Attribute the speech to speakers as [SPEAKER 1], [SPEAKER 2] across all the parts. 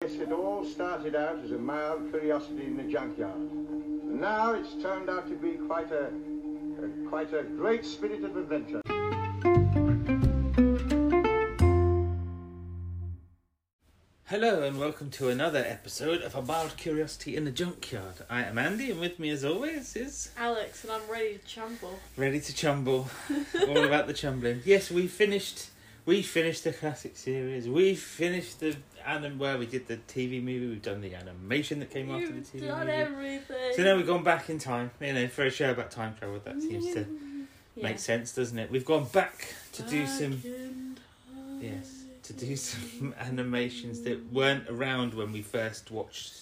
[SPEAKER 1] it all started out as a mild curiosity in the junkyard. And now it's turned out to be quite a, a quite a great spirit of adventure.
[SPEAKER 2] Hello and welcome to another episode of A Wild Curiosity in the Junkyard. I am Andy, and with me, as always, is
[SPEAKER 3] Alex, and I'm ready to chumble.
[SPEAKER 2] ready to chumble. All about the chumbling. Yes, we finished. We finished the classic series. We finished the anim. Well, we did the TV movie. We've done the animation that came after the
[SPEAKER 3] You've
[SPEAKER 2] TV
[SPEAKER 3] done
[SPEAKER 2] movie.
[SPEAKER 3] everything.
[SPEAKER 2] So now we've gone back in time. You know, for a show about time travel, that seems to
[SPEAKER 3] Mm, yeah.
[SPEAKER 2] make sense, doesn't it? We've gone back to do some.
[SPEAKER 3] Back in time.
[SPEAKER 2] Yes, to do some animations that weren't around when we first watched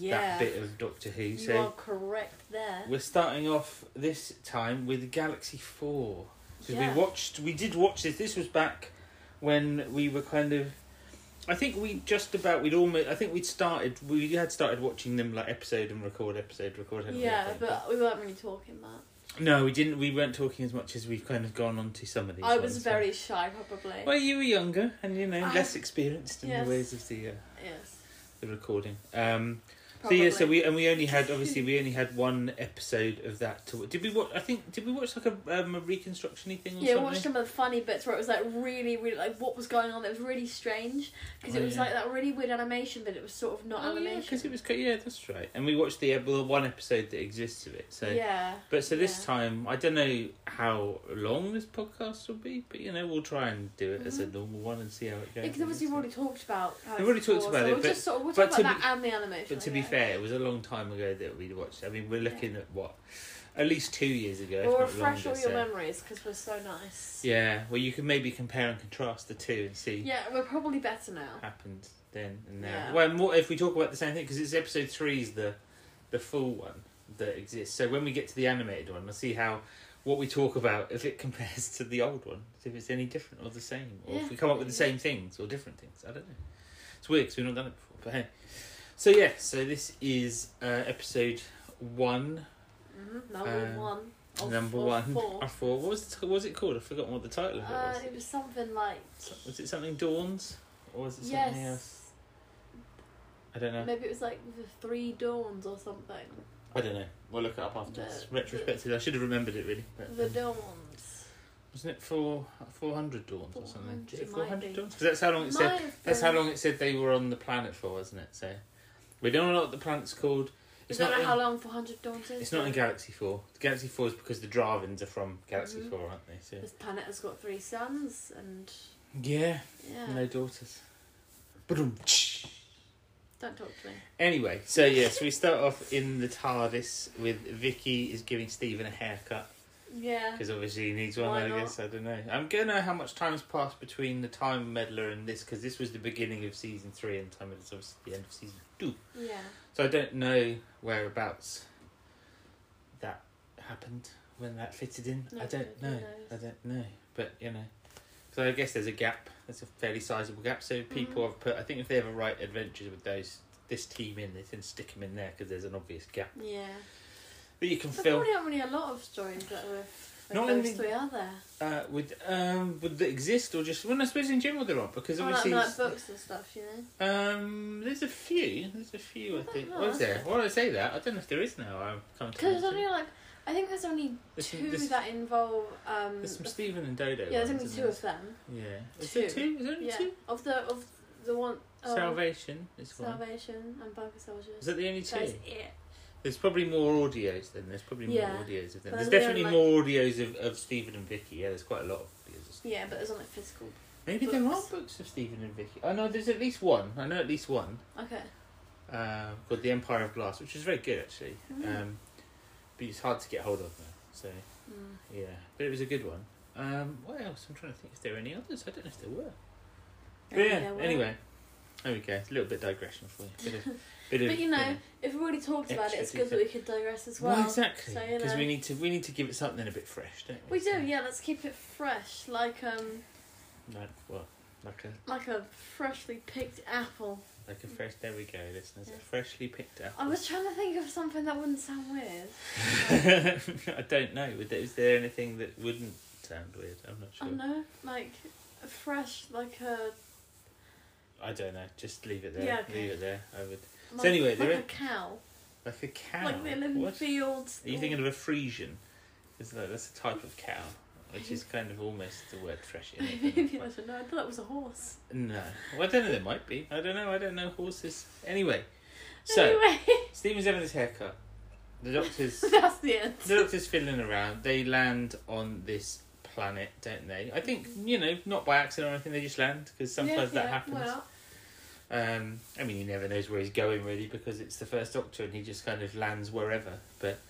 [SPEAKER 3] Yeah,
[SPEAKER 2] that bit of Doctor Who.
[SPEAKER 3] You
[SPEAKER 2] So
[SPEAKER 3] are correct there.
[SPEAKER 2] We're starting off this time with Galaxy Four because
[SPEAKER 3] Yeah.
[SPEAKER 2] we watched, we did watch this. This was back when we were kind of, I think we just about we'd almost, I think we'd started, we had started watching them like episode and record, episode record. hadn't we, I
[SPEAKER 3] yeah,
[SPEAKER 2] think?
[SPEAKER 3] but we weren't really talking that.
[SPEAKER 2] no, we didn't. We weren't talking as much as we've kind of gone on to some of these.
[SPEAKER 3] I was
[SPEAKER 2] ones.
[SPEAKER 3] very shy, probably.
[SPEAKER 2] Well, you were younger and you know
[SPEAKER 3] I-
[SPEAKER 2] less experienced in
[SPEAKER 3] Yes.
[SPEAKER 2] the ways of the uh,
[SPEAKER 3] yes,
[SPEAKER 2] the recording. Um, so
[SPEAKER 3] probably.
[SPEAKER 2] yeah, so we and we only had obviously we only had one episode of that. To did we watch? I think did we watch like a um, a reconstruction thing or
[SPEAKER 3] Yeah,
[SPEAKER 2] something?
[SPEAKER 3] watch some of the funny bits where it was like really, really like what was going on. It was really strange because
[SPEAKER 2] Oh,
[SPEAKER 3] it was
[SPEAKER 2] yeah.
[SPEAKER 3] like that really weird animation, but it was sort of not
[SPEAKER 2] Oh, yeah,
[SPEAKER 3] animation.
[SPEAKER 2] because it was co- yeah, that's right. And we watched the, ep- the one episode that exists of it. So
[SPEAKER 3] yeah,
[SPEAKER 2] but so this
[SPEAKER 3] yeah.
[SPEAKER 2] time I don't know how long this podcast will be, but you know we'll try and do it as a normal one and see how it goes.
[SPEAKER 3] because Mm-hmm. obviously we've already talked about. how
[SPEAKER 2] We've already
[SPEAKER 3] it's
[SPEAKER 2] talked
[SPEAKER 3] before,
[SPEAKER 2] about
[SPEAKER 3] so
[SPEAKER 2] it,
[SPEAKER 3] We'll
[SPEAKER 2] but-
[SPEAKER 3] just sort of we'll
[SPEAKER 2] but
[SPEAKER 3] talk
[SPEAKER 2] to
[SPEAKER 3] about that and the animation.
[SPEAKER 2] but to be
[SPEAKER 3] yeah.
[SPEAKER 2] fair, it was a long time ago that we watched. I mean, we're looking at what at least two years ago.
[SPEAKER 3] We'll
[SPEAKER 2] if not
[SPEAKER 3] refresh
[SPEAKER 2] longer,
[SPEAKER 3] all your
[SPEAKER 2] so-
[SPEAKER 3] memories because we're so nice.
[SPEAKER 2] Yeah, well, you can maybe compare and contrast the two and see.
[SPEAKER 3] Yeah, we're probably better now.
[SPEAKER 2] happened then and now.
[SPEAKER 3] Yeah.
[SPEAKER 2] Well, and what if we talk about the same thing? Because it's episode three is the the full one that exists. So when we get to the animated one, we'll see how what we talk about if it compares to the old one, if it's any different or the same, or
[SPEAKER 3] Yeah.
[SPEAKER 2] if we come up with the same things or different things. I don't know. It's weird because we've not done it before. But hey, so yeah, so this is uh, episode one,
[SPEAKER 3] Mm-hmm. Number
[SPEAKER 2] Um,
[SPEAKER 3] one. Of,
[SPEAKER 2] number
[SPEAKER 3] of
[SPEAKER 2] one,
[SPEAKER 3] Four.
[SPEAKER 2] of four. What was the t- what was it called? I've forgotten what the title of it
[SPEAKER 3] Uh,
[SPEAKER 2] was.
[SPEAKER 3] it was something like.
[SPEAKER 2] Was it something Dawns or was it something else?
[SPEAKER 3] Yes.
[SPEAKER 2] I don't know.
[SPEAKER 3] Maybe it was like the Three Dawns or something.
[SPEAKER 2] I don't know. We'll look it up afterwards.
[SPEAKER 3] The-
[SPEAKER 2] Retrospective. I should have remembered it really. But,
[SPEAKER 3] The
[SPEAKER 2] um,
[SPEAKER 3] Dawns.
[SPEAKER 2] wasn't it four four hundred dawns or something?
[SPEAKER 3] 400,
[SPEAKER 2] Is it
[SPEAKER 3] might
[SPEAKER 2] four hundred
[SPEAKER 3] be.
[SPEAKER 2] dawns? Because that's how long it
[SPEAKER 3] Might
[SPEAKER 2] said.
[SPEAKER 3] have
[SPEAKER 2] That's
[SPEAKER 3] been-
[SPEAKER 2] how long it said they were on the planet for, wasn't it? So we don't know what the planet's called.
[SPEAKER 3] We
[SPEAKER 2] It's
[SPEAKER 3] don't
[SPEAKER 2] not.
[SPEAKER 3] know
[SPEAKER 2] in,
[SPEAKER 3] how long 400 Dawns is.
[SPEAKER 2] It's not in Galaxy Four. Galaxy Four is because the Dravins are from Galaxy
[SPEAKER 3] Mhm.
[SPEAKER 2] Four, aren't they? So
[SPEAKER 3] This planet has got three sons and.
[SPEAKER 2] yeah,
[SPEAKER 3] Yeah.
[SPEAKER 2] no daughters. Ba-dum-tsh.
[SPEAKER 3] Don't talk to me.
[SPEAKER 2] Anyway, so yes, we start off in the TARDIS with Vicky is giving Stephen a haircut.
[SPEAKER 3] Yeah.
[SPEAKER 2] Because obviously he needs one,
[SPEAKER 3] Why
[SPEAKER 2] I
[SPEAKER 3] not?
[SPEAKER 2] guess. I don't know. I'm going to know how much time's passed between the Time Meddler and this, because this was the beginning of season three, and Time Meddler's obviously the end of season two.
[SPEAKER 3] Yeah.
[SPEAKER 2] So I don't know whereabouts that happened, when that fitted in. I
[SPEAKER 3] Nobody
[SPEAKER 2] don't know. I
[SPEAKER 3] knows.
[SPEAKER 2] don't know. But, you know. So I guess there's a gap. There's a fairly sizable gap. So people
[SPEAKER 3] Mm.
[SPEAKER 2] have put, I think if they ever write adventures with those, this team in, they can stick them in there, because there's an obvious gap
[SPEAKER 3] Yeah.
[SPEAKER 2] that you can
[SPEAKER 3] There
[SPEAKER 2] fill.
[SPEAKER 3] probably aren't really a lot of stories that were. Like
[SPEAKER 2] Not in
[SPEAKER 3] those
[SPEAKER 2] the-
[SPEAKER 3] three are there.
[SPEAKER 2] Uh, would um would they exist or just well I suppose in general there are because
[SPEAKER 3] Oh, like,
[SPEAKER 2] obviously
[SPEAKER 3] like books and stuff, you know.
[SPEAKER 2] um there's a few there's a few I
[SPEAKER 3] I don't
[SPEAKER 2] think
[SPEAKER 3] know,
[SPEAKER 2] was
[SPEAKER 3] is
[SPEAKER 2] there
[SPEAKER 3] there?
[SPEAKER 2] well I say that I don't know if there is now I've come to
[SPEAKER 3] Because
[SPEAKER 2] terms
[SPEAKER 3] there's
[SPEAKER 2] with
[SPEAKER 3] only
[SPEAKER 2] it.
[SPEAKER 3] like I think there's only
[SPEAKER 2] There's some-
[SPEAKER 3] two
[SPEAKER 2] there's-
[SPEAKER 3] that involve um
[SPEAKER 2] there's some Stephen and Dodo
[SPEAKER 3] yeah there's
[SPEAKER 2] ones,
[SPEAKER 3] only
[SPEAKER 2] isn't
[SPEAKER 3] two of them
[SPEAKER 2] there? yeah is there
[SPEAKER 3] Two.
[SPEAKER 2] two is there only
[SPEAKER 3] yeah
[SPEAKER 2] two
[SPEAKER 3] of the of the one um,
[SPEAKER 2] Salvation is one
[SPEAKER 3] Salvation and Bunker Soldiers
[SPEAKER 2] is that the only two
[SPEAKER 3] that is it
[SPEAKER 2] there's probably more audios then there's probably more
[SPEAKER 3] Yeah.
[SPEAKER 2] audios of them
[SPEAKER 3] But
[SPEAKER 2] there's
[SPEAKER 3] they're
[SPEAKER 2] definitely
[SPEAKER 3] like-
[SPEAKER 2] more audios of, of Stephen and Vicky yeah there's quite a lot of audios of Stephen.
[SPEAKER 3] yeah but there's only physical
[SPEAKER 2] maybe there are
[SPEAKER 3] Books.
[SPEAKER 2] books of Stephen and Vicky I know there's at least one I know at least one
[SPEAKER 3] okay
[SPEAKER 2] um, called The Empire of Glass, which is very good actually.
[SPEAKER 3] Mm.
[SPEAKER 2] Um, but it's hard to get hold of now. So
[SPEAKER 3] mm.
[SPEAKER 2] yeah, but it was a good one. Um, what else? I'm trying to think if there were any others. I don't know if there were. But
[SPEAKER 3] Maybe
[SPEAKER 2] yeah.
[SPEAKER 3] there were.
[SPEAKER 2] Anyway, there we go. It's a little bit digression for you. Bit of, bit of,
[SPEAKER 3] but you know if we've already talked about it it's good that we could digress as well
[SPEAKER 2] well, exactly
[SPEAKER 3] so, you
[SPEAKER 2] because we
[SPEAKER 3] know.
[SPEAKER 2] need to we need to give it something a bit fresh, don't we?
[SPEAKER 3] we do yeah let's keep it fresh like um
[SPEAKER 2] yeah. Like what? Like a
[SPEAKER 3] like a freshly picked apple
[SPEAKER 2] like a fresh. There we go, listeners.
[SPEAKER 3] Mm. Yeah.
[SPEAKER 2] A freshly picked apple.
[SPEAKER 3] I was trying to think of something that wouldn't sound weird
[SPEAKER 2] I don't know. Would there- Is there anything that wouldn't sound weird? I'm not sure.
[SPEAKER 3] I know like a fresh like a
[SPEAKER 2] I don't know. Just leave it there.
[SPEAKER 3] Yeah, okay.
[SPEAKER 2] Leave it there. I would
[SPEAKER 3] Like,
[SPEAKER 2] anyway,
[SPEAKER 3] like
[SPEAKER 2] they're
[SPEAKER 3] a
[SPEAKER 2] in-
[SPEAKER 3] cow,
[SPEAKER 2] like a cow.
[SPEAKER 3] like the Olympic
[SPEAKER 2] What?
[SPEAKER 3] fields.
[SPEAKER 2] Are you thinking of a Frisian? Is that that's a type of cow, which is kind of almost the word fresh in it.
[SPEAKER 3] Maybe I don't know. I thought that was a horse.
[SPEAKER 2] no, well, I don't know. There might be. I don't know. I don't know horses. Anyway, so
[SPEAKER 3] anyway,
[SPEAKER 2] Stephen's having his haircut. The doctor's
[SPEAKER 3] that's the end.
[SPEAKER 2] the doctor's fiddling around. They land on this planet, don't they? I think you know, not by accident or anything. They just land because sometimes
[SPEAKER 3] Mm-hmm. Yeah,
[SPEAKER 2] that
[SPEAKER 3] yeah,
[SPEAKER 2] happens.
[SPEAKER 3] Well,
[SPEAKER 2] Um, I mean, he never knows where he's going really because it's the first Doctor and he just kind of lands wherever. But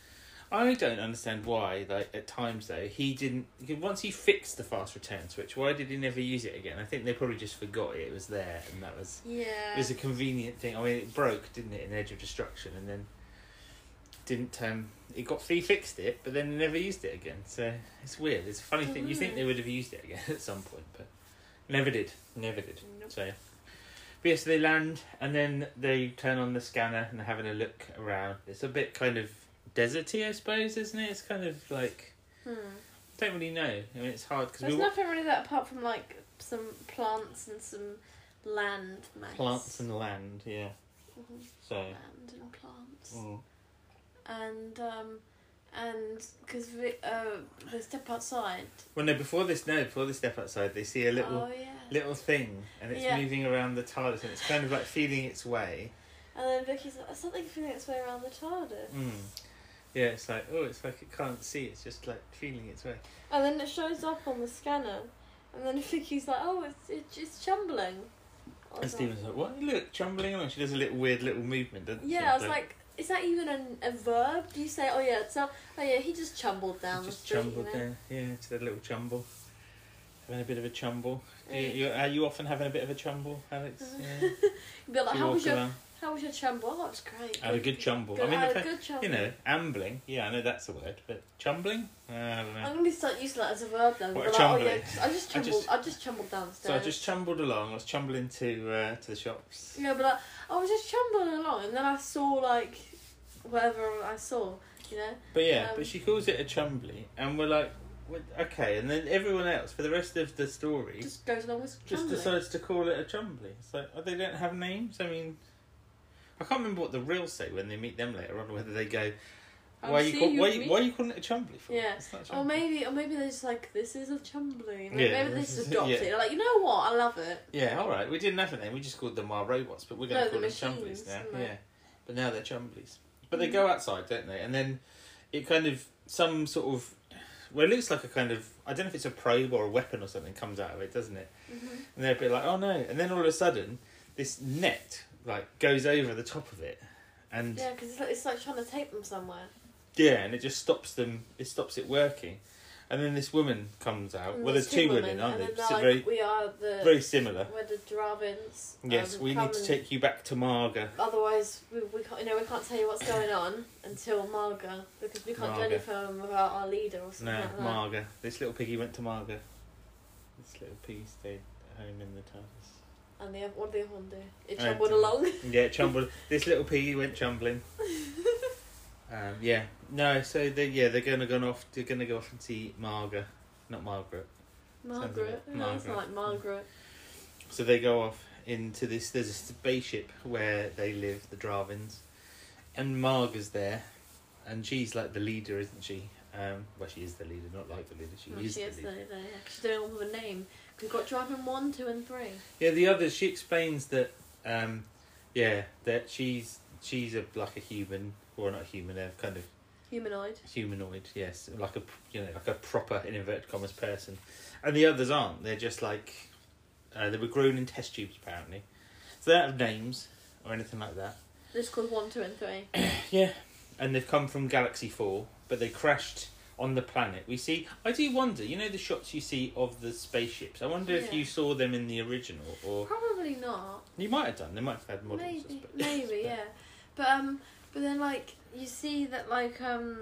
[SPEAKER 2] I don't understand why, like at times though, he didn't. because Once he fixed the fast return switch, why did he never use it again? I think they probably just forgot it was there and that was
[SPEAKER 3] yeah.
[SPEAKER 2] it was a convenient thing. I mean, it broke, didn't it, in Edge of Destruction, and then didn't um it got he fixed it, but then they never used it again. So it's weird. It's a funny thing. You think they would have used it again at some point, but never did. Never did.
[SPEAKER 3] Nope.
[SPEAKER 2] So, but yeah, so they land and then they turn on the scanner and they're having a look around. It's a bit kind of deserty, I suppose, isn't it? It's kind of like
[SPEAKER 3] Hmm.
[SPEAKER 2] don't really know. I mean, it's hard because
[SPEAKER 3] There's
[SPEAKER 2] we watch
[SPEAKER 3] nothing really that apart from like some plants and some land mass.
[SPEAKER 2] plants and land. Yeah.
[SPEAKER 3] Mhm.
[SPEAKER 2] So.
[SPEAKER 3] land and plants.
[SPEAKER 2] mm.
[SPEAKER 3] and um and because uh they step outside
[SPEAKER 2] Well, no. Before this, no. Before they step outside, they see a little
[SPEAKER 3] oh yeah
[SPEAKER 2] little thing, and it's
[SPEAKER 3] Yeah.
[SPEAKER 2] moving around the TARDIS, and it's kind of like feeling its way.
[SPEAKER 3] and then Vicky's like something feeling its way around the TARDIS
[SPEAKER 2] Mm. Yeah, it's like oh, it's like it can't see. It's just like feeling its way.
[SPEAKER 3] and then it shows up on the scanner and then Vicky's like oh it's it's, it's chumbling I was
[SPEAKER 2] And Stephen's like, "What? Look, chumbling along." She does a little weird little movement, doesn't
[SPEAKER 3] yeah
[SPEAKER 2] she?
[SPEAKER 3] I was like is that even an, a verb do you say oh yeah it's a, oh yeah he just chumbled down
[SPEAKER 2] just
[SPEAKER 3] the street
[SPEAKER 2] chumbled
[SPEAKER 3] you know?
[SPEAKER 2] down. Yeah, to the little chumble. Having a bit of a chumble. Do
[SPEAKER 3] Yeah.
[SPEAKER 2] You, you, are you often having a bit of a chumble, Alex? Yeah.
[SPEAKER 3] You'd be like
[SPEAKER 2] You
[SPEAKER 3] how
[SPEAKER 2] walk
[SPEAKER 3] was your
[SPEAKER 2] around.
[SPEAKER 3] how was your chumble oh it's great
[SPEAKER 2] I had a good chumble.
[SPEAKER 3] Good-
[SPEAKER 2] I mean,
[SPEAKER 3] had
[SPEAKER 2] if
[SPEAKER 3] a
[SPEAKER 2] I-
[SPEAKER 3] good chumble
[SPEAKER 2] you know, ambling. Yeah, I know that's the word, but chumbling. Uh, I don't know.
[SPEAKER 3] I'm gonna start using that as a verb then.
[SPEAKER 2] What,
[SPEAKER 3] Be
[SPEAKER 2] chumbling?
[SPEAKER 3] oh, yeah, just- I just
[SPEAKER 2] I
[SPEAKER 3] chumbled. I
[SPEAKER 2] just-
[SPEAKER 3] just, chumbled
[SPEAKER 2] So I
[SPEAKER 3] downstairs.
[SPEAKER 2] just chumbled along. I was chumbling to uh, to the shops.
[SPEAKER 3] Yeah, but like, I was just chumbling along, and then I saw like whatever I saw. You know.
[SPEAKER 2] But yeah,
[SPEAKER 3] Um,
[SPEAKER 2] but she calls it a chumbly, and we're like, "What- okay. And then everyone else for the rest of the story just,
[SPEAKER 3] Just goes along with chumbling.
[SPEAKER 2] decides to call it a chumbly. It's like oh, they don't have names. I mean, I can't remember what the real say when they meet them later on. Whether they go,
[SPEAKER 3] I'll
[SPEAKER 2] why are you
[SPEAKER 3] Oh, see
[SPEAKER 2] call,
[SPEAKER 3] you
[SPEAKER 2] why,
[SPEAKER 3] at
[SPEAKER 2] you-
[SPEAKER 3] me-
[SPEAKER 2] why are you calling it a chumbly for?
[SPEAKER 3] Yeah.
[SPEAKER 2] It's not a
[SPEAKER 3] Or
[SPEAKER 2] chumbly.
[SPEAKER 3] maybe, or maybe they're just like, this is a chumbling. Maybe,
[SPEAKER 2] Yeah,
[SPEAKER 3] maybe they
[SPEAKER 2] this
[SPEAKER 3] just
[SPEAKER 2] is-
[SPEAKER 3] adopt
[SPEAKER 2] yeah.
[SPEAKER 3] it. They're like, you know what? I love it.
[SPEAKER 2] Yeah, all right. We didn't have a name. We just called them our robots, but we're going
[SPEAKER 3] No,
[SPEAKER 2] to
[SPEAKER 3] the
[SPEAKER 2] call them
[SPEAKER 3] machines,
[SPEAKER 2] chumblies now.
[SPEAKER 3] aren't they?
[SPEAKER 2] Yeah, but now they're chumblies. But they
[SPEAKER 3] Mhm.
[SPEAKER 2] go outside, don't they? And then it kind of some sort of well, it looks like a kind of I don't know if it's a probe or a weapon or something comes out of it, doesn't it?
[SPEAKER 3] Mhm.
[SPEAKER 2] And they're a bit like, oh no! And then all of a sudden, this net like goes over the top of it, and
[SPEAKER 3] Yeah, because it's like, it's like trying to take them somewhere.
[SPEAKER 2] yeah, and it just stops them. It stops it working. And then this woman comes out.
[SPEAKER 3] And
[SPEAKER 2] well, there's two women, aren't
[SPEAKER 3] and
[SPEAKER 2] they?
[SPEAKER 3] then they're
[SPEAKER 2] So
[SPEAKER 3] like,
[SPEAKER 2] very,
[SPEAKER 3] we are the
[SPEAKER 2] very similar.
[SPEAKER 3] we're the Dravins.
[SPEAKER 2] Yes,
[SPEAKER 3] um,
[SPEAKER 2] we
[SPEAKER 3] come
[SPEAKER 2] need to
[SPEAKER 3] and-
[SPEAKER 2] take you back to Marga.
[SPEAKER 3] Otherwise, we, we can't, you know, we can't tell you what's going on until Marga, because we can't
[SPEAKER 2] Marga.
[SPEAKER 3] do anything without our leader or something
[SPEAKER 2] No,
[SPEAKER 3] like that.
[SPEAKER 2] Marga. This little piggy went to Marga. This little piggy stayed at home in the TARDIS.
[SPEAKER 3] And the, oth- what did the other one do? It
[SPEAKER 2] I
[SPEAKER 3] chumbled
[SPEAKER 2] don't know.
[SPEAKER 3] along.
[SPEAKER 2] Yeah, chumble. this little piggy went chumbling. Um, yeah. No, so they yeah they're gonna go off. They're gonna go off and see Marga, not Margaret.
[SPEAKER 3] Margaret.
[SPEAKER 2] bit
[SPEAKER 3] No, it's
[SPEAKER 2] Margaret.
[SPEAKER 3] not like Margaret.
[SPEAKER 2] So they go off into this. There's a spaceship where they live, the Dravins, and Marga's there, and she's like the leader, isn't she? Um, well, she is the leader, not like the leader. She
[SPEAKER 3] No,
[SPEAKER 2] is
[SPEAKER 3] she
[SPEAKER 2] the
[SPEAKER 3] is
[SPEAKER 2] leader.
[SPEAKER 3] there, there. yeah. She's doing all with a name. We've got Draven 1, 2, and 3.
[SPEAKER 2] Yeah, the others. She explains that, um, yeah, that she's she's a like a human or not human, a kind of
[SPEAKER 3] Humanoid.
[SPEAKER 2] humanoid. Yes, like a you know like a proper in inverted commas person, and the others aren't. They're just like uh, they were grown in test tubes apparently, so they don't have names or anything like that.
[SPEAKER 3] This called 1, 2, and 3.
[SPEAKER 2] Oh. Yeah, and they've come from Galaxy Four, but they crashed on the planet. We see. I do wonder. You know the shots you see of the spaceships. I wonder if
[SPEAKER 3] Yeah.
[SPEAKER 2] you saw them in the original, or
[SPEAKER 3] Probably not.
[SPEAKER 2] you might have done. They might have had models. I
[SPEAKER 3] Maybe,
[SPEAKER 2] suppose.
[SPEAKER 3] maybe, yeah. But um, but then like you see that like um,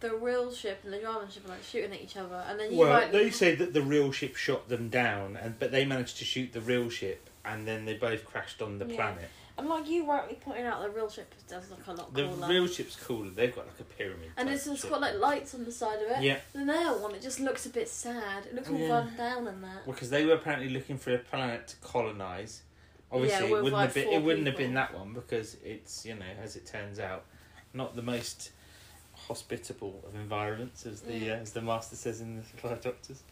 [SPEAKER 3] the real ship and the Draven ship are like shooting at each other, and then you
[SPEAKER 2] Well,
[SPEAKER 3] like
[SPEAKER 2] they say that the real ship shot them down, and but they managed to shoot the real ship, and then they both crashed on the
[SPEAKER 3] Yeah.
[SPEAKER 2] planet.
[SPEAKER 3] And like you rightly pointed out, the real ship does look a lot
[SPEAKER 2] The
[SPEAKER 3] cooler.
[SPEAKER 2] real ship's cooler. They've got like a pyramid.
[SPEAKER 3] and
[SPEAKER 2] type
[SPEAKER 3] it's, it's
[SPEAKER 2] ship.
[SPEAKER 3] got like lights on the side of it.
[SPEAKER 2] yeah,
[SPEAKER 3] The nail one, it just looks a bit sad. It looks all
[SPEAKER 2] Yeah.
[SPEAKER 3] run down and that.
[SPEAKER 2] because they were apparently looking for a planet to colonize, Obviously, it
[SPEAKER 3] with,
[SPEAKER 2] wouldn't
[SPEAKER 3] like,
[SPEAKER 2] have been
[SPEAKER 3] four
[SPEAKER 2] it wouldn't have been
[SPEAKER 3] people.
[SPEAKER 2] that one because it's you know as it turns out, not the most hospitable of environments as the
[SPEAKER 3] Yeah. Hmm.
[SPEAKER 2] uh, as the master says in the Supply Doctors.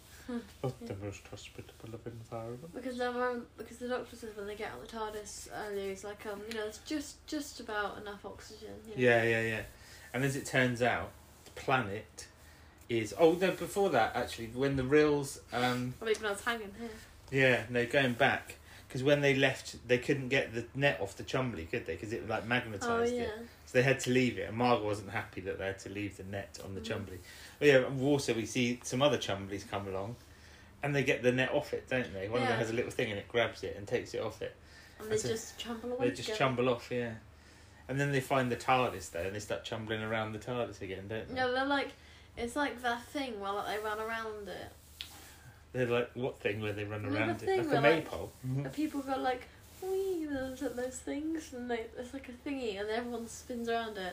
[SPEAKER 2] not the most hospitable of environments.
[SPEAKER 3] Because the um, because the doctor says when they get out the TARDIS earlier, he's like, um, you know, there's just just about enough oxygen. You know?
[SPEAKER 2] Yeah, yeah, yeah. And as it turns out, the planet is oh no before that actually when the reels um
[SPEAKER 3] I mean, when I was hanging here.
[SPEAKER 2] yeah no going back because when they left they couldn't get the net off the Chumbly could they because it like magnetized
[SPEAKER 3] Oh
[SPEAKER 2] it
[SPEAKER 3] yeah.
[SPEAKER 2] So they had to leave it, and Margaret wasn't happy that they had to leave the net on the
[SPEAKER 3] Mhm.
[SPEAKER 2] Chumbly. But yeah, and also we see some other Chumblies come along, and they get the net off it, don't they? One of
[SPEAKER 3] Yeah.
[SPEAKER 2] them has a little thing and it grabs it and takes it off it.
[SPEAKER 3] And they
[SPEAKER 2] That's it.
[SPEAKER 3] just chumble away.
[SPEAKER 2] They just
[SPEAKER 3] together.
[SPEAKER 2] chumble off, yeah. And then they find the TARDIS there, and they start chumbling around the TARDIS again, don't they?
[SPEAKER 3] No, they're like, it's like that thing where like, they run around it.
[SPEAKER 2] They're like, what thing where they run
[SPEAKER 3] No, the
[SPEAKER 2] around
[SPEAKER 3] thing
[SPEAKER 2] it? Like
[SPEAKER 3] where,
[SPEAKER 2] a
[SPEAKER 3] like-
[SPEAKER 2] maypole.
[SPEAKER 3] And people go like, wee, those, those things, and they, it's like a thingy, and everyone spins around it.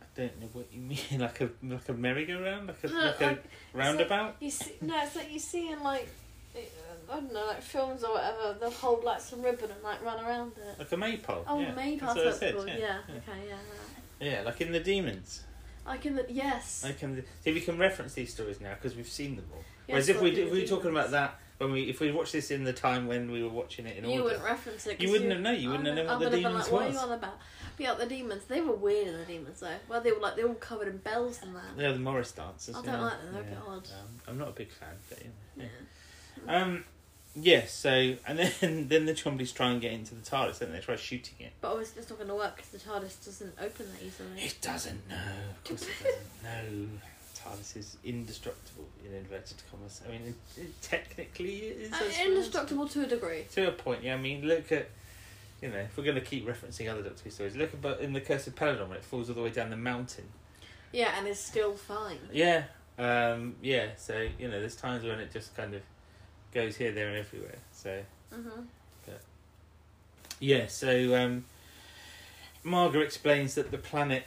[SPEAKER 2] I don't know what you mean, like a like a merry-go-round, like a,
[SPEAKER 3] No,
[SPEAKER 2] like a
[SPEAKER 3] like,
[SPEAKER 2] roundabout.
[SPEAKER 3] You see, no, it's like you see in like, it- I don't know, like films or whatever. They'll hold like some ribbon and like run around it.
[SPEAKER 2] Like a maypole.
[SPEAKER 3] Oh,
[SPEAKER 2] yeah.
[SPEAKER 3] maybe
[SPEAKER 2] That's
[SPEAKER 3] that's
[SPEAKER 2] what I
[SPEAKER 3] what
[SPEAKER 2] said,
[SPEAKER 3] it's called.
[SPEAKER 2] yeah,
[SPEAKER 3] Yeah.
[SPEAKER 2] yeah.
[SPEAKER 3] Okay. Yeah. yeah.
[SPEAKER 2] Yeah, like in the demons.
[SPEAKER 3] Like in the yes.
[SPEAKER 2] I can see we can reference these stories now because we've seen them all.
[SPEAKER 3] Yeah,
[SPEAKER 2] Whereas
[SPEAKER 3] it's
[SPEAKER 2] if we
[SPEAKER 3] like
[SPEAKER 2] did,
[SPEAKER 3] in
[SPEAKER 2] if
[SPEAKER 3] the
[SPEAKER 2] we were talking
[SPEAKER 3] demons.
[SPEAKER 2] about that when we if we watched this in the time when we were watching it in
[SPEAKER 3] you
[SPEAKER 2] order,
[SPEAKER 3] wouldn't reference it. 'cause
[SPEAKER 2] you wouldn't have known. You
[SPEAKER 3] I
[SPEAKER 2] wouldn't have
[SPEAKER 3] I
[SPEAKER 2] known what
[SPEAKER 3] would
[SPEAKER 2] the
[SPEAKER 3] have been
[SPEAKER 2] demons
[SPEAKER 3] like, what are
[SPEAKER 2] was.
[SPEAKER 3] you on about? But yeah, the demons. They were weird in the demons though. Well, they were like they were all covered in bells and that.
[SPEAKER 2] Yeah, the Morris dancers.
[SPEAKER 3] I don't
[SPEAKER 2] yeah.
[SPEAKER 3] like them, they're a bit
[SPEAKER 2] Yeah.
[SPEAKER 3] odd.
[SPEAKER 2] Um, I'm not a big fan, but you
[SPEAKER 3] Yeah.
[SPEAKER 2] know, yeah. Um, yes. so and then then the Chomblies try and get into the TARDIS, don't they? They Try shooting it.
[SPEAKER 3] But obviously it's not going to work because the TARDIS doesn't open that easily.
[SPEAKER 2] It doesn't know. Of course, it doesn't know. TARDIS is indestructible in inverted commas. I mean, it, it technically it is. I
[SPEAKER 3] Uh,
[SPEAKER 2] suppose.
[SPEAKER 3] indestructible to a degree.
[SPEAKER 2] To a point, yeah. I mean, look at, you know, if we're going to keep referencing other Doctor Who stories, look about in the Curse of Peladon when it falls all the way down the mountain.
[SPEAKER 3] Yeah, and it's still fine.
[SPEAKER 2] Yeah, um, yeah. So you know, there's times when it just kind of goes here, there, and everywhere. So
[SPEAKER 3] Mm-hmm.
[SPEAKER 2] yeah. So um, Margaret explains that the planet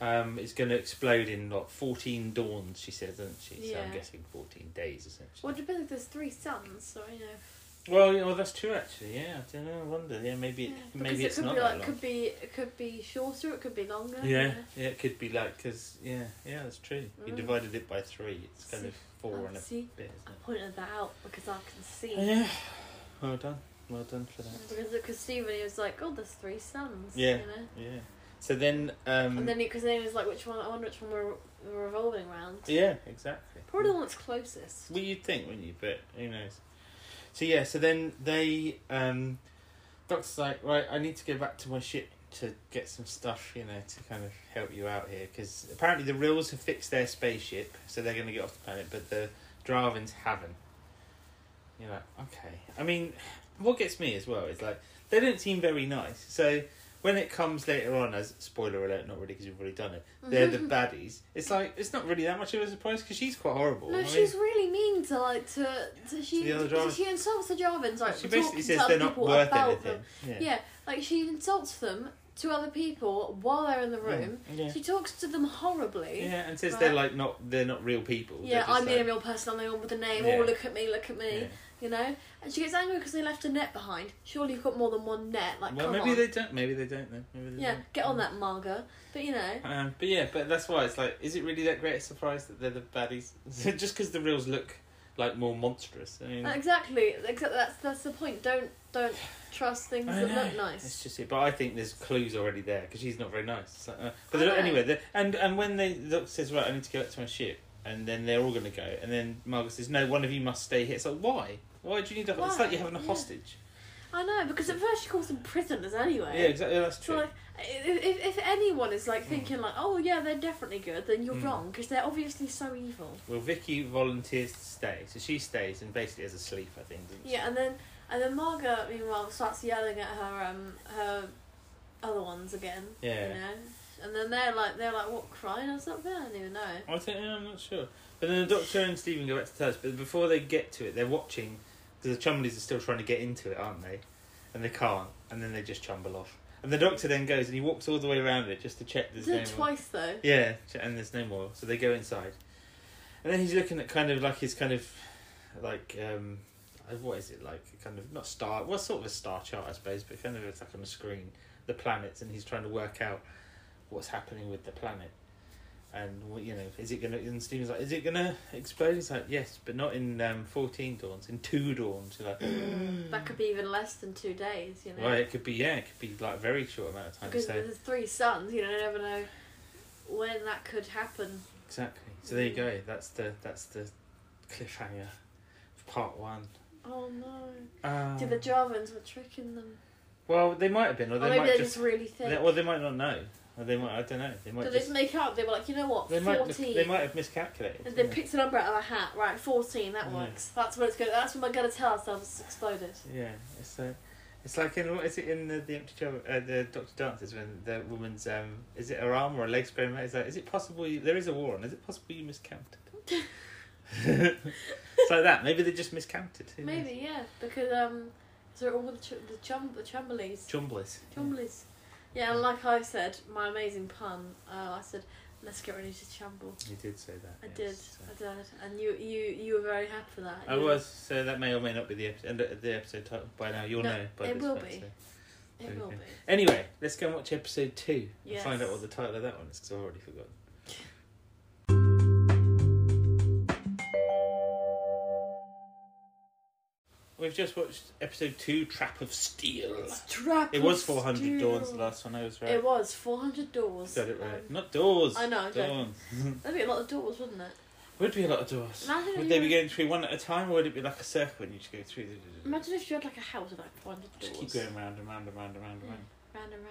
[SPEAKER 2] um, is going to explode in like 14 dawns. She says, doesn't she? So I'm
[SPEAKER 3] Yeah.
[SPEAKER 2] guessing 14 days essentially.
[SPEAKER 3] Well, it depends if there's three suns, so you know.
[SPEAKER 2] Well, yeah, well, that's true actually. Yeah, I don't know. I wonder. Yeah, maybe
[SPEAKER 3] yeah.
[SPEAKER 2] it,
[SPEAKER 3] Because
[SPEAKER 2] maybe
[SPEAKER 3] it
[SPEAKER 2] it's
[SPEAKER 3] could
[SPEAKER 2] not
[SPEAKER 3] be
[SPEAKER 2] that
[SPEAKER 3] like
[SPEAKER 2] long.
[SPEAKER 3] could be it could be shorter, it could be longer.
[SPEAKER 2] Yeah,
[SPEAKER 3] you know.
[SPEAKER 2] yeah, it could be like because yeah, yeah, that's true. You
[SPEAKER 3] Mm.
[SPEAKER 2] divided it by three. It's kind
[SPEAKER 3] See,
[SPEAKER 2] of four
[SPEAKER 3] Oh,
[SPEAKER 2] and a
[SPEAKER 3] see,
[SPEAKER 2] bit,
[SPEAKER 3] I pointed that out because I can see. Mm.
[SPEAKER 2] isn't it? Yeah. Well done, well done for that.
[SPEAKER 3] Because because Stephen he was like, oh, there's three suns.
[SPEAKER 2] Yeah.
[SPEAKER 3] You know?
[SPEAKER 2] Yeah. So then, um,
[SPEAKER 3] And then because then he was like, which one? I wonder which one we're, we're revolving around.
[SPEAKER 2] yeah, exactly.
[SPEAKER 3] Probably the one that's closest.
[SPEAKER 2] Well, you'd think, wouldn't you? But who knows? So yeah, so then they, um, Doc's like, right, I need to go back to my ship to get some stuff, you know, to kind of help you out here, because apparently the Rills have fixed their spaceship, so they're going to get off the planet, but the Dravins haven't. You're like, okay. I mean, what gets me as well is like they don't seem very nice. So when it comes later on, as spoiler alert, not really because we've already done it, they're the baddies. It's like it's not really that much of a surprise because she's quite horrible. I
[SPEAKER 3] No,
[SPEAKER 2] mean-
[SPEAKER 3] she's really mean to like to, to she
[SPEAKER 2] the other Jarvan.
[SPEAKER 3] she insults the Jarvins like
[SPEAKER 2] she
[SPEAKER 3] for talking
[SPEAKER 2] basically says
[SPEAKER 3] to other
[SPEAKER 2] they're not
[SPEAKER 3] people
[SPEAKER 2] worth
[SPEAKER 3] about
[SPEAKER 2] anything.
[SPEAKER 3] them. Yeah. like she insults them to other people while they're in the room.
[SPEAKER 2] Yeah.
[SPEAKER 3] She talks to them horribly.
[SPEAKER 2] Yeah, and says
[SPEAKER 3] Right.
[SPEAKER 2] they're like not they're not real people.
[SPEAKER 3] Yeah,
[SPEAKER 2] They're just
[SPEAKER 3] I'm the
[SPEAKER 2] like-
[SPEAKER 3] real person. I'm the one with a name.
[SPEAKER 2] Yeah.
[SPEAKER 3] Oh, look at me, look at me.
[SPEAKER 2] yeah.
[SPEAKER 3] You know, and she gets angry because they left a net behind. Surely you've got more than one net. Like,
[SPEAKER 2] well,
[SPEAKER 3] come
[SPEAKER 2] maybe
[SPEAKER 3] on.
[SPEAKER 2] they don't. Maybe they don't. Then. Maybe they
[SPEAKER 3] Yeah,
[SPEAKER 2] don't.
[SPEAKER 3] get on that, Margot. But you know,
[SPEAKER 2] Um, but yeah, but that's why it's like, is it really that great a surprise that they're the baddies? Just because the reels look like more monstrous. I mean,
[SPEAKER 3] exactly. Except that's that's the point. Don't don't trust things
[SPEAKER 2] I
[SPEAKER 3] that
[SPEAKER 2] know.
[SPEAKER 3] look
[SPEAKER 2] It's
[SPEAKER 3] nice.
[SPEAKER 2] just it, but I think there's clues already there because she's not very nice. It's like, uh, but
[SPEAKER 3] I
[SPEAKER 2] they don't-
[SPEAKER 3] know.
[SPEAKER 2] anyway, they- and and when they the doctor says right, I need to go back to my ship, and then they're all going to go, and then Margaret says no, one of you must stay here. It's like why? Why do you need a? It's
[SPEAKER 3] Why?
[SPEAKER 2] like you're having a
[SPEAKER 3] Yeah.
[SPEAKER 2] hostage.
[SPEAKER 3] I know because at first she calls them prisoners anyway.
[SPEAKER 2] Yeah, exactly. That's
[SPEAKER 3] So
[SPEAKER 2] true.
[SPEAKER 3] like, if, if if anyone is like
[SPEAKER 2] Mm.
[SPEAKER 3] thinking like, oh yeah, they're definitely good, then you're wrong
[SPEAKER 2] Mm.
[SPEAKER 3] wrong because they're obviously so evil.
[SPEAKER 2] Well, Vicky volunteers to stay, so she stays and basically has a sleep. I think. Doesn't
[SPEAKER 3] Yeah, and then and then Margot meanwhile starts yelling at her um her other ones again.
[SPEAKER 2] She? Yeah.
[SPEAKER 3] You know, and then they're like they're like what crying or something? I don't even know.
[SPEAKER 2] I think yeah, I'm not sure. But then the Doctor and Stephen go back to the house, but before they get to it, they're watching because the Chumleys are still trying to get into it, aren't they? And they can't, and then they just chumble off. And the Doctor then goes and he walks all the way around it just to check there's no
[SPEAKER 3] Did it
[SPEAKER 2] more.
[SPEAKER 3] twice though.
[SPEAKER 2] Yeah, ch- and there's no more. So they go inside, and then he's looking at kind of like his kind of like um, uh, what is it like? A Kind of not star. Well, sort of a star chart, I suppose, but kind of it's like on the screen, the planets, and he's trying to work out what's happening with the planet, and what you know, is it gonna? And Stephen's like, is it gonna explode? He's like, yes, but not in um, fourteen dawns, in two dawns. You're like, Hmm.
[SPEAKER 3] That could be even less than two days, you know.
[SPEAKER 2] well, it could be yeah, it could be like a very short amount of time.
[SPEAKER 3] Because
[SPEAKER 2] so
[SPEAKER 3] there's three suns, you know, you never know when that could happen.
[SPEAKER 2] exactly. So there you go. That's the that's the cliffhanger, for part one.
[SPEAKER 3] Oh no.
[SPEAKER 2] Uh,
[SPEAKER 3] See, the Jarvans were tricking them.
[SPEAKER 2] well, they might have been, or
[SPEAKER 3] Or,
[SPEAKER 2] they
[SPEAKER 3] maybe
[SPEAKER 2] might
[SPEAKER 3] they're
[SPEAKER 2] just
[SPEAKER 3] just, really thick.
[SPEAKER 2] They, or they might not know. Or they might. I don't know. They might.
[SPEAKER 3] Did they
[SPEAKER 2] just,
[SPEAKER 3] just make up? They were like, you know what,
[SPEAKER 2] they might. mis-
[SPEAKER 3] 14.
[SPEAKER 2] They might have miscalculated.
[SPEAKER 3] And they
[SPEAKER 2] yeah.
[SPEAKER 3] picked a number out of a hat. Right, 14, that
[SPEAKER 2] Yeah.
[SPEAKER 3] works. That's what it's going to That's what we're going to tell ourselves it's exploded.
[SPEAKER 2] Yeah, it's like, it's like in what is it in the, the empty job uh, the Doctor Dances when the woman's um is it her arm or her legs growing out? It's like is it possible you, there is a war on? Is it possible you miscounted? it's like that. Maybe they just miscounted. Who knows?
[SPEAKER 3] Maybe, yeah, because um, so all the, ch- the, chum- the Chumberleys.
[SPEAKER 2] Jumblies.
[SPEAKER 3] Chumblies. Yeah, and like I said, my amazing pun, uh, I said, let's get ready to chumble.
[SPEAKER 2] You did say that.
[SPEAKER 3] I
[SPEAKER 2] yes,
[SPEAKER 3] did,
[SPEAKER 2] so.
[SPEAKER 3] I did. And you you, you were very happy for that.
[SPEAKER 2] I
[SPEAKER 3] You-
[SPEAKER 2] was so that may or may not be the episode, uh, the episode title by now. You'll
[SPEAKER 3] No,
[SPEAKER 2] know by
[SPEAKER 3] it
[SPEAKER 2] this
[SPEAKER 3] will
[SPEAKER 2] point,
[SPEAKER 3] be.
[SPEAKER 2] so.
[SPEAKER 3] It will
[SPEAKER 2] Okay.
[SPEAKER 3] be.
[SPEAKER 2] Anyway, let's go and watch episode two
[SPEAKER 3] Yes.
[SPEAKER 2] and find out what the title of that one is because I've already forgotten. We've just watched episode two, Trap of Steel.
[SPEAKER 3] It's trap
[SPEAKER 2] It was
[SPEAKER 3] of
[SPEAKER 2] 400
[SPEAKER 3] steel.
[SPEAKER 2] Dawns the last one, I was right.
[SPEAKER 3] It was 400 doors.
[SPEAKER 2] Said it right.
[SPEAKER 3] Um,
[SPEAKER 2] Not doors.
[SPEAKER 3] I know, I'm joking.
[SPEAKER 2] Dawns.
[SPEAKER 3] That'd be a lot of doors, wouldn't it?
[SPEAKER 2] Would be a lot of doors.
[SPEAKER 3] Imagine
[SPEAKER 2] Would
[SPEAKER 3] if
[SPEAKER 2] they
[SPEAKER 3] you-
[SPEAKER 2] be going through one at a time or would it be like a circle and you just go through?
[SPEAKER 3] Imagine if you had like a house with like 400 doors.
[SPEAKER 2] Just keep going round and round and round and round and round.
[SPEAKER 3] Round and round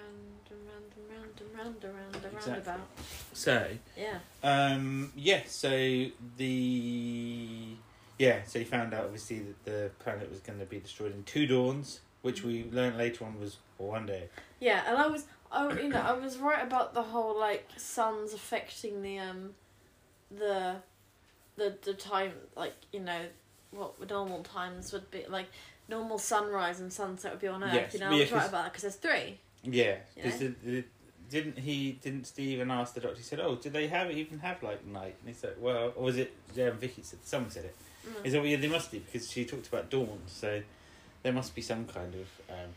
[SPEAKER 3] and round and round and round and round and
[SPEAKER 2] Exactly.
[SPEAKER 3] roundabout.
[SPEAKER 2] So,
[SPEAKER 3] Yeah.
[SPEAKER 2] Um, yeah, so the yeah, so he found out obviously that the planet was going to be destroyed in two dawns, which we
[SPEAKER 3] Mm.
[SPEAKER 2] learned later on was one day.
[SPEAKER 3] Yeah, and I was, I you know, I was right about the whole like suns affecting the um, the, the the time like you know, what the normal times would be like normal sunrise and sunset would be on Earth.
[SPEAKER 2] Yes,
[SPEAKER 3] you know,
[SPEAKER 2] but
[SPEAKER 3] I was
[SPEAKER 2] yeah,
[SPEAKER 3] right
[SPEAKER 2] 'cause-
[SPEAKER 3] about that because there's three.
[SPEAKER 2] Yeah,
[SPEAKER 3] Yeah.
[SPEAKER 2] because didn't he? Didn't Stephen ask the doctor? He said, "Oh, did they have even have like night?" And he said, "Well, or was it?" Yeah, Vicky said someone said it.
[SPEAKER 3] Mm.
[SPEAKER 2] He said, "Well, yeah, they must be because she talked about dawn, so there must be some kind of um,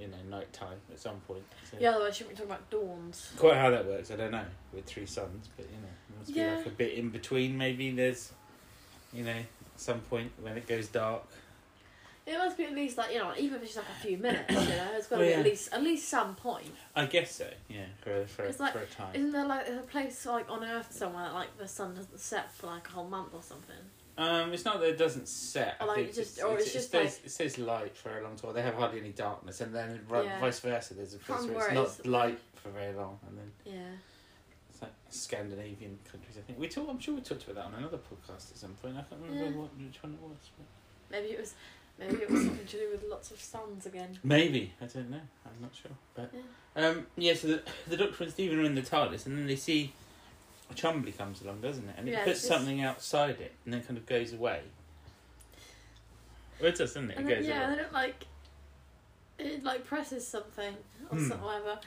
[SPEAKER 2] you know night time at some point." So.
[SPEAKER 3] Yeah, otherwise shouldn't we talk about dawns?
[SPEAKER 2] Quite how that works, I don't know. With three sons, but you know, it must
[SPEAKER 3] Yeah.
[SPEAKER 2] be like a bit in between. Maybe there's, you know, some point when it goes dark.
[SPEAKER 3] It must be at least like you know, even if it's like a few minutes, you know, it's got to
[SPEAKER 2] Well,
[SPEAKER 3] be
[SPEAKER 2] yeah.
[SPEAKER 3] at least at least some point.
[SPEAKER 2] I guess so. Yeah, for for,
[SPEAKER 3] It's like-
[SPEAKER 2] for a time.
[SPEAKER 3] Isn't there like a place like on Earth somewhere that, like the sun doesn't set for like a whole month or something?
[SPEAKER 2] Um, it's not that it doesn't set. I
[SPEAKER 3] Or like
[SPEAKER 2] think
[SPEAKER 3] it just- or it's
[SPEAKER 2] it
[SPEAKER 3] just
[SPEAKER 2] stays, it stays light for a long time. They have hardly any darkness, and then ri-
[SPEAKER 3] Yeah.
[SPEAKER 2] vice versa. There's a place
[SPEAKER 3] Can't
[SPEAKER 2] where it's
[SPEAKER 3] worry,
[SPEAKER 2] not
[SPEAKER 3] it's-
[SPEAKER 2] light for very long, and then
[SPEAKER 3] Yeah.
[SPEAKER 2] it's like Scandinavian countries. I think we talked. I'm sure we talked about that on another podcast at some point. I can't remember
[SPEAKER 3] Yeah.
[SPEAKER 2] what which one it was. But
[SPEAKER 3] Maybe it was maybe it was something to do with lots of suns again.
[SPEAKER 2] Maybe I don't know. I'm not sure. But um, yeah, so the, the Doctor and Stephen are in the TARDIS, and then they see Chumbly comes along, doesn't it? And it
[SPEAKER 3] Yeah,
[SPEAKER 2] puts
[SPEAKER 3] it's-
[SPEAKER 2] something outside it, and then kind of goes away. Well, it does, doesn't it? It
[SPEAKER 3] and then,
[SPEAKER 2] goes
[SPEAKER 3] yeah,
[SPEAKER 2] away.
[SPEAKER 3] and then it like it like presses something or
[SPEAKER 2] Hmm.
[SPEAKER 3] something whatever,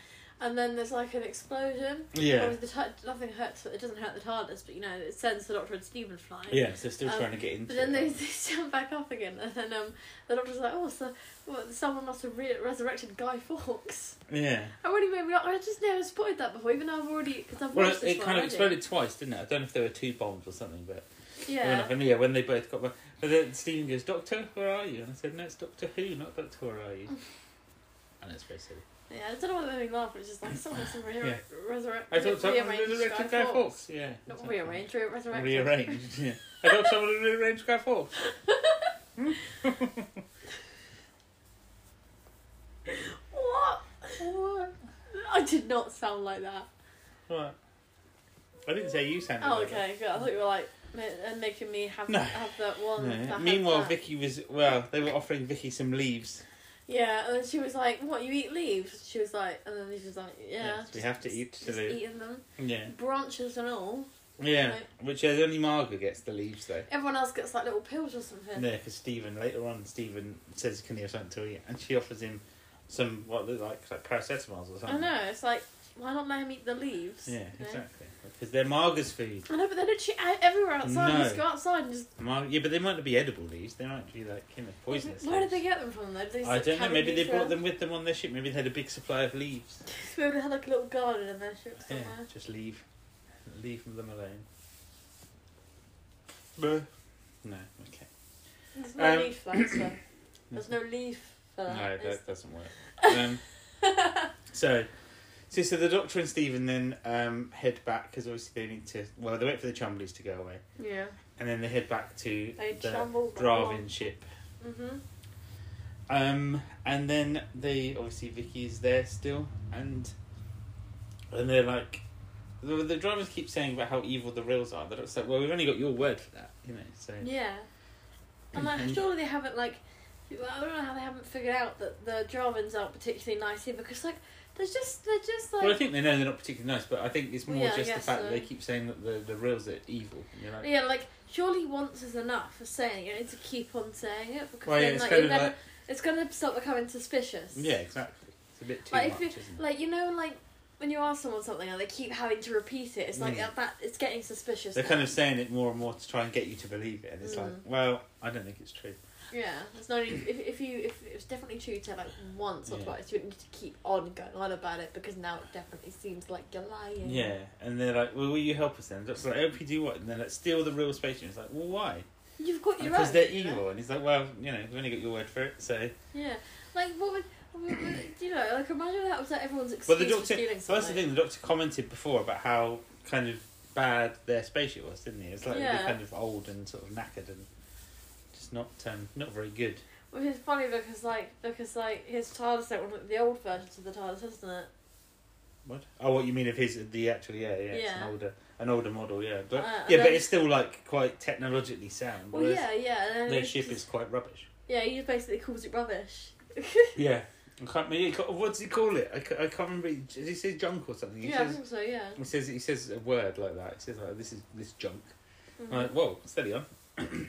[SPEAKER 3] and then there's like an explosion.
[SPEAKER 2] Yeah,
[SPEAKER 3] Obviously, the tar- nothing hurts. It doesn't hurt the TARDIS, but you know it sends the Doctor and Stephen flying.
[SPEAKER 2] yeah. So they're still
[SPEAKER 3] Um,
[SPEAKER 2] trying to get into.
[SPEAKER 3] But then
[SPEAKER 2] it.
[SPEAKER 3] they, they jump back up again, and then um, the doctor's like, "Oh, so well, someone must have re- resurrected Guy Fawkes."
[SPEAKER 2] Yeah.
[SPEAKER 3] I already maybe not. I just never spotted that before, even though I've already because I've
[SPEAKER 2] Well,
[SPEAKER 3] watched
[SPEAKER 2] it,
[SPEAKER 3] this
[SPEAKER 2] it
[SPEAKER 3] one
[SPEAKER 2] kind of
[SPEAKER 3] already.
[SPEAKER 2] exploded twice, didn't it? I don't know if there were two bombs or something, but fair
[SPEAKER 3] Yeah,
[SPEAKER 2] enough. And yeah, when they both got back, but then Stephen goes, "Doctor, where are you?" And I said, "No, it's Doctor Who, not Doctor Where Are You." and it's very silly.
[SPEAKER 3] yeah. I don't know what made me laugh. It's just like someone must have re-
[SPEAKER 2] Yeah.
[SPEAKER 3] resurrected.
[SPEAKER 2] I thought someone
[SPEAKER 3] rearranged
[SPEAKER 2] resurrected
[SPEAKER 3] Guy
[SPEAKER 2] Guy Fawkes. Yeah.
[SPEAKER 3] Not
[SPEAKER 2] exactly.
[SPEAKER 3] rearranged, re- resurrected.
[SPEAKER 2] Rearranged, yeah. I thought someone had rearranged Guy Fawkes.
[SPEAKER 3] What? What? I did not sound like that.
[SPEAKER 2] Right. I didn't say you sounded
[SPEAKER 3] Oh,
[SPEAKER 2] like that.
[SPEAKER 3] okay, good. I thought you were like ma- uh, making me have
[SPEAKER 2] No.
[SPEAKER 3] have that one.
[SPEAKER 2] No.
[SPEAKER 3] that
[SPEAKER 2] Meanwhile,
[SPEAKER 3] had that.
[SPEAKER 2] Vicky was, well, they were offering Vicky some leaves.
[SPEAKER 3] Yeah, and then she was like, "What? You eat leaves?" She was like, and then she was like, "Yeah,
[SPEAKER 2] Yes, we have to
[SPEAKER 3] just-
[SPEAKER 2] eat
[SPEAKER 3] just
[SPEAKER 2] to live.
[SPEAKER 3] eating them,
[SPEAKER 2] Yeah.
[SPEAKER 3] branches and all.
[SPEAKER 2] Yeah.
[SPEAKER 3] Right.
[SPEAKER 2] Which is only Margaret gets the leaves, though.
[SPEAKER 3] Everyone else gets like little pills or something.
[SPEAKER 2] Yeah, because Stephen, later on, Stephen says, can he have something to eat? And she offers him some, what look like, like paracetamols or something.
[SPEAKER 3] I know. It's like Why not let him eat the leaves?
[SPEAKER 2] Yeah,
[SPEAKER 3] you know?
[SPEAKER 2] exactly. Because they're marga's food.
[SPEAKER 3] I know, but they're literally out e-, everywhere outside.
[SPEAKER 2] No.
[SPEAKER 3] Just go outside and just.
[SPEAKER 2] Mar- yeah, but they might not be edible leaves. They might be like you know poisonous.
[SPEAKER 3] Where did
[SPEAKER 2] leaves.
[SPEAKER 3] they get them from? Though? Did They
[SPEAKER 2] I
[SPEAKER 3] just
[SPEAKER 2] don't know. Maybe
[SPEAKER 3] carry
[SPEAKER 2] they
[SPEAKER 3] these
[SPEAKER 2] brought
[SPEAKER 3] around?
[SPEAKER 2] them with them on their ship. Maybe they had a big supply of leaves.
[SPEAKER 3] Maybe they had like a little garden in their ship
[SPEAKER 2] Yeah,
[SPEAKER 3] somewhere.
[SPEAKER 2] just leave, leave them alone. No. No. Okay.
[SPEAKER 3] There's no
[SPEAKER 2] Um,
[SPEAKER 3] leaf flatter. There's no leaf.
[SPEAKER 2] No,
[SPEAKER 3] flat. It's-
[SPEAKER 2] that doesn't work. Um, so, so, so the Doctor and Stephen then um, head back because obviously they need to. Well, they wait for the Chumblies to go away,
[SPEAKER 3] yeah.
[SPEAKER 2] and then they head back to
[SPEAKER 3] They
[SPEAKER 2] the
[SPEAKER 3] tremble.
[SPEAKER 2] Dravin ship.
[SPEAKER 3] Mm-hmm.
[SPEAKER 2] Um, and then they obviously Vicky is there still, and and they're like, the, the drivers keep saying about how evil the rails are. That it's like, well, we've only got your word for that, you know. So
[SPEAKER 3] Yeah. I'm like,
[SPEAKER 2] And-
[SPEAKER 3] surely they haven't like. I don't know how they haven't figured out that the Dravins aren't particularly nice here because like they're just they're just like
[SPEAKER 2] well, I think they know they're not particularly nice, but I think it's more
[SPEAKER 3] Yeah, I
[SPEAKER 2] just the
[SPEAKER 3] guess
[SPEAKER 2] fact that
[SPEAKER 3] so.
[SPEAKER 2] they keep saying that the the rails are evil. And you're like,
[SPEAKER 3] yeah like surely once is enough for saying it and to keep on saying it because
[SPEAKER 2] well, yeah,
[SPEAKER 3] then
[SPEAKER 2] it's
[SPEAKER 3] like,
[SPEAKER 2] kind
[SPEAKER 3] you
[SPEAKER 2] of
[SPEAKER 3] never,
[SPEAKER 2] like,
[SPEAKER 3] it's gonna start becoming suspicious
[SPEAKER 2] yeah, exactly. It's a bit too
[SPEAKER 3] Like, if
[SPEAKER 2] much,
[SPEAKER 3] you-
[SPEAKER 2] isn't it?
[SPEAKER 3] like you know like when you ask someone something and they keep having to repeat it it's like
[SPEAKER 2] Mm.
[SPEAKER 3] that, that it's getting suspicious
[SPEAKER 2] They're
[SPEAKER 3] now.
[SPEAKER 2] kind of saying it more and more to try and get you to believe it, and it's like,
[SPEAKER 3] Mm.
[SPEAKER 2] well, I don't think it's true.
[SPEAKER 3] Yeah, it's not if if you if it's definitely true to like once or
[SPEAKER 2] Yeah.
[SPEAKER 3] twice, you would need to keep on going on about it because now it definitely seems like you're lying.
[SPEAKER 2] Yeah, and they're like, "Well, will you help us then?" Doc's like, "I hope you do what?" And they're like, "Steal the real spaceship." It's like, "Well, why?"
[SPEAKER 3] you've got your
[SPEAKER 2] Because
[SPEAKER 3] own,
[SPEAKER 2] they're
[SPEAKER 3] you know?
[SPEAKER 2] evil, and he's like, "Well, you know, you've only got your word for it." So,
[SPEAKER 3] Yeah, like what would, what would you know? Like imagine that was like everyone's excuse
[SPEAKER 2] but the
[SPEAKER 3] for
[SPEAKER 2] doctor,
[SPEAKER 3] stealing
[SPEAKER 2] so that's the
[SPEAKER 3] something.
[SPEAKER 2] thing. The doctor commented before about how kind of bad their spaceship was, didn't he? It's like
[SPEAKER 3] Yeah.
[SPEAKER 2] they're kind of old and sort of knackered and just not um, not very good.
[SPEAKER 3] Which is funny because like because like his TARDIS don't look the old version of the TARDIS, isn't it?
[SPEAKER 2] What? Oh, what you mean of his the actual? Yeah, yeah, it's
[SPEAKER 3] Yeah.
[SPEAKER 2] an older an older model, yeah, but
[SPEAKER 3] Uh, and
[SPEAKER 2] yeah, but
[SPEAKER 3] then-
[SPEAKER 2] it's still like quite technologically sound.
[SPEAKER 3] Well,
[SPEAKER 2] whereas
[SPEAKER 3] yeah, yeah. And then
[SPEAKER 2] Their
[SPEAKER 3] it's
[SPEAKER 2] ship
[SPEAKER 3] just-
[SPEAKER 2] is quite rubbish.
[SPEAKER 3] Yeah, he just basically calls it rubbish.
[SPEAKER 2] Yeah. I can't, he ca- what does he call it? I, ca- I can't remember. Does he say junk or something? He
[SPEAKER 3] yeah, I
[SPEAKER 2] says
[SPEAKER 3] think so. Yeah.
[SPEAKER 2] He says he says a word like that. He says like this is this junk.
[SPEAKER 3] Mhm.
[SPEAKER 2] I'm like, whoa, steady on.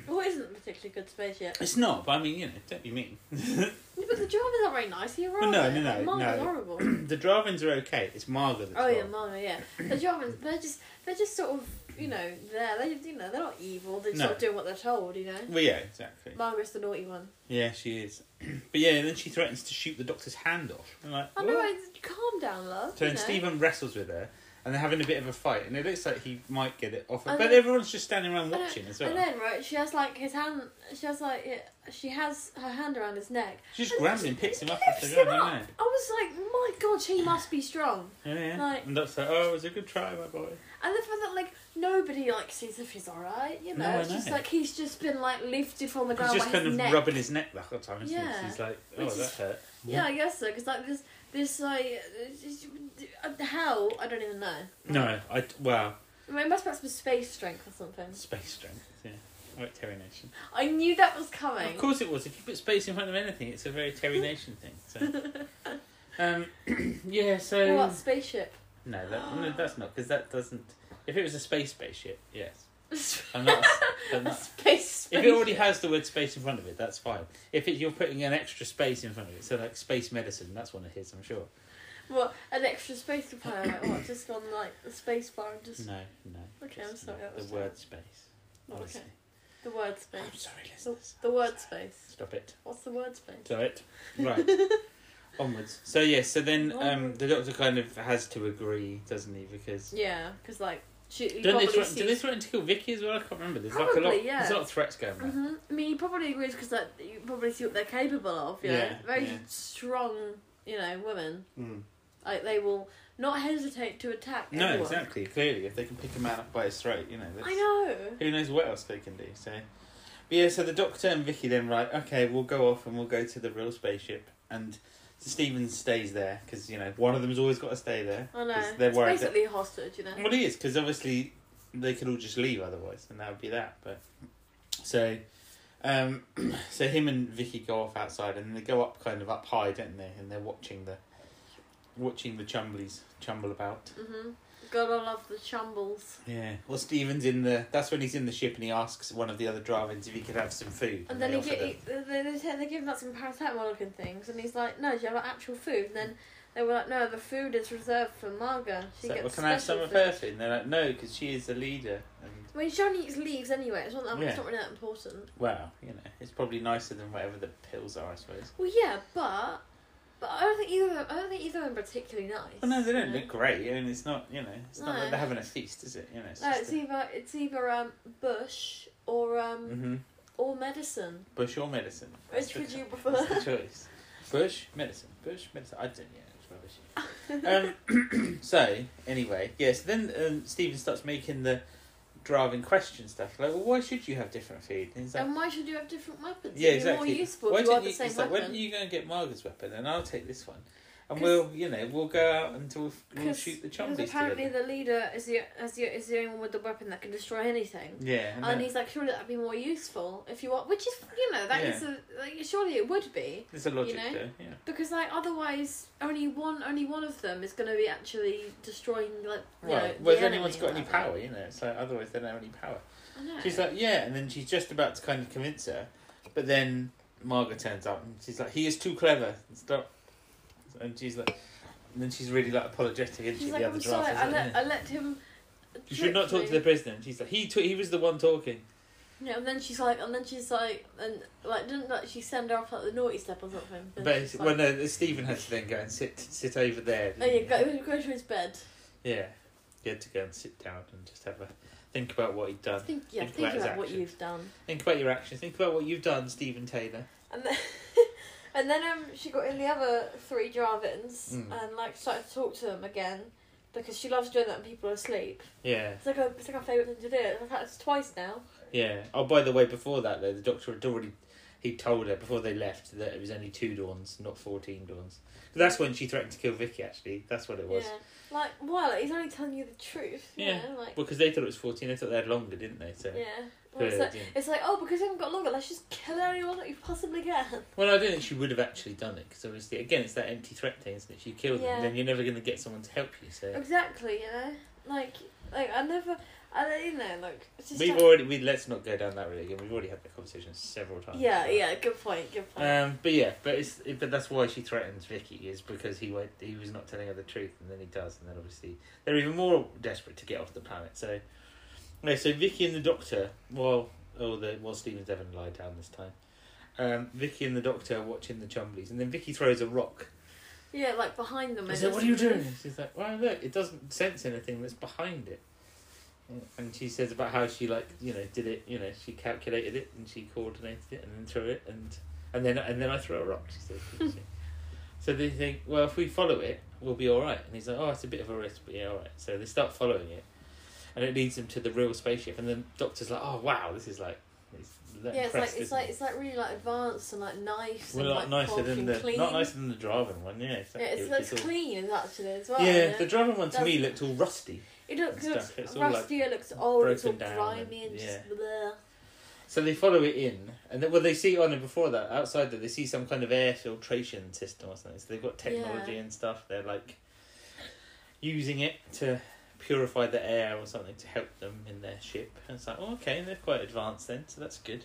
[SPEAKER 3] Well, it isn't a particularly good space yet.
[SPEAKER 2] It's not, but I mean, you know, don't be mean.
[SPEAKER 3] Yeah, but the Jarvis aren't very nice. You're
[SPEAKER 2] Well,
[SPEAKER 3] right.
[SPEAKER 2] no, no, no,
[SPEAKER 3] Marga's
[SPEAKER 2] no.
[SPEAKER 3] horrible.
[SPEAKER 2] the Dravins are okay. It's Margaret that's
[SPEAKER 3] Oh yeah,
[SPEAKER 2] wrong.
[SPEAKER 3] Marga, yeah. The Jarvins, they're just they're just sort of you know they're they you know they're not evil. They're just
[SPEAKER 2] No.
[SPEAKER 3] sort of doing what they're told. You know,
[SPEAKER 2] well, yeah, exactly.
[SPEAKER 3] Margaret's the naughty one.
[SPEAKER 2] Yeah, she is. but yeah, and then she threatens to shoot the doctor's hand off. I'm like,
[SPEAKER 3] Oh, I know.
[SPEAKER 2] what?
[SPEAKER 3] I calm down, love.
[SPEAKER 2] So
[SPEAKER 3] you
[SPEAKER 2] then
[SPEAKER 3] know.
[SPEAKER 2] Stephen wrestles with her, and they're having a bit of a fight, and it looks like he might get it off her.
[SPEAKER 3] And
[SPEAKER 2] But
[SPEAKER 3] then-
[SPEAKER 2] everyone's just standing around
[SPEAKER 3] and
[SPEAKER 2] watching as well.
[SPEAKER 3] And then right, she has like his hand. She has like it, she has her hand around his neck.
[SPEAKER 2] she just
[SPEAKER 3] and
[SPEAKER 2] grabs him, picks him up after
[SPEAKER 3] Lifts him
[SPEAKER 2] going,
[SPEAKER 3] up.
[SPEAKER 2] not
[SPEAKER 3] I was like, my god, she must be strong.
[SPEAKER 2] Yeah, yeah.
[SPEAKER 3] Like-
[SPEAKER 2] and Doc's like, oh, it was a good try, my boy.
[SPEAKER 3] And the fact that like nobody like sees if he's all right. You know,
[SPEAKER 2] No, I
[SPEAKER 3] it's just
[SPEAKER 2] know.
[SPEAKER 3] like he's just been like lifted from the
[SPEAKER 2] He's
[SPEAKER 3] ground
[SPEAKER 2] just
[SPEAKER 3] by
[SPEAKER 2] kind
[SPEAKER 3] his
[SPEAKER 2] of
[SPEAKER 3] neck.
[SPEAKER 2] rubbing his neck the whole time. Isn't
[SPEAKER 3] Yeah.
[SPEAKER 2] he? He's like, oh,
[SPEAKER 3] Which is-
[SPEAKER 2] that hurt.
[SPEAKER 3] Yeah, I guess so. Because like this, this like uh, uh, how I don't even know.
[SPEAKER 2] No, I well,
[SPEAKER 3] I mean, it must be some space strength or something.
[SPEAKER 2] space strength. Yeah, like Terry Nation.
[SPEAKER 3] I knew that was coming.
[SPEAKER 2] Of course it was. If you put space in front of anything, it's a very Terry Nation thing. So, um, yeah. So
[SPEAKER 3] What spaceship?
[SPEAKER 2] no, that, no, that's not because that doesn't. If it was a space spaceship, yes.
[SPEAKER 3] a
[SPEAKER 2] And that's, and that's,
[SPEAKER 3] space
[SPEAKER 2] if
[SPEAKER 3] spaceship.
[SPEAKER 2] it already has the word space in front of it, that's fine. If it, you're putting an extra space in front of it, so like space medicine, that's one of his, I'm sure.
[SPEAKER 3] what an extra space component? Like, what just gone like the space bar and just
[SPEAKER 2] No, no.
[SPEAKER 3] Okay, I'm
[SPEAKER 2] it's
[SPEAKER 3] sorry,
[SPEAKER 2] not
[SPEAKER 3] that was
[SPEAKER 2] the word space.
[SPEAKER 3] Oh,
[SPEAKER 2] honestly.
[SPEAKER 3] okay. Oh. the word
[SPEAKER 2] I'm
[SPEAKER 3] space.
[SPEAKER 2] sorry,
[SPEAKER 3] The,
[SPEAKER 2] listeners.
[SPEAKER 3] the word space.
[SPEAKER 2] Stop it.
[SPEAKER 3] What's the word space?
[SPEAKER 2] Do it. Right. Onwards. So yeah, so then um,
[SPEAKER 3] Onwards.
[SPEAKER 2] the doctor kind of has to agree, doesn't he? Because
[SPEAKER 3] Yeah, because like she he
[SPEAKER 2] don't they
[SPEAKER 3] probably
[SPEAKER 2] threaten,
[SPEAKER 3] sees.
[SPEAKER 2] do they threaten to kill Vicky as well? I can't remember. There's like a lot.
[SPEAKER 3] Probably, yeah.
[SPEAKER 2] There's a lot of threats going on.
[SPEAKER 3] hmm I mean, he probably agrees because like, you probably see what they're capable of. You know,
[SPEAKER 2] Yeah,
[SPEAKER 3] very
[SPEAKER 2] yeah.
[SPEAKER 3] strong. You know, women.
[SPEAKER 2] Mm.
[SPEAKER 3] Like they will not hesitate to attack.
[SPEAKER 2] No,
[SPEAKER 3] anyone.
[SPEAKER 2] exactly. Clearly, if they can pick a man up by his throat, you know. That's,
[SPEAKER 3] I know.
[SPEAKER 2] Who knows what else they can do? So, but yeah. So the doctor and Vicky then right. Okay, we'll go off and we'll go to the real spaceship and. Steven stays there because you know one of them's always got to stay there.
[SPEAKER 3] I know.
[SPEAKER 2] 'cause They're
[SPEAKER 3] It's
[SPEAKER 2] worried that
[SPEAKER 3] basically a hostage, you know.
[SPEAKER 2] Well, it is because obviously they could all just leave otherwise, and that would be that. But so, um, so him and Vicky go off outside, and they go up kind of up high, don't they? And they're watching the watching the Chumblies chumble about.
[SPEAKER 3] hmm Gotta love the chumbles.
[SPEAKER 2] Yeah. Well, Stephen's in the. That's when he's in the ship, and he asks one of the other drivins if he could have some food.
[SPEAKER 3] And then
[SPEAKER 2] they
[SPEAKER 3] he
[SPEAKER 2] offer
[SPEAKER 3] get,
[SPEAKER 2] them-
[SPEAKER 3] he, they, they, they, they give him like some paracetamol looking things, and he's like, no, do you have like, actual food? And then They were like, no, the food is reserved for Marga. She
[SPEAKER 2] So, well,
[SPEAKER 3] gets
[SPEAKER 2] can
[SPEAKER 3] special
[SPEAKER 2] I have some of
[SPEAKER 3] food."
[SPEAKER 2] her food? And they're like, no, because she is the leader. And,
[SPEAKER 3] I mean, she only eats leaves anyway. It's not that
[SPEAKER 2] Yeah.
[SPEAKER 3] it's not really that important.
[SPEAKER 2] well, you know, it's probably nicer than whatever the pills are, I suppose.
[SPEAKER 3] Well, yeah, but but I don't think either. Of them, I don't think either of them are particularly nice.
[SPEAKER 2] Well, Oh, no, they
[SPEAKER 3] you
[SPEAKER 2] don't
[SPEAKER 3] know?
[SPEAKER 2] look great. I mean, it's not, you know, it's not
[SPEAKER 3] No.
[SPEAKER 2] like they're having a feast, is it? You know, it's
[SPEAKER 3] No,
[SPEAKER 2] just
[SPEAKER 3] it's
[SPEAKER 2] a,
[SPEAKER 3] either it's either um bush or um
[SPEAKER 2] Mhm.
[SPEAKER 3] or medicine.
[SPEAKER 2] Bush or medicine. That's
[SPEAKER 3] Which
[SPEAKER 2] the
[SPEAKER 3] would
[SPEAKER 2] cho-
[SPEAKER 3] you prefer?
[SPEAKER 2] That's the choice. Bush, medicine. Bush, medicine. I don't, yeah, it's rubbish. um, so, anyway, yes, then um, Stephen starts making the driving question stuff. Like, well, why should you have different food? And he's like,
[SPEAKER 3] and why should you have different weapons?
[SPEAKER 2] yeah,
[SPEAKER 3] It'd be
[SPEAKER 2] exactly.
[SPEAKER 3] More useful
[SPEAKER 2] why
[SPEAKER 3] if you are
[SPEAKER 2] don't
[SPEAKER 3] the
[SPEAKER 2] you,
[SPEAKER 3] same
[SPEAKER 2] it's like, why
[SPEAKER 3] weapon.
[SPEAKER 2] don't you go and get Margaret's weapon and I'll take this one? And
[SPEAKER 3] 'Cause-
[SPEAKER 2] we'll, you know, we'll go out and we'll, we'll
[SPEAKER 3] 'Cause-
[SPEAKER 2] shoot the
[SPEAKER 3] because
[SPEAKER 2] chombies
[SPEAKER 3] apparently
[SPEAKER 2] together.
[SPEAKER 3] the leader is the, is the is the only one with the weapon that can destroy anything.
[SPEAKER 2] Yeah, I
[SPEAKER 3] And
[SPEAKER 2] know.
[SPEAKER 3] he's like, surely that'd be more useful if you want, which is you know that
[SPEAKER 2] Yeah.
[SPEAKER 3] is a like surely it would be
[SPEAKER 2] there's a logic
[SPEAKER 3] know?
[SPEAKER 2] there. Yeah.
[SPEAKER 3] because like otherwise only one only one of them is going to be actually destroying like you
[SPEAKER 2] Well,
[SPEAKER 3] know,
[SPEAKER 2] well, if
[SPEAKER 3] the
[SPEAKER 2] anyone's
[SPEAKER 3] enemy or
[SPEAKER 2] got any
[SPEAKER 3] whatever.
[SPEAKER 2] power, you know, so otherwise they don't have any power.
[SPEAKER 3] I know.
[SPEAKER 2] She's like, yeah, and then she's just about to kind of convince her, but then Margaret turns up and she's like, he is too clever. and Stop. And she's like, and then she's really like apologetic, isn't
[SPEAKER 3] She's
[SPEAKER 2] she?
[SPEAKER 3] like,
[SPEAKER 2] the other
[SPEAKER 3] I'm sorry,
[SPEAKER 2] draft.
[SPEAKER 3] I
[SPEAKER 2] is
[SPEAKER 3] let,
[SPEAKER 2] like,
[SPEAKER 3] I let him.
[SPEAKER 2] you should not talk
[SPEAKER 3] trick
[SPEAKER 2] to
[SPEAKER 3] me."
[SPEAKER 2] the president. She's like, he t- he was the one talking.
[SPEAKER 3] Yeah, and then she's like, and then she's like, and like, didn't like she send her off like the naughty step or something? Then
[SPEAKER 2] But
[SPEAKER 3] she's
[SPEAKER 2] well,
[SPEAKER 3] like,
[SPEAKER 2] no, Stephen had to then go and sit sit over there.
[SPEAKER 3] Oh, yeah, go, go to his bed.
[SPEAKER 2] Yeah, he had to go and sit down and just have a think about what he'd done.
[SPEAKER 3] Think, yeah,
[SPEAKER 2] Think
[SPEAKER 3] think
[SPEAKER 2] about
[SPEAKER 3] about,
[SPEAKER 2] his
[SPEAKER 3] what
[SPEAKER 2] actions.
[SPEAKER 3] you've done.
[SPEAKER 2] Think about your actions. Think about what you've done, Stephen Taylor.
[SPEAKER 3] And then, and then um, she got in the other three Jarvins
[SPEAKER 2] Mm.
[SPEAKER 3] and like started to talk to them again because she loves doing that when people are asleep.
[SPEAKER 2] Yeah.
[SPEAKER 3] It's like a, it's like our favorite thing to do. I've had it twice now.
[SPEAKER 2] Yeah. Oh, by the way, before that though, the doctor had already he told her before they left that it was only two dawns, not fourteen dawns. 'Cause That's when she threatened to kill Vicky. Actually, that's what it was.
[SPEAKER 3] Yeah, like well, he's only telling you the truth. You
[SPEAKER 2] Yeah.
[SPEAKER 3] know, like
[SPEAKER 2] Because they thought it was fourteen. They thought they had longer, didn't they? So.
[SPEAKER 3] yeah. Well, it's,
[SPEAKER 2] Yeah,
[SPEAKER 3] like,
[SPEAKER 2] yeah.
[SPEAKER 3] it's like oh, because you haven't got longer, let's just kill anyone that you possibly can.
[SPEAKER 2] Well, I don't think she would have actually done it because obviously, again, it's that empty threat thing, isn't it? If you kill them,
[SPEAKER 3] Yeah.
[SPEAKER 2] then you're never going to get someone to help you. So.
[SPEAKER 3] Exactly, you know, like like I never, I you know, like it's just
[SPEAKER 2] We've
[SPEAKER 3] like-
[SPEAKER 2] already we let's not go down that road again. We've already had that conversation several times.
[SPEAKER 3] yeah, yeah. Good point. Good point.
[SPEAKER 2] Um, but yeah, but it's it- but that's why she threatens Vicky is because he went he was not telling her the truth and then he does and then obviously they're even more desperate to get off the planet. So no, so Vicky and the Doctor, well, oh the well Stephen's Devon lie down this time. Um, Vicky and the Doctor are watching the Chumblies and then Vicky throws a rock.
[SPEAKER 3] yeah, like behind them.
[SPEAKER 2] I
[SPEAKER 3] and
[SPEAKER 2] said,
[SPEAKER 3] it's-
[SPEAKER 2] "What are you doing?" She's like, "Well, look, it doesn't sense anything that's behind it." And she says about how she like you know did it you know she calculated it and she coordinated it and then threw it and and then and then I threw a rock. She says. didn't she? so they think, well, if we follow it, we'll be all right. And he's like, "Oh, it's a bit of a risk, but yeah, all right." So they start following it, and it leads them to the real spaceship. And the doctor's like, "Oh, wow, this is like." It's that
[SPEAKER 3] Yeah,
[SPEAKER 2] impressed,
[SPEAKER 3] it's like it's
[SPEAKER 2] isn't
[SPEAKER 3] like
[SPEAKER 2] it?
[SPEAKER 3] it's like really like advanced and like nice.
[SPEAKER 2] well,
[SPEAKER 3] and,
[SPEAKER 2] not
[SPEAKER 3] like,
[SPEAKER 2] nicer
[SPEAKER 3] fork
[SPEAKER 2] than
[SPEAKER 3] and
[SPEAKER 2] the
[SPEAKER 3] clean.
[SPEAKER 2] not nicer than the driving one. Yeah, exactly.
[SPEAKER 3] Yeah, it's,
[SPEAKER 2] which is
[SPEAKER 3] it's
[SPEAKER 2] all-
[SPEAKER 3] clean actually as well.
[SPEAKER 2] yeah,
[SPEAKER 3] Yeah,
[SPEAKER 2] the driving one to me
[SPEAKER 3] Doesn't-
[SPEAKER 2] looked all rusty.
[SPEAKER 3] it looks
[SPEAKER 2] and
[SPEAKER 3] it
[SPEAKER 2] stuff,
[SPEAKER 3] looks
[SPEAKER 2] it's all, like,
[SPEAKER 3] rusty. it looks old. It's all
[SPEAKER 2] broken down and-
[SPEAKER 3] grimy and just
[SPEAKER 2] yeah.
[SPEAKER 3] bleh.
[SPEAKER 2] So they follow it in, and then, well, they see on it before that outside that they see some kind of air filtration system or something. So they've got technology
[SPEAKER 3] Yeah.
[SPEAKER 2] and stuff. They're like using it to purify the air or something to help them in their ship. And it's like, oh, okay, they're quite advanced then, so that's good.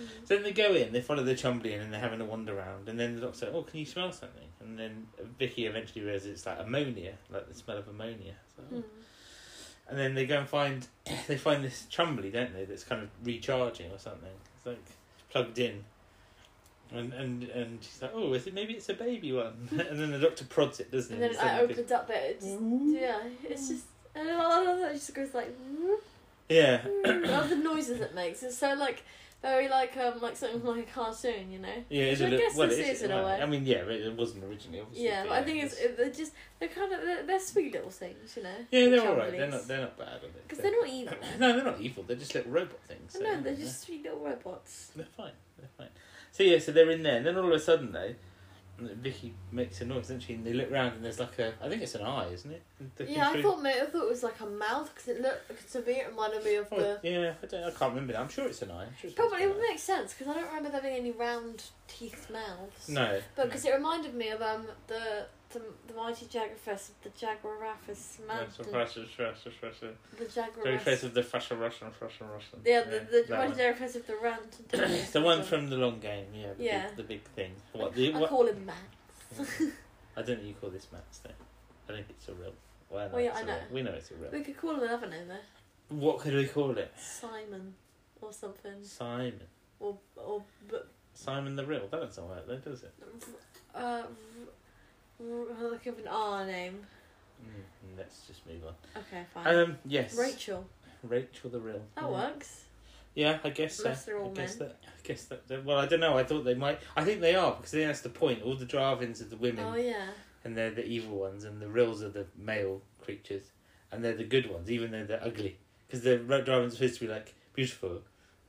[SPEAKER 3] Mhm.
[SPEAKER 2] So then they go in, they follow the Chumbly in, and they're having a wander around. And then the doctor, oh, can you smell something? And then Vicky eventually realizes it's like ammonia, like the smell of ammonia. So, oh,
[SPEAKER 3] Mm.
[SPEAKER 2] and then they go and find they find this Chumbly, don't they? That's kind of recharging or something. It's like plugged in, and and and she's like, oh, is it maybe it's a baby one? and then the doctor prods it, doesn't
[SPEAKER 3] And
[SPEAKER 2] he?
[SPEAKER 3] then
[SPEAKER 2] It's
[SPEAKER 3] oh, I
[SPEAKER 2] like a big-
[SPEAKER 3] opened up there. It's
[SPEAKER 2] Mm.
[SPEAKER 3] yeah, it's just. And I love that it just goes like,
[SPEAKER 2] yeah,
[SPEAKER 3] I love Hmm. the noises it makes. It's so like very like um like something from, like a cartoon, you know.
[SPEAKER 2] yeah. It's
[SPEAKER 3] I
[SPEAKER 2] a little,
[SPEAKER 3] guess
[SPEAKER 2] well,
[SPEAKER 3] this
[SPEAKER 2] it
[SPEAKER 3] is in a
[SPEAKER 2] well,
[SPEAKER 3] way.
[SPEAKER 2] I mean, yeah, but it wasn't originally. Obviously,
[SPEAKER 3] Yeah, but I think it's,
[SPEAKER 2] it's-
[SPEAKER 3] it- they're just they're kind of they're, they're sweet little things, you know.
[SPEAKER 2] yeah, they're
[SPEAKER 3] Chumblies.
[SPEAKER 2] all right. They're not. They're not bad. I think.
[SPEAKER 3] 'Cause they're not evil.
[SPEAKER 2] no, they're not evil. They're just little robot things. so,
[SPEAKER 3] no, they're
[SPEAKER 2] you know.
[SPEAKER 3] just sweet little robots.
[SPEAKER 2] They're fine. They're fine. So yeah, so they're in there, and then all of a sudden though, Vicky makes a noise, doesn't she? And they look round, and there's like a, I think it's an eye, isn't it? Looking
[SPEAKER 3] Yeah, I
[SPEAKER 2] through-
[SPEAKER 3] thought mate, I thought it was like a mouth because it looked to me it reminded me of
[SPEAKER 2] Oh,
[SPEAKER 3] the.
[SPEAKER 2] yeah, I, don't, I can't remember. I'm sure it's an eye. I'm sure it's
[SPEAKER 3] Probably
[SPEAKER 2] an
[SPEAKER 3] it would make sense because I don't remember there being any round teeth mouths.
[SPEAKER 2] eye. No.
[SPEAKER 3] But
[SPEAKER 2] no.
[SPEAKER 3] because it reminded me of um the the, the mighty jaguarfest the jaguarafus
[SPEAKER 2] That's a
[SPEAKER 3] mountain
[SPEAKER 2] fresh, it's fresh, it's fresh, it's-
[SPEAKER 3] the
[SPEAKER 2] Very face
[SPEAKER 3] jaguarafus
[SPEAKER 2] of the fresher Russian, fresher Russian.
[SPEAKER 3] yeah the the,
[SPEAKER 2] that
[SPEAKER 3] mighty
[SPEAKER 2] one.
[SPEAKER 3] jaguarfest of the round
[SPEAKER 2] the one from the long game, yeah. The
[SPEAKER 3] Yeah.
[SPEAKER 2] Big, the big thing. What the
[SPEAKER 3] I
[SPEAKER 2] what?
[SPEAKER 3] call him Max.
[SPEAKER 2] I don't think you call this Matt's though. I think it's a real. Well, I know
[SPEAKER 3] Well, yeah,
[SPEAKER 2] it's
[SPEAKER 3] I
[SPEAKER 2] a
[SPEAKER 3] know.
[SPEAKER 2] real- We know it's a real.
[SPEAKER 3] We could call him another name though.
[SPEAKER 2] What could we call it?
[SPEAKER 3] Simon or something.
[SPEAKER 2] Simon.
[SPEAKER 3] Or or b-
[SPEAKER 2] Simon the Real. That doesn't work though, does it?
[SPEAKER 3] uh r- r- look up an R name.
[SPEAKER 2] Mm, let's just move on.
[SPEAKER 3] Okay, fine.
[SPEAKER 2] Um, Mm. yes.
[SPEAKER 3] Rachel.
[SPEAKER 2] Rachel the Real.
[SPEAKER 3] That
[SPEAKER 2] Yeah.
[SPEAKER 3] works.
[SPEAKER 2] Yeah, I guess so.
[SPEAKER 3] Oh, Unless they're all
[SPEAKER 2] I guess
[SPEAKER 3] men.
[SPEAKER 2] that. I guess that. that- Well, I don't know. I thought they might. I think they are because I think that's the point. All the Dravins are the women,
[SPEAKER 3] Oh yeah.
[SPEAKER 2] and they're the evil ones, and the Rills are the male creatures, and they're the good ones, even though they're ugly. Because the Ra- Dravins are supposed to be like beautiful,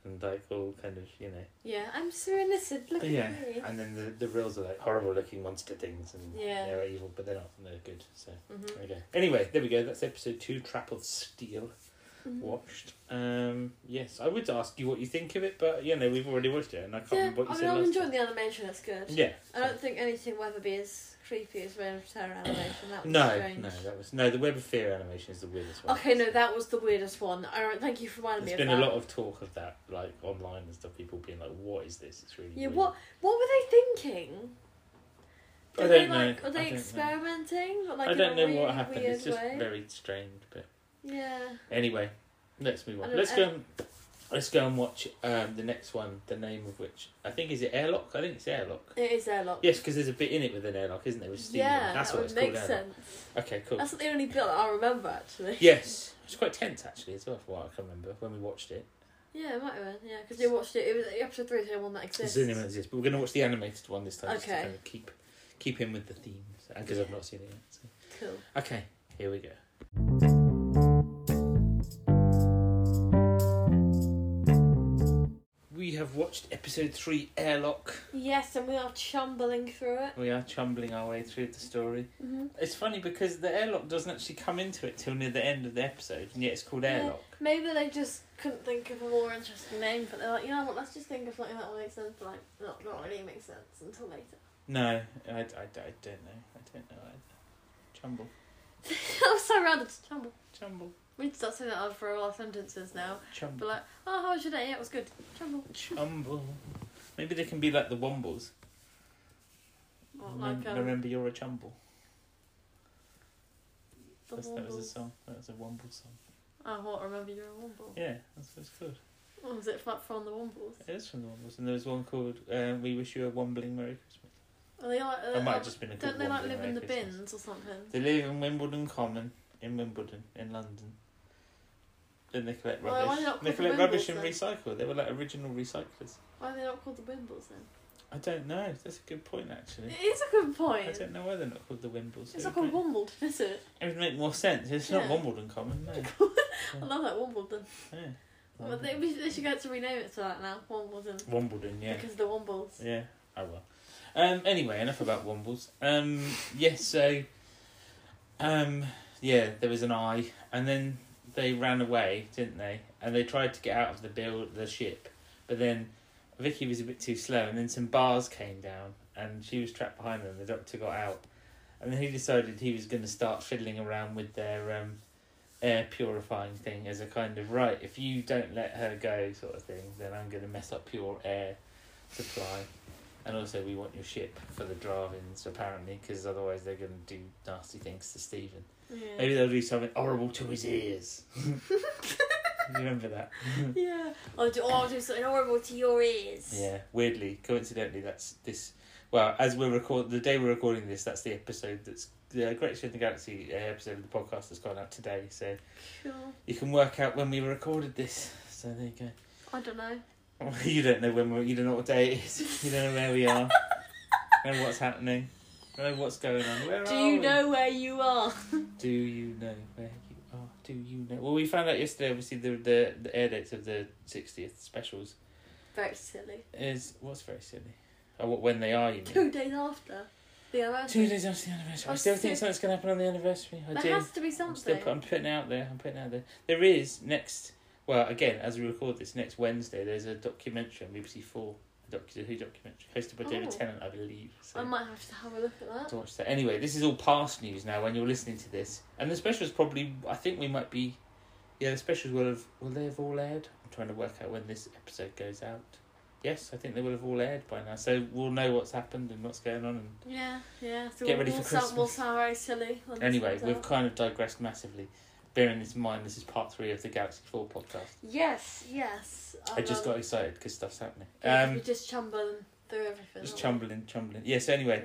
[SPEAKER 2] and like all kind of you know.
[SPEAKER 3] Yeah, I'm so innocent. Look
[SPEAKER 2] yeah.
[SPEAKER 3] at me.
[SPEAKER 2] And then the the Rills are like horrible looking monster things, and
[SPEAKER 3] Yeah.
[SPEAKER 2] they're evil, but they're not. and They're good. So
[SPEAKER 3] Mhm.
[SPEAKER 2] there we go. Anyway, there we go. That's episode two. Trap of Steel
[SPEAKER 3] Mhm.
[SPEAKER 2] watched. Um, yes, I would ask you what you think of it, but you know we've already watched it, and I can't
[SPEAKER 3] Yeah,
[SPEAKER 2] remember what you
[SPEAKER 3] I mean,
[SPEAKER 2] said.
[SPEAKER 3] I'm
[SPEAKER 2] last
[SPEAKER 3] enjoying
[SPEAKER 2] time.
[SPEAKER 3] the animation. That's good.
[SPEAKER 2] Yeah.
[SPEAKER 3] I don't think anything will ever be as creepy as Reign of Terror animation. That was
[SPEAKER 2] no,
[SPEAKER 3] strange.
[SPEAKER 2] no, that was no. The Web of Fear animation is the weirdest one.
[SPEAKER 3] Okay, no, that was the weirdest one. I don't, thank you for reminding
[SPEAKER 2] There's
[SPEAKER 3] me
[SPEAKER 2] been
[SPEAKER 3] of
[SPEAKER 2] a
[SPEAKER 3] that.
[SPEAKER 2] lot of talk of that, like online and stuff. People being like, "What is this? It's really
[SPEAKER 3] yeah,
[SPEAKER 2] weird."
[SPEAKER 3] what what were they thinking?
[SPEAKER 2] I don't
[SPEAKER 3] Were they
[SPEAKER 2] know.
[SPEAKER 3] like
[SPEAKER 2] I
[SPEAKER 3] were they
[SPEAKER 2] don't know.
[SPEAKER 3] experimenting? But, like,
[SPEAKER 2] I
[SPEAKER 3] in
[SPEAKER 2] don't
[SPEAKER 3] a
[SPEAKER 2] know
[SPEAKER 3] really
[SPEAKER 2] what happened.
[SPEAKER 3] Weird
[SPEAKER 2] It's just
[SPEAKER 3] way?
[SPEAKER 2] very strange. But
[SPEAKER 3] Yeah.
[SPEAKER 2] anyway, let's move
[SPEAKER 3] I
[SPEAKER 2] on.
[SPEAKER 3] don't-
[SPEAKER 2] Let's
[SPEAKER 3] I-
[SPEAKER 2] go. And, let's go and watch um, the next one. The name of which I think is it Airlock. I think it's Airlock.
[SPEAKER 3] It is airlock.
[SPEAKER 2] Yes, because there's a bit in it with an airlock, isn't there? With Steven.
[SPEAKER 3] yeah,
[SPEAKER 2] that's
[SPEAKER 3] that
[SPEAKER 2] what
[SPEAKER 3] would
[SPEAKER 2] it's
[SPEAKER 3] make
[SPEAKER 2] called. Airlock.
[SPEAKER 3] sense.
[SPEAKER 2] Okay, cool.
[SPEAKER 3] That's the only bit that I remember actually.
[SPEAKER 2] Yes, it's quite tense actually as well. For what I can remember when we watched it.
[SPEAKER 3] Yeah, it might have been. Yeah, because you watched it. It was episode three, so one that exists.
[SPEAKER 2] It's in the exist, but we're going to watch the animated one this time. just to
[SPEAKER 3] Okay.
[SPEAKER 2] kind of keep keep in with the theme because I've not seen it yet. So.
[SPEAKER 3] Cool.
[SPEAKER 2] Okay, here we go. We have watched episode three, Airlock.
[SPEAKER 3] Yes, and we are chumbling through it.
[SPEAKER 2] We are chumbling our way through the story.
[SPEAKER 3] hmm
[SPEAKER 2] It's funny because the airlock doesn't actually come into it till near the end of the episode, and yet it's called
[SPEAKER 3] Yeah.
[SPEAKER 2] Airlock.
[SPEAKER 3] Maybe they just couldn't think of a more interesting name, but they're like, you know what? Let's just think of something that will make sense. But like, not not really makes sense until later.
[SPEAKER 2] No, I, I, I don't know. I don't know. I, chumble.
[SPEAKER 3] that was so random. to Chumble.
[SPEAKER 2] Chumble.
[SPEAKER 3] We just start saying that out for all our sentences now. But
[SPEAKER 2] Chumble.
[SPEAKER 3] like, oh, how was your day? Yeah, it was good. Chumble.
[SPEAKER 2] Chumble. Maybe they can be like the Wombles.
[SPEAKER 3] Or
[SPEAKER 2] Oh, Remem-
[SPEAKER 3] like um,
[SPEAKER 2] Remember you're a chumble.
[SPEAKER 3] the
[SPEAKER 2] That's- that was a
[SPEAKER 3] Wombles.
[SPEAKER 2] song. That was a Womble song.
[SPEAKER 3] Oh, what? Remember you're a Womble.
[SPEAKER 2] Yeah, that's what it's called.
[SPEAKER 3] Or was it from from the Wombles?
[SPEAKER 2] It is from the Wombles. And there was one called uh, We Wish You a Wombling Merry Christmas.
[SPEAKER 3] Are they like?
[SPEAKER 2] That
[SPEAKER 3] Uh,
[SPEAKER 2] might
[SPEAKER 3] uh,
[SPEAKER 2] have just been a
[SPEAKER 3] don't
[SPEAKER 2] called
[SPEAKER 3] they like
[SPEAKER 2] Wombling
[SPEAKER 3] live
[SPEAKER 2] Merry
[SPEAKER 3] in the
[SPEAKER 2] Christmas.
[SPEAKER 3] bins or something?
[SPEAKER 2] They live in Wimbledon Common, in Wimbledon, in London. And they collect
[SPEAKER 3] Why- why
[SPEAKER 2] rubbish.
[SPEAKER 3] not called
[SPEAKER 2] they
[SPEAKER 3] the
[SPEAKER 2] collect rubbish and
[SPEAKER 3] Wombles
[SPEAKER 2] recycle. They were like original recyclers.
[SPEAKER 3] Why are they not called the Wimbles then?
[SPEAKER 2] I don't know. That's a good point, actually.
[SPEAKER 3] It is a good
[SPEAKER 2] I
[SPEAKER 3] point.
[SPEAKER 2] don't know why they're not called the Wimbles.
[SPEAKER 3] It's
[SPEAKER 2] It
[SPEAKER 3] not
[SPEAKER 2] would
[SPEAKER 3] called Wombled, is it?
[SPEAKER 2] make- It would make more sense. It's not
[SPEAKER 3] Yeah.
[SPEAKER 2] Wimbledon Common, no.
[SPEAKER 3] I love that Wimbledon.
[SPEAKER 2] Yeah.
[SPEAKER 3] But they, we- they should get to rename it to that now, Wimbledon.
[SPEAKER 2] Wimbledon, yeah.
[SPEAKER 3] Because the Wombles.
[SPEAKER 2] Yeah, I will. Um, anyway, enough about Wombles. Um, yes, so, um, yeah, there was an eye, and then they ran away, didn't they? And they tried to get out of the build, the ship, but then Vicky was a bit too slow, and then some bars came down, and she was trapped behind them. The doctor got out, and then he decided he was going to start fiddling around with their um, air purifying thing as a kind of right. If you don't let her go, sort of thing, then I'm going to mess up your air supply. And also, we want your ship for the Dravins, apparently, because otherwise they're going to do nasty things to Stephen.
[SPEAKER 3] Yeah.
[SPEAKER 2] Maybe they'll do something horrible to his ears. you remember that?
[SPEAKER 3] yeah. Or do, or do something horrible to your ears.
[SPEAKER 2] Yeah. Weirdly, coincidentally, that's this. Well, as we're record the day we're recording this, that's the episode that's the Great Show in the Galaxy uh, episode of the podcast that's gone out today. So
[SPEAKER 3] Cool.
[SPEAKER 2] you can work out when we recorded this. So there you
[SPEAKER 3] I don't know.
[SPEAKER 2] go. you don't know when we're, you don't know what day it is. You don't know where we are. don't know what's happening. Don't know what's going on. Where
[SPEAKER 3] Do
[SPEAKER 2] are
[SPEAKER 3] you
[SPEAKER 2] we?
[SPEAKER 3] know where you are?
[SPEAKER 2] Do you know where you are? Do you know? Well, we found out yesterday. Obviously, the the, the air dates of the sixtieth specials
[SPEAKER 3] Very silly.
[SPEAKER 2] is what's very silly. Oh, what when they are? You mean
[SPEAKER 3] Two days after
[SPEAKER 2] two
[SPEAKER 3] the anniversary.
[SPEAKER 2] days after the anniversary? I
[SPEAKER 3] Oh,
[SPEAKER 2] still think
[SPEAKER 3] sick.
[SPEAKER 2] something's gonna happen on the anniversary. I
[SPEAKER 3] There
[SPEAKER 2] do.
[SPEAKER 3] has to be
[SPEAKER 2] I'm still.
[SPEAKER 3] something.
[SPEAKER 2] I'm putting it out there. I'm putting it out there. There is next. Well, again, as we record this next Wednesday, there's a documentary on BBC Four, a docu- Who documentary hosted by David
[SPEAKER 3] Oh.
[SPEAKER 2] Tennant, I believe. So.
[SPEAKER 3] I might have to have a look at that.
[SPEAKER 2] to watch that. Anyway, this is all past news now. When you're listening to this, and the specials probably, I think we might be, yeah, the specials will have will they have all aired? I'm trying to work out when this episode goes out. Yes, I think they will have all aired by now, so we'll know what's happened and what's going on. And
[SPEAKER 3] Yeah, yeah. So
[SPEAKER 2] Get
[SPEAKER 3] we'll,
[SPEAKER 2] ready for
[SPEAKER 3] we'll sound, we'll sound very silly. When this
[SPEAKER 2] anyway,
[SPEAKER 3] comes
[SPEAKER 2] we've
[SPEAKER 3] out.
[SPEAKER 2] kind of digressed massively. Bearing this in mind, this is part three of the Galaxy Four podcast.
[SPEAKER 3] Yes, yes.
[SPEAKER 2] I just
[SPEAKER 3] love-
[SPEAKER 2] got excited because stuff's happening.
[SPEAKER 3] Um, Yeah,
[SPEAKER 2] Um,
[SPEAKER 3] we're just chumbling through everything.
[SPEAKER 2] Just
[SPEAKER 3] aren't
[SPEAKER 2] chumbling, chumbling. Yeah, so anyway,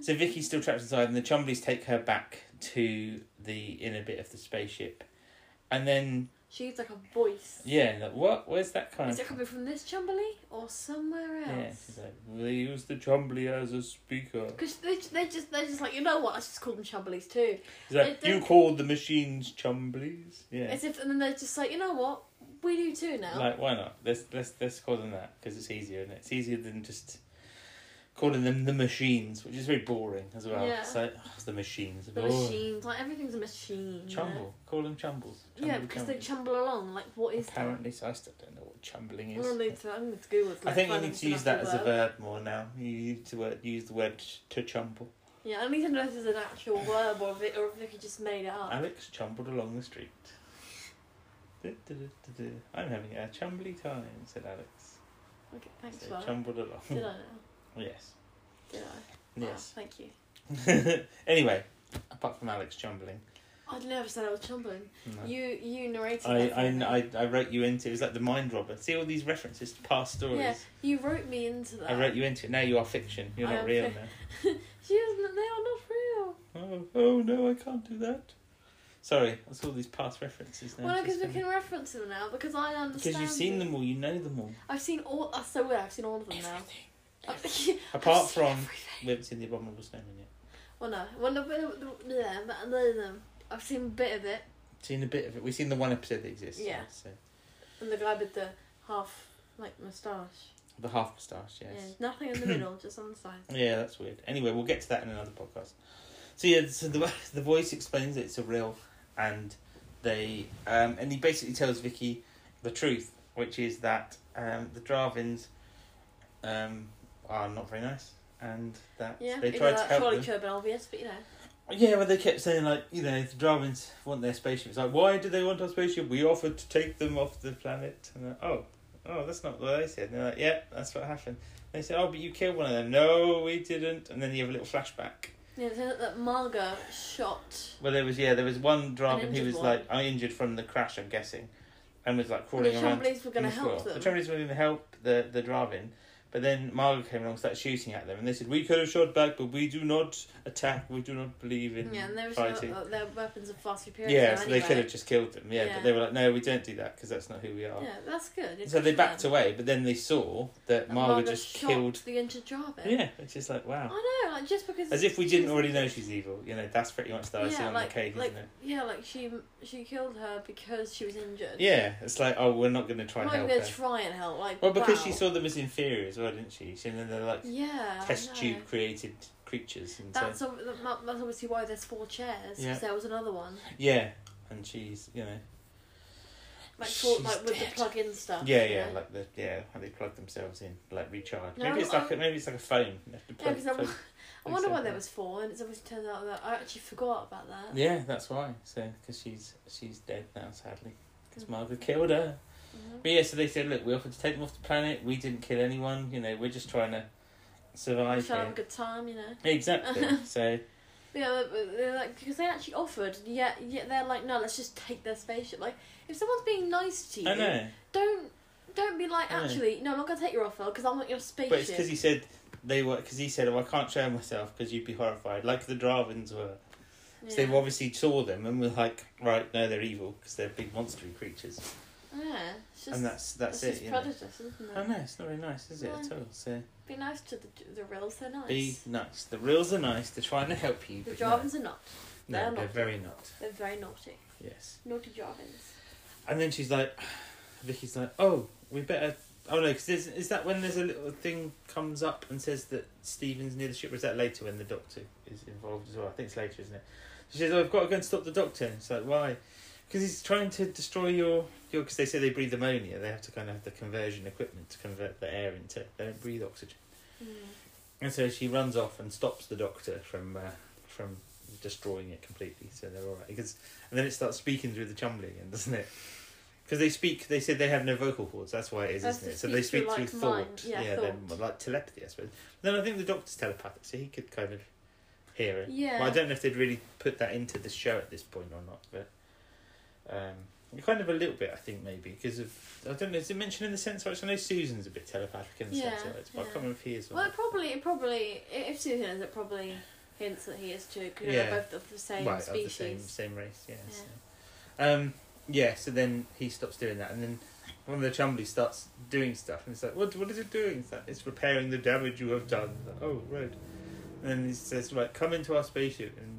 [SPEAKER 2] so Vicky's still trapped inside, and the Chumblies take her back to the inner bit of the spaceship. And then,
[SPEAKER 3] we? She gives like a voice.
[SPEAKER 2] yeah, like, what? Where's that kind
[SPEAKER 3] Is
[SPEAKER 2] of.
[SPEAKER 3] it coming from this Chumberley or somewhere
[SPEAKER 2] Yeah,
[SPEAKER 3] else?
[SPEAKER 2] she's like, they use the Chumbly as a speaker.
[SPEAKER 3] Because they they just they're just like you know what I just call them Chumberleys too.
[SPEAKER 2] She's like,
[SPEAKER 3] It- it-
[SPEAKER 2] you called the machines Chumblies? Yeah.
[SPEAKER 3] As if and then they're just like you know what we do too now.
[SPEAKER 2] Like, why not? Let's, let's, let's call them that because it's easier, and It's easier than just calling them the machines, which is very boring as well.
[SPEAKER 3] Yeah.
[SPEAKER 2] It's like, oh, it's the machines.
[SPEAKER 3] the
[SPEAKER 2] Oh,
[SPEAKER 3] machines like everything's a machine. you know?
[SPEAKER 2] Chumble. Call them Chumbles.
[SPEAKER 3] yeah,
[SPEAKER 2] Chumble
[SPEAKER 3] because they
[SPEAKER 2] Chumblies.
[SPEAKER 3] chumble along. Like what is
[SPEAKER 2] Apparently, so I still don't know what chumbling
[SPEAKER 3] that? I'm gonna
[SPEAKER 2] is.
[SPEAKER 3] need to. I'm gonna need to Google. it,
[SPEAKER 2] I
[SPEAKER 3] like,
[SPEAKER 2] think you
[SPEAKER 3] find
[SPEAKER 2] need to
[SPEAKER 3] an
[SPEAKER 2] use that as
[SPEAKER 3] actual
[SPEAKER 2] a verb more now. You need to word, use the word to chumble.
[SPEAKER 3] Yeah, I need to know if there's an actual verb or if it, or if Vicky just made it up.
[SPEAKER 2] Alex chumbled along the street. Du-du-du-du-du. I'm having a chumbly time, said Alex.
[SPEAKER 3] Okay, thanks
[SPEAKER 2] So
[SPEAKER 3] for that.
[SPEAKER 2] chumbled along.
[SPEAKER 3] Did I know?
[SPEAKER 2] Yes.
[SPEAKER 3] Did I?
[SPEAKER 2] Yes.
[SPEAKER 3] Oh, thank you. Ah.
[SPEAKER 2] anyway, apart from Alex chumbling,
[SPEAKER 3] I'd never said I was chumbling.
[SPEAKER 2] no.
[SPEAKER 3] You you narrated.
[SPEAKER 2] I,
[SPEAKER 3] that for me.
[SPEAKER 2] I, I, I wrote you into it. was like the mind robber. See all these references to past stories.
[SPEAKER 3] Yeah, you wrote me into that.
[SPEAKER 2] I wrote you into it. Now you are fiction. You're
[SPEAKER 3] I
[SPEAKER 2] not
[SPEAKER 3] am
[SPEAKER 2] real
[SPEAKER 3] fic-
[SPEAKER 2] now.
[SPEAKER 3] She isn't. They are not real.
[SPEAKER 2] Oh, oh no, I can't do that. Sorry, that's all these past references now.
[SPEAKER 3] Well,
[SPEAKER 2] It's
[SPEAKER 3] no, because we
[SPEAKER 2] just
[SPEAKER 3] can reference them now because I understand.
[SPEAKER 2] because you've seen
[SPEAKER 3] it.
[SPEAKER 2] them all, you know them all.
[SPEAKER 3] I've seen all. That's so weird. I've seen all of them now. Everything.
[SPEAKER 2] Apart from we haven't seen the abominable snowman yet.
[SPEAKER 3] well, no. Well, no, but, no, no, yeah, but I know them. I've seen a bit of it,
[SPEAKER 2] Seen a bit of it. We've seen the one episode that exists.
[SPEAKER 3] Yeah.
[SPEAKER 2] So.
[SPEAKER 3] and the guy with the half like moustache.
[SPEAKER 2] The half moustache, yes.
[SPEAKER 3] Yeah, nothing in the middle, just on the side.
[SPEAKER 2] Yeah. that's weird. Anyway, we'll get to that in another podcast. So yeah, so the the voice explains that it's a real, and they um and he basically tells Vicky the truth, which is that um the Dravins um are not very nice, and that
[SPEAKER 3] Yeah,
[SPEAKER 2] they
[SPEAKER 3] even
[SPEAKER 2] try to
[SPEAKER 3] though that
[SPEAKER 2] help
[SPEAKER 3] surely
[SPEAKER 2] them.
[SPEAKER 3] could have been obvious, but you know.
[SPEAKER 2] Yeah, well, they kept saying like, you know, the Dravins want their spaceship. It's like, why do they want our spaceship? We offered to take them off the planet. And they're, oh, oh, that's not what they said. And they're like, yeah, that's what happened. And they said, oh, but you killed one of them. No, we didn't. And then you have a little flashback.
[SPEAKER 3] Yeah, so that- that Margot shot.
[SPEAKER 2] Well, there was yeah, there was one Draven who
[SPEAKER 3] injured
[SPEAKER 2] was
[SPEAKER 3] one.
[SPEAKER 2] like, I injured from the crash, I'm guessing, and was like
[SPEAKER 3] And the
[SPEAKER 2] crawling around.
[SPEAKER 3] Chambleys were going to
[SPEAKER 2] in the
[SPEAKER 3] help
[SPEAKER 2] floor. The
[SPEAKER 3] them.
[SPEAKER 2] Chinese were going to help the the Dravin, but then Margot came along, and started shooting at them, and they said, "We could have shot back, but we do not attack. We do not believe in
[SPEAKER 3] Yeah, and they were
[SPEAKER 2] fighting."
[SPEAKER 3] still, uh, their weapons are far superior.
[SPEAKER 2] Yeah,
[SPEAKER 3] to
[SPEAKER 2] so
[SPEAKER 3] them
[SPEAKER 2] they
[SPEAKER 3] anyway.
[SPEAKER 2] could have just killed them. Yeah,
[SPEAKER 3] Yeah.
[SPEAKER 2] but they were like, no, we don't do that because that's not who we are.
[SPEAKER 3] Yeah, that's good. It's
[SPEAKER 2] so
[SPEAKER 3] good
[SPEAKER 2] they
[SPEAKER 3] for
[SPEAKER 2] backed
[SPEAKER 3] them.
[SPEAKER 2] away, but then they saw that
[SPEAKER 3] And
[SPEAKER 2] Margaret
[SPEAKER 3] Margot
[SPEAKER 2] just
[SPEAKER 3] shot
[SPEAKER 2] killed.
[SPEAKER 3] the injured Jarvis.
[SPEAKER 2] Yeah, it's just like wow,
[SPEAKER 3] I know, like Oh, just because.
[SPEAKER 2] as if we
[SPEAKER 3] she
[SPEAKER 2] didn't
[SPEAKER 3] was-
[SPEAKER 2] already know she's evil. You know, that's pretty much the icing
[SPEAKER 3] Yeah,
[SPEAKER 2] on
[SPEAKER 3] like,
[SPEAKER 2] the cake,
[SPEAKER 3] like,
[SPEAKER 2] isn't it?
[SPEAKER 3] yeah, like she she killed her because she was injured.
[SPEAKER 2] Yeah, it's like oh, we're not going to try
[SPEAKER 3] I'm
[SPEAKER 2] and
[SPEAKER 3] not even
[SPEAKER 2] help
[SPEAKER 3] gonna
[SPEAKER 2] her.
[SPEAKER 3] try and help. Like,
[SPEAKER 2] well, because
[SPEAKER 3] wow.
[SPEAKER 2] she saw them as inferior as well, didn't she? And then they're like
[SPEAKER 3] Yeah. I
[SPEAKER 2] test
[SPEAKER 3] know.
[SPEAKER 2] tube created creatures, and
[SPEAKER 3] That's
[SPEAKER 2] so
[SPEAKER 3] ob- that- that's obviously why there's four chairs. 'cause
[SPEAKER 2] Yeah.
[SPEAKER 3] there was another one,
[SPEAKER 2] yeah, and she's you know
[SPEAKER 3] like four,
[SPEAKER 2] She's
[SPEAKER 3] like with
[SPEAKER 2] dead.
[SPEAKER 3] the plug-in stuff.
[SPEAKER 2] yeah
[SPEAKER 3] you
[SPEAKER 2] yeah
[SPEAKER 3] know?
[SPEAKER 2] like the yeah how they plug themselves in like recharge.
[SPEAKER 3] No,
[SPEAKER 2] maybe it's
[SPEAKER 3] I-
[SPEAKER 2] like a, maybe it's like a phone. You have to
[SPEAKER 3] Yeah,
[SPEAKER 2] plug-
[SPEAKER 3] 'cause I'm-
[SPEAKER 2] plug-
[SPEAKER 3] I wonder why
[SPEAKER 2] Exactly.
[SPEAKER 3] there was four, and it's obviously turned out that I actually forgot about that.
[SPEAKER 2] Yeah, that's why. So, because she's she's dead now, sadly.
[SPEAKER 3] Mm.
[SPEAKER 2] Because Margaret killed her.
[SPEAKER 3] Mhm.
[SPEAKER 2] But yeah, so they said, look, we offered to take them off the planet. We didn't kill anyone. You know, we're just trying to survive
[SPEAKER 3] Just trying to have
[SPEAKER 2] here.
[SPEAKER 3] a good time, you know.
[SPEAKER 2] Exactly. so
[SPEAKER 3] Yeah, but- but they're like because they actually offered. Yeah, yeah, they're like, no, let's just take their spaceship. Like, if someone's being nice to you,
[SPEAKER 2] I know,
[SPEAKER 3] don't don't be like,
[SPEAKER 2] I know.
[SPEAKER 3] actually, no, I'm not gonna take your offer because I want your spaceship.
[SPEAKER 2] but it's because he said they were. Because he said, oh, I can't show myself because you'd be horrified, like the Dravins were.
[SPEAKER 3] yeah.
[SPEAKER 2] So they obviously saw them and were like, right, no, they're evil because they're big monstery creatures,
[SPEAKER 3] Yeah, it's just
[SPEAKER 2] and that's that's
[SPEAKER 3] it's
[SPEAKER 2] it.
[SPEAKER 3] just
[SPEAKER 2] You know.
[SPEAKER 3] prejudice, isn't
[SPEAKER 2] I
[SPEAKER 3] it?
[SPEAKER 2] know it's not very nice, is it
[SPEAKER 3] No.
[SPEAKER 2] at all? So
[SPEAKER 3] Be nice to the the reals, they're nice.
[SPEAKER 2] be nice. The reels are nice. They're trying to help you.
[SPEAKER 3] the
[SPEAKER 2] but
[SPEAKER 3] Jarvins are not.
[SPEAKER 2] No,
[SPEAKER 3] They're
[SPEAKER 2] they're
[SPEAKER 3] not.
[SPEAKER 2] very not.
[SPEAKER 3] They're very naughty,
[SPEAKER 2] Yes.
[SPEAKER 3] naughty Jarvins.
[SPEAKER 2] And then she's like, Vicky's like, oh, we better. Oh no, because is that when there's a little thing comes up and says that Stephen's near the ship, or is that later when the doctor is involved as well? I think it's later, isn't it? She says, oh, I've got to go and stop the doctor. And it's like, why? Because he's trying to destroy your. your Because they say they breathe ammonia, they have to kind of have the conversion equipment to convert the air into. They don't breathe oxygen.
[SPEAKER 3] Mm.
[SPEAKER 2] And so she runs off and stops the doctor from uh, from destroying it completely. So they're all right. Because and then it starts speaking through the chumbly again, doesn't it? Because they speak, they said they have no vocal cords. That's why it is,
[SPEAKER 3] That's
[SPEAKER 2] isn't it?
[SPEAKER 3] to
[SPEAKER 2] So they
[SPEAKER 3] speak
[SPEAKER 2] speak
[SPEAKER 3] through,
[SPEAKER 2] through
[SPEAKER 3] like, mind.
[SPEAKER 2] thought.
[SPEAKER 3] Yeah,
[SPEAKER 2] they're
[SPEAKER 3] thought.
[SPEAKER 2] more like telepathy, I suppose. But then I think the doctor's telepathic, so he could kind of hear it.
[SPEAKER 3] Yeah.
[SPEAKER 2] Well, I don't know if they'd really put that into the show at this point or not, but um, kind of a little bit, I think maybe because of I don't know. Is it mentioned in the sense rights? I know Susan's a bit telepathic in the
[SPEAKER 3] Yeah,
[SPEAKER 2] sense rights, but I
[SPEAKER 3] yeah.
[SPEAKER 2] can't remember if he is. Or
[SPEAKER 3] Well,
[SPEAKER 2] not.
[SPEAKER 3] it probably, it probably, i- if Susan is, it probably hints that he is too, because
[SPEAKER 2] Yeah.
[SPEAKER 3] they're both of the same
[SPEAKER 2] right,
[SPEAKER 3] species.
[SPEAKER 2] of the same same race. Yeah. So. Um, yeah. So then he stops doing that, and then one of the Chumblies starts doing stuff, and it's like, what What is it doing? It's, like, it's repairing the damage you have done. It's like, oh, right. And then he says, right, come into our spaceship, and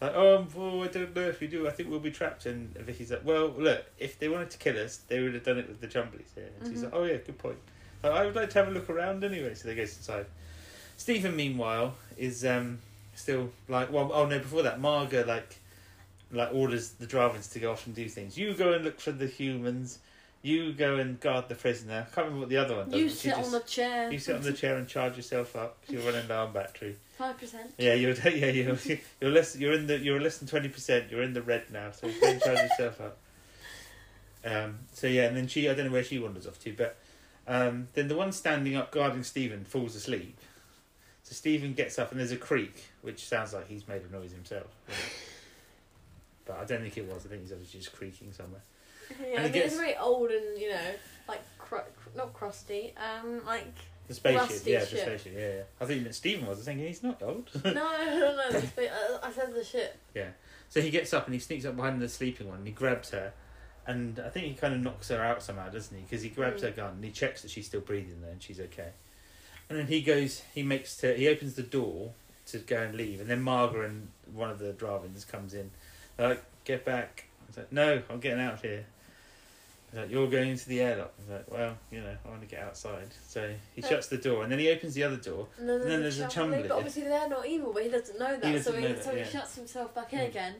[SPEAKER 2] like, oh, um, well, I don't know if we do. I think we'll be trapped. And Vicky's like, well, look, if they wanted to kill us, they would have done it with the Chumblies here. And she's
[SPEAKER 3] Mhm.
[SPEAKER 2] like, oh yeah, good point. Like, I would like to have a look around anyway. So they goes inside. Stephen, meanwhile, is um still like well oh no before that Marga like like orders the Dravens to go off and do things. You go and look for the humans. You go and guard the prisoner. I can't remember what the other one does.
[SPEAKER 3] You
[SPEAKER 2] but she
[SPEAKER 3] sit
[SPEAKER 2] just-
[SPEAKER 3] on the chair.
[SPEAKER 2] you sit on the chair and charge yourself up. 'cause You're running an arm battery.
[SPEAKER 3] Five percent.
[SPEAKER 2] Yeah, you're yeah you're you're less you're in the you're less than twenty percent. You're in the red now, so you go and charge yourself up. Um. So yeah, and then she I don't know where she wanders off to, but um then the one standing up guarding Stephen falls asleep. So Stephen gets up and there's a creak, which sounds like he's made a noise himself. But I don't think it was. I think he's obviously just creaking somewhere.
[SPEAKER 3] Yeah, I
[SPEAKER 2] it
[SPEAKER 3] mean,
[SPEAKER 2] gets-
[SPEAKER 3] it's very old and you know, like cru- not crusty. Um, like
[SPEAKER 2] The spaceship,
[SPEAKER 3] Rusty
[SPEAKER 2] yeah, the
[SPEAKER 3] ship.
[SPEAKER 2] spaceship, yeah, yeah. I think that Stephen was. I was thinking he's not old.
[SPEAKER 3] no, no, no. no but, uh, I said the shit.
[SPEAKER 2] So he gets up and he sneaks up behind the sleeping one and he grabs her. And I think he kind of knocks her out somehow, doesn't he? Because he grabs
[SPEAKER 3] Hmm.
[SPEAKER 2] her gun and he checks that she's still breathing though and she's okay. And then he goes, he makes to, he opens the door to go and leave. And then Marga and one of the Dravins comes in. They're like, get back. He's like, no, I'm getting out of here. He's like, you're going into the airlock. He's like, well, you know, I want to get outside. So he
[SPEAKER 3] Uh,
[SPEAKER 2] shuts the door and then he opens the other door.
[SPEAKER 3] And then,
[SPEAKER 2] And then there's a
[SPEAKER 3] Chumbley,
[SPEAKER 2] Chumbley.
[SPEAKER 3] But obviously they're not evil, but he doesn't know that, so,
[SPEAKER 2] doesn't
[SPEAKER 3] he,
[SPEAKER 2] know that,
[SPEAKER 3] so
[SPEAKER 2] yeah.
[SPEAKER 3] he shuts himself back in
[SPEAKER 2] Mm.
[SPEAKER 3] again.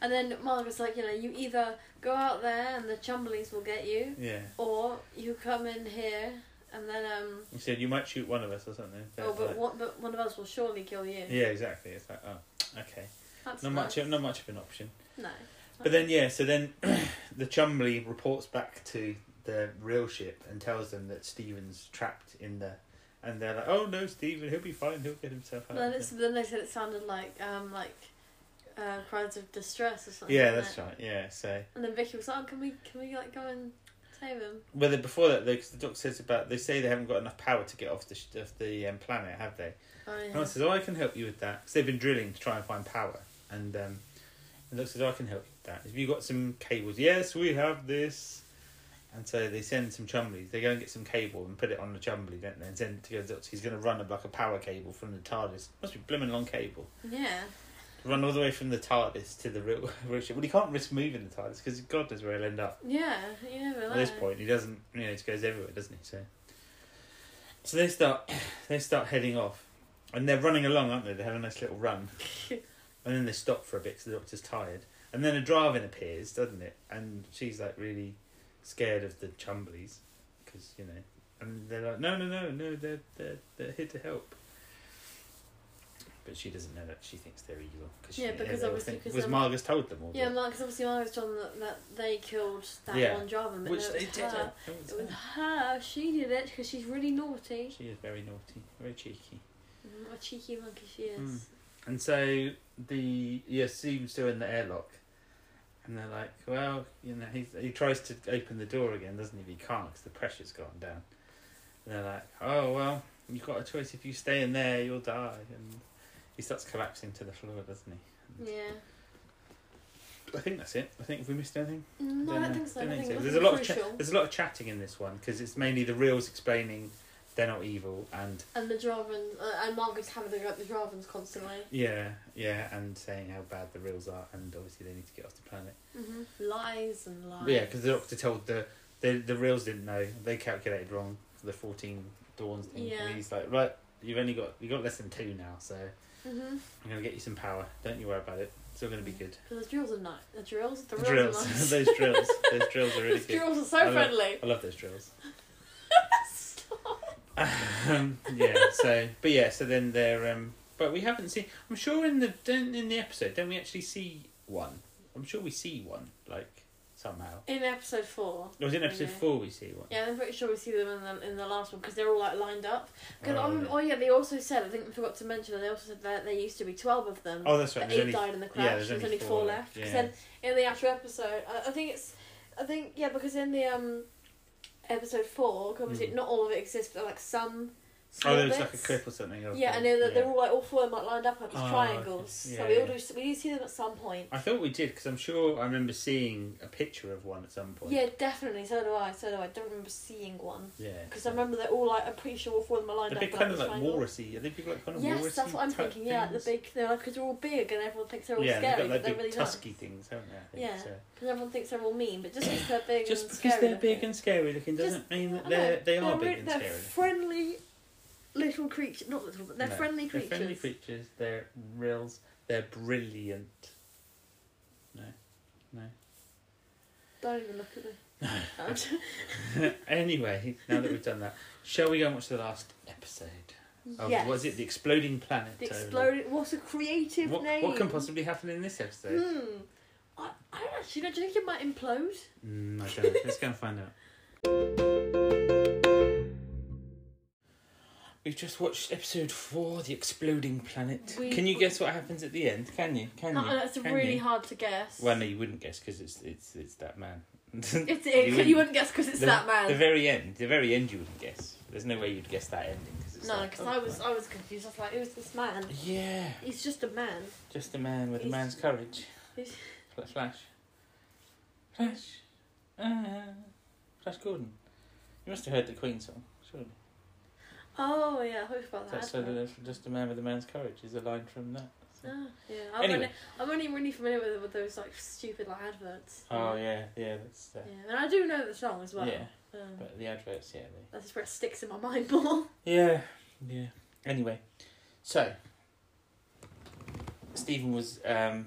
[SPEAKER 3] And then Margaret's like, you know, you either go out there and the Chumblies will get you,
[SPEAKER 2] Yeah.
[SPEAKER 3] or you come in here and then um.
[SPEAKER 2] He said, you might shoot one of us or something.
[SPEAKER 3] Oh,
[SPEAKER 2] Like-
[SPEAKER 3] but one, but one of us will surely kill you.
[SPEAKER 2] Yeah, exactly. It's like, oh, okay.
[SPEAKER 3] That's
[SPEAKER 2] Not
[SPEAKER 3] nice.
[SPEAKER 2] much, not much of an option.
[SPEAKER 3] No.
[SPEAKER 2] But then, yeah. So then, the Chumley reports back to the real ship and tells them that Stephen's trapped in the, and they're like, "Oh no, Stephen, he'll be fine. He'll get himself out."
[SPEAKER 3] But then, it's, then they said it sounded like um like uh, cries of distress or something.
[SPEAKER 2] yeah,
[SPEAKER 3] didn't
[SPEAKER 2] that's
[SPEAKER 3] it?
[SPEAKER 2] right. Yeah, so
[SPEAKER 3] And then Vicky was like, oh, "Can we can we like go and save him?"
[SPEAKER 2] well, then before that, though, because the doc says about they say they haven't got enough power to get off the sh- off the um, planet, have they?
[SPEAKER 3] Oh yeah.
[SPEAKER 2] And I says, "Oh, I can help you with that." 'Cause they've been drilling to try and find power, and um, and Doc says, "Oh, "I can help you with that. Have you got some cables?" Yes, we have this. And so they send some chumblies. They go and get some cable and put it on the chumbly, don't they? And send it to go. to Doctor. He's going to run up like a power cable from the TARDIS. Must be blimmin' long cable.
[SPEAKER 3] Yeah.
[SPEAKER 2] Run all the way from the TARDIS to the real, real ship. Well, he can't risk moving the TARDIS because God knows where he'll end up.
[SPEAKER 3] Yeah. You never know.
[SPEAKER 2] At this point, he doesn't. You know, he just goes everywhere, doesn't he? So, so they start, they start heading off, and they're running along, aren't they? They have a nice little run, and then they stop for a bit because the doctor's tired, and then a Draven appears, doesn't it? And she's like really scared of the Chumblies, because you know, and they're like, no, no, no, no, they're they're they're here to help. But she doesn't know that she thinks they're evil. Cause she,
[SPEAKER 3] Yeah, because
[SPEAKER 2] they all
[SPEAKER 3] obviously-
[SPEAKER 2] think-
[SPEAKER 3] 'cause
[SPEAKER 2] was
[SPEAKER 3] they're-
[SPEAKER 2] Margaret's told them all.
[SPEAKER 3] Yeah,
[SPEAKER 2] this?
[SPEAKER 3] Marcus obviously Marcus John that, that they killed that
[SPEAKER 2] Yeah.
[SPEAKER 3] one Jarvan, but
[SPEAKER 2] which
[SPEAKER 3] no, it
[SPEAKER 2] they
[SPEAKER 3] was
[SPEAKER 2] did.
[SPEAKER 3] her. It was her. She did it because she's really naughty.
[SPEAKER 2] She is very naughty, very cheeky.
[SPEAKER 3] Mm, What a cheeky monkey she is.
[SPEAKER 2] Mm. And so the yeah, Stephen's still in the airlock, and they're like, well, you know, he he tries to open the door again, doesn't he? But he can't because the pressure's gone down. And they're like, oh well, you've got a choice. If you stay in there, you'll die. And he starts collapsing to the floor, doesn't he?
[SPEAKER 3] Yeah.
[SPEAKER 2] I think that's it. I think have we missed anything?
[SPEAKER 3] Mm, No, I don't think so. I
[SPEAKER 2] Don't
[SPEAKER 3] don't think
[SPEAKER 2] There's a lot of cha- there's a lot of chatting in this one because it's mainly the reels explaining they're not evil and
[SPEAKER 3] And the Jarvan uh, and Marcus having a go at the Jarvans constantly.
[SPEAKER 2] Yeah, yeah, and saying how bad the reels are, and obviously they need to get off the planet.
[SPEAKER 3] hmm Lies and lies.
[SPEAKER 2] But yeah, because the doctor told the the the reels didn't know they calculated wrong for the fourteen dawns thing.
[SPEAKER 3] Yeah.
[SPEAKER 2] And he's like, right, you've only got you have got less than two now, so I'm
[SPEAKER 3] hmm
[SPEAKER 2] gonna get you some power. Don't you worry about it. It's all gonna be good.
[SPEAKER 3] Because the drills are nice. The drills, the,
[SPEAKER 2] The
[SPEAKER 3] reels are
[SPEAKER 2] drills,
[SPEAKER 3] nice.
[SPEAKER 2] those drills, those drills are really
[SPEAKER 3] Those
[SPEAKER 2] good.
[SPEAKER 3] drills are
[SPEAKER 2] I
[SPEAKER 3] so
[SPEAKER 2] love-
[SPEAKER 3] friendly.
[SPEAKER 2] I love those drills.
[SPEAKER 3] Stop.
[SPEAKER 2] um, yeah. So, but yeah. So then they're. Um, but we haven't seen. I'm sure in the don't- in the episode, don't we actually see one? I'm sure we see one. Like somehow.
[SPEAKER 3] in episode four.
[SPEAKER 2] It was in episode
[SPEAKER 3] Yeah.
[SPEAKER 2] four we see one.
[SPEAKER 3] Yeah, I'm pretty sure we see them in the in the last one because they're all like lined up. Because
[SPEAKER 2] Oh,
[SPEAKER 3] oh,
[SPEAKER 2] yeah.
[SPEAKER 3] oh yeah, they also said I think I forgot to mention they also said that there used to be twelve of them.
[SPEAKER 2] Oh, that's right.
[SPEAKER 3] but
[SPEAKER 2] There's
[SPEAKER 3] eight
[SPEAKER 2] only,
[SPEAKER 3] died in the
[SPEAKER 2] yeah,
[SPEAKER 3] crash.
[SPEAKER 2] there's
[SPEAKER 3] there's,
[SPEAKER 2] only
[SPEAKER 3] only
[SPEAKER 2] four
[SPEAKER 3] four,
[SPEAKER 2] left,
[SPEAKER 3] left.
[SPEAKER 2] yeah.
[SPEAKER 3] Because then in the actual episode, I, I think it's, I think yeah, because in the um episode four, 'cause obviously
[SPEAKER 2] Mm.
[SPEAKER 3] not all of it exists, but like some.
[SPEAKER 2] oh,
[SPEAKER 3] small
[SPEAKER 2] there was like a
[SPEAKER 3] bits.
[SPEAKER 2] clip or something. of
[SPEAKER 3] Yeah,
[SPEAKER 2] them.
[SPEAKER 3] and they're, they're all like all four of them like, lined up like these
[SPEAKER 2] Oh,
[SPEAKER 3] triangles.
[SPEAKER 2] okay.
[SPEAKER 3] so
[SPEAKER 2] Yeah,
[SPEAKER 3] we all
[SPEAKER 2] yeah.
[SPEAKER 3] do we do see them at some point.
[SPEAKER 2] I thought we did because I'm sure I remember seeing a picture of one at some point.
[SPEAKER 3] Yeah, definitely. So do I. So do I. Don't remember seeing one
[SPEAKER 2] Yeah.
[SPEAKER 3] because I remember they're all like I'm pretty sure all four of them are lined
[SPEAKER 2] They're
[SPEAKER 3] up.
[SPEAKER 2] big
[SPEAKER 3] but,
[SPEAKER 2] kind of
[SPEAKER 3] the
[SPEAKER 2] like
[SPEAKER 3] triangle.
[SPEAKER 2] walrusy. Are they big like kind of walrusy?
[SPEAKER 3] Yes, that's what I'm
[SPEAKER 2] type
[SPEAKER 3] thinking. Yeah,
[SPEAKER 2] things?
[SPEAKER 3] the big they're like because they're all big and everyone thinks they're all
[SPEAKER 2] yeah,
[SPEAKER 3] scary,
[SPEAKER 2] they've got
[SPEAKER 3] but they're
[SPEAKER 2] like big
[SPEAKER 3] really
[SPEAKER 2] tusky things, haven't they? I think,
[SPEAKER 3] Yeah.
[SPEAKER 2] so.
[SPEAKER 3] Because everyone thinks they're all mean, but just because they're big
[SPEAKER 2] Just
[SPEAKER 3] and
[SPEAKER 2] because
[SPEAKER 3] scary.
[SPEAKER 2] they're big and scary looking
[SPEAKER 3] Just-
[SPEAKER 2] doesn't mean that
[SPEAKER 3] I
[SPEAKER 2] they're,
[SPEAKER 3] know,
[SPEAKER 2] they are
[SPEAKER 3] re-
[SPEAKER 2] big and
[SPEAKER 3] they're
[SPEAKER 2] scary.
[SPEAKER 3] friendly little creatures. Not little, but they're
[SPEAKER 2] No,
[SPEAKER 3] friendly creatures.
[SPEAKER 2] They're friendly creatures. They're reals. They're brilliant. No, no.
[SPEAKER 3] Don't even look at them. Um,
[SPEAKER 2] anyway, now that we've done that, shall we go and watch the last episode? Of,
[SPEAKER 3] yes.
[SPEAKER 2] Was Oh, it the exploding planet?
[SPEAKER 3] The
[SPEAKER 2] Overlord?
[SPEAKER 3] exploding. What a creative
[SPEAKER 2] What,
[SPEAKER 3] name.
[SPEAKER 2] what can possibly happen in this episode?
[SPEAKER 3] Hmm. I, I don't actually know. Do you think it might implode? Hmm.
[SPEAKER 2] Mm, I don't know. Let's go and find out. We've just watched episode four, the exploding planet.
[SPEAKER 3] We-
[SPEAKER 2] can you guess what happens at the end? Can you? Can you?
[SPEAKER 3] No, Uh, that's
[SPEAKER 2] Can
[SPEAKER 3] really
[SPEAKER 2] you?
[SPEAKER 3] hard to guess.
[SPEAKER 2] Well, no, you wouldn't guess because it's it's it's that man.
[SPEAKER 3] It's, it, you,
[SPEAKER 2] wouldn't-
[SPEAKER 3] wouldn't, guess because it's
[SPEAKER 2] the,
[SPEAKER 3] that man.
[SPEAKER 2] The very end. The very end. You wouldn't guess. There's no way you'd guess that ending because it's
[SPEAKER 3] no,
[SPEAKER 2] like,
[SPEAKER 3] because
[SPEAKER 2] oh,
[SPEAKER 3] I was
[SPEAKER 2] right.
[SPEAKER 3] I was confused. I was like, who's this man?
[SPEAKER 2] Yeah,
[SPEAKER 3] He's just a man.
[SPEAKER 2] just a man with a
[SPEAKER 3] He's-
[SPEAKER 2] man's courage.
[SPEAKER 3] he's-
[SPEAKER 2] Fla- Flash. Flash. Uh, Flash Gordon. You must have heard the Queen song, surely.
[SPEAKER 3] Oh yeah, I hope about that.
[SPEAKER 2] That's so that it's just a man with a man's courage is a line from that. so.
[SPEAKER 3] Ah, yeah. I'm,
[SPEAKER 2] Anyway.
[SPEAKER 3] only, I'm only really familiar with, with those like stupid like adverts.
[SPEAKER 2] Oh yeah, yeah, that's uh,
[SPEAKER 3] Yeah, and I do know the song as well.
[SPEAKER 2] yeah.
[SPEAKER 3] Um,
[SPEAKER 2] But the adverts, yeah, they
[SPEAKER 3] that's where it sticks in my mind more.
[SPEAKER 2] Yeah, yeah. Anyway, so Stephen was um,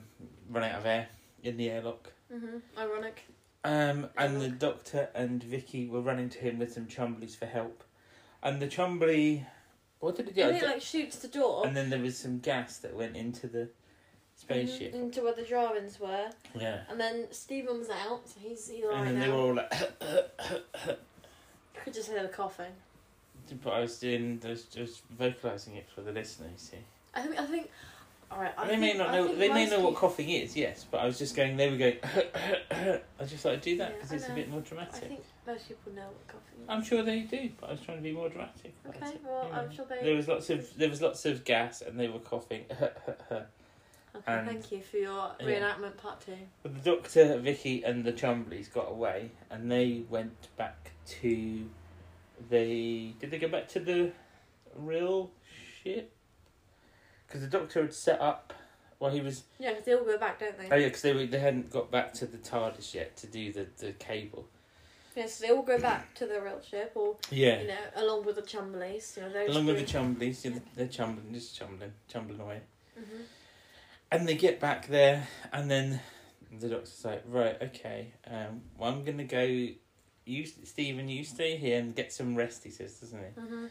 [SPEAKER 2] run out of air in the airlock,
[SPEAKER 3] hmm Ironic.
[SPEAKER 2] um, and the doctor and Vicky were running to him with some Chumblies for help, and the Chumbly, what did it do?
[SPEAKER 3] Yeah, and it like shoots the door
[SPEAKER 2] and then there was some gas that went into the spaceship.
[SPEAKER 3] in- into where the drawings were,
[SPEAKER 2] Yeah,
[SPEAKER 3] and then Stephen was out, so he's he's
[SPEAKER 2] and
[SPEAKER 3] alright
[SPEAKER 2] then
[SPEAKER 3] now.
[SPEAKER 2] they were all like,
[SPEAKER 3] You could just hear the coughing.
[SPEAKER 2] but I was doing, I was just vocalising it for the listener. You see.
[SPEAKER 3] I think I think. All right, I
[SPEAKER 2] they may
[SPEAKER 3] think-
[SPEAKER 2] not
[SPEAKER 3] I
[SPEAKER 2] know.
[SPEAKER 3] think
[SPEAKER 2] They may
[SPEAKER 3] most
[SPEAKER 2] know what
[SPEAKER 3] peop-
[SPEAKER 2] coughing is. Yes, but I was just going. They were going. I just thought I'd do that
[SPEAKER 3] Yeah,
[SPEAKER 2] because
[SPEAKER 3] I
[SPEAKER 2] it's a
[SPEAKER 3] know.
[SPEAKER 2] bit more
[SPEAKER 3] I
[SPEAKER 2] dramatic.
[SPEAKER 3] think most people know what coughing is.
[SPEAKER 2] I'm sure they do, but I was trying to be more dramatic. about
[SPEAKER 3] okay,
[SPEAKER 2] it,
[SPEAKER 3] well
[SPEAKER 2] you know.
[SPEAKER 3] I'm sure they.
[SPEAKER 2] There was lots of there was lots of gas, and they were coughing. but
[SPEAKER 3] Okay,
[SPEAKER 2] and-
[SPEAKER 3] thank you for your
[SPEAKER 2] yeah.
[SPEAKER 3] reenactment part two.
[SPEAKER 2] the doctor, Vicky, and the Chumbleys got away, and they went back to the. Did they go back to the real ship? Because the doctor had set up. Well, he was
[SPEAKER 3] Yeah, 'cause they all go back, don't they?
[SPEAKER 2] Oh yeah, because they were, they hadn't got back to the TARDIS yet to do the, the cable.
[SPEAKER 3] Yeah, so they all go back to the real ship, or
[SPEAKER 2] Yeah.
[SPEAKER 3] you know, along with the Chumblies, you know, those
[SPEAKER 2] Along with the
[SPEAKER 3] three.
[SPEAKER 2] Chumblies, yeah, they're chumbling, just chumbling, chumbling away.
[SPEAKER 3] Mhm.
[SPEAKER 2] And they get back there, and then the doctor's like, right, okay, um, well, I'm gonna go. You, Stephen, you stay here and get some rest. He says, doesn't he?
[SPEAKER 3] Mhm.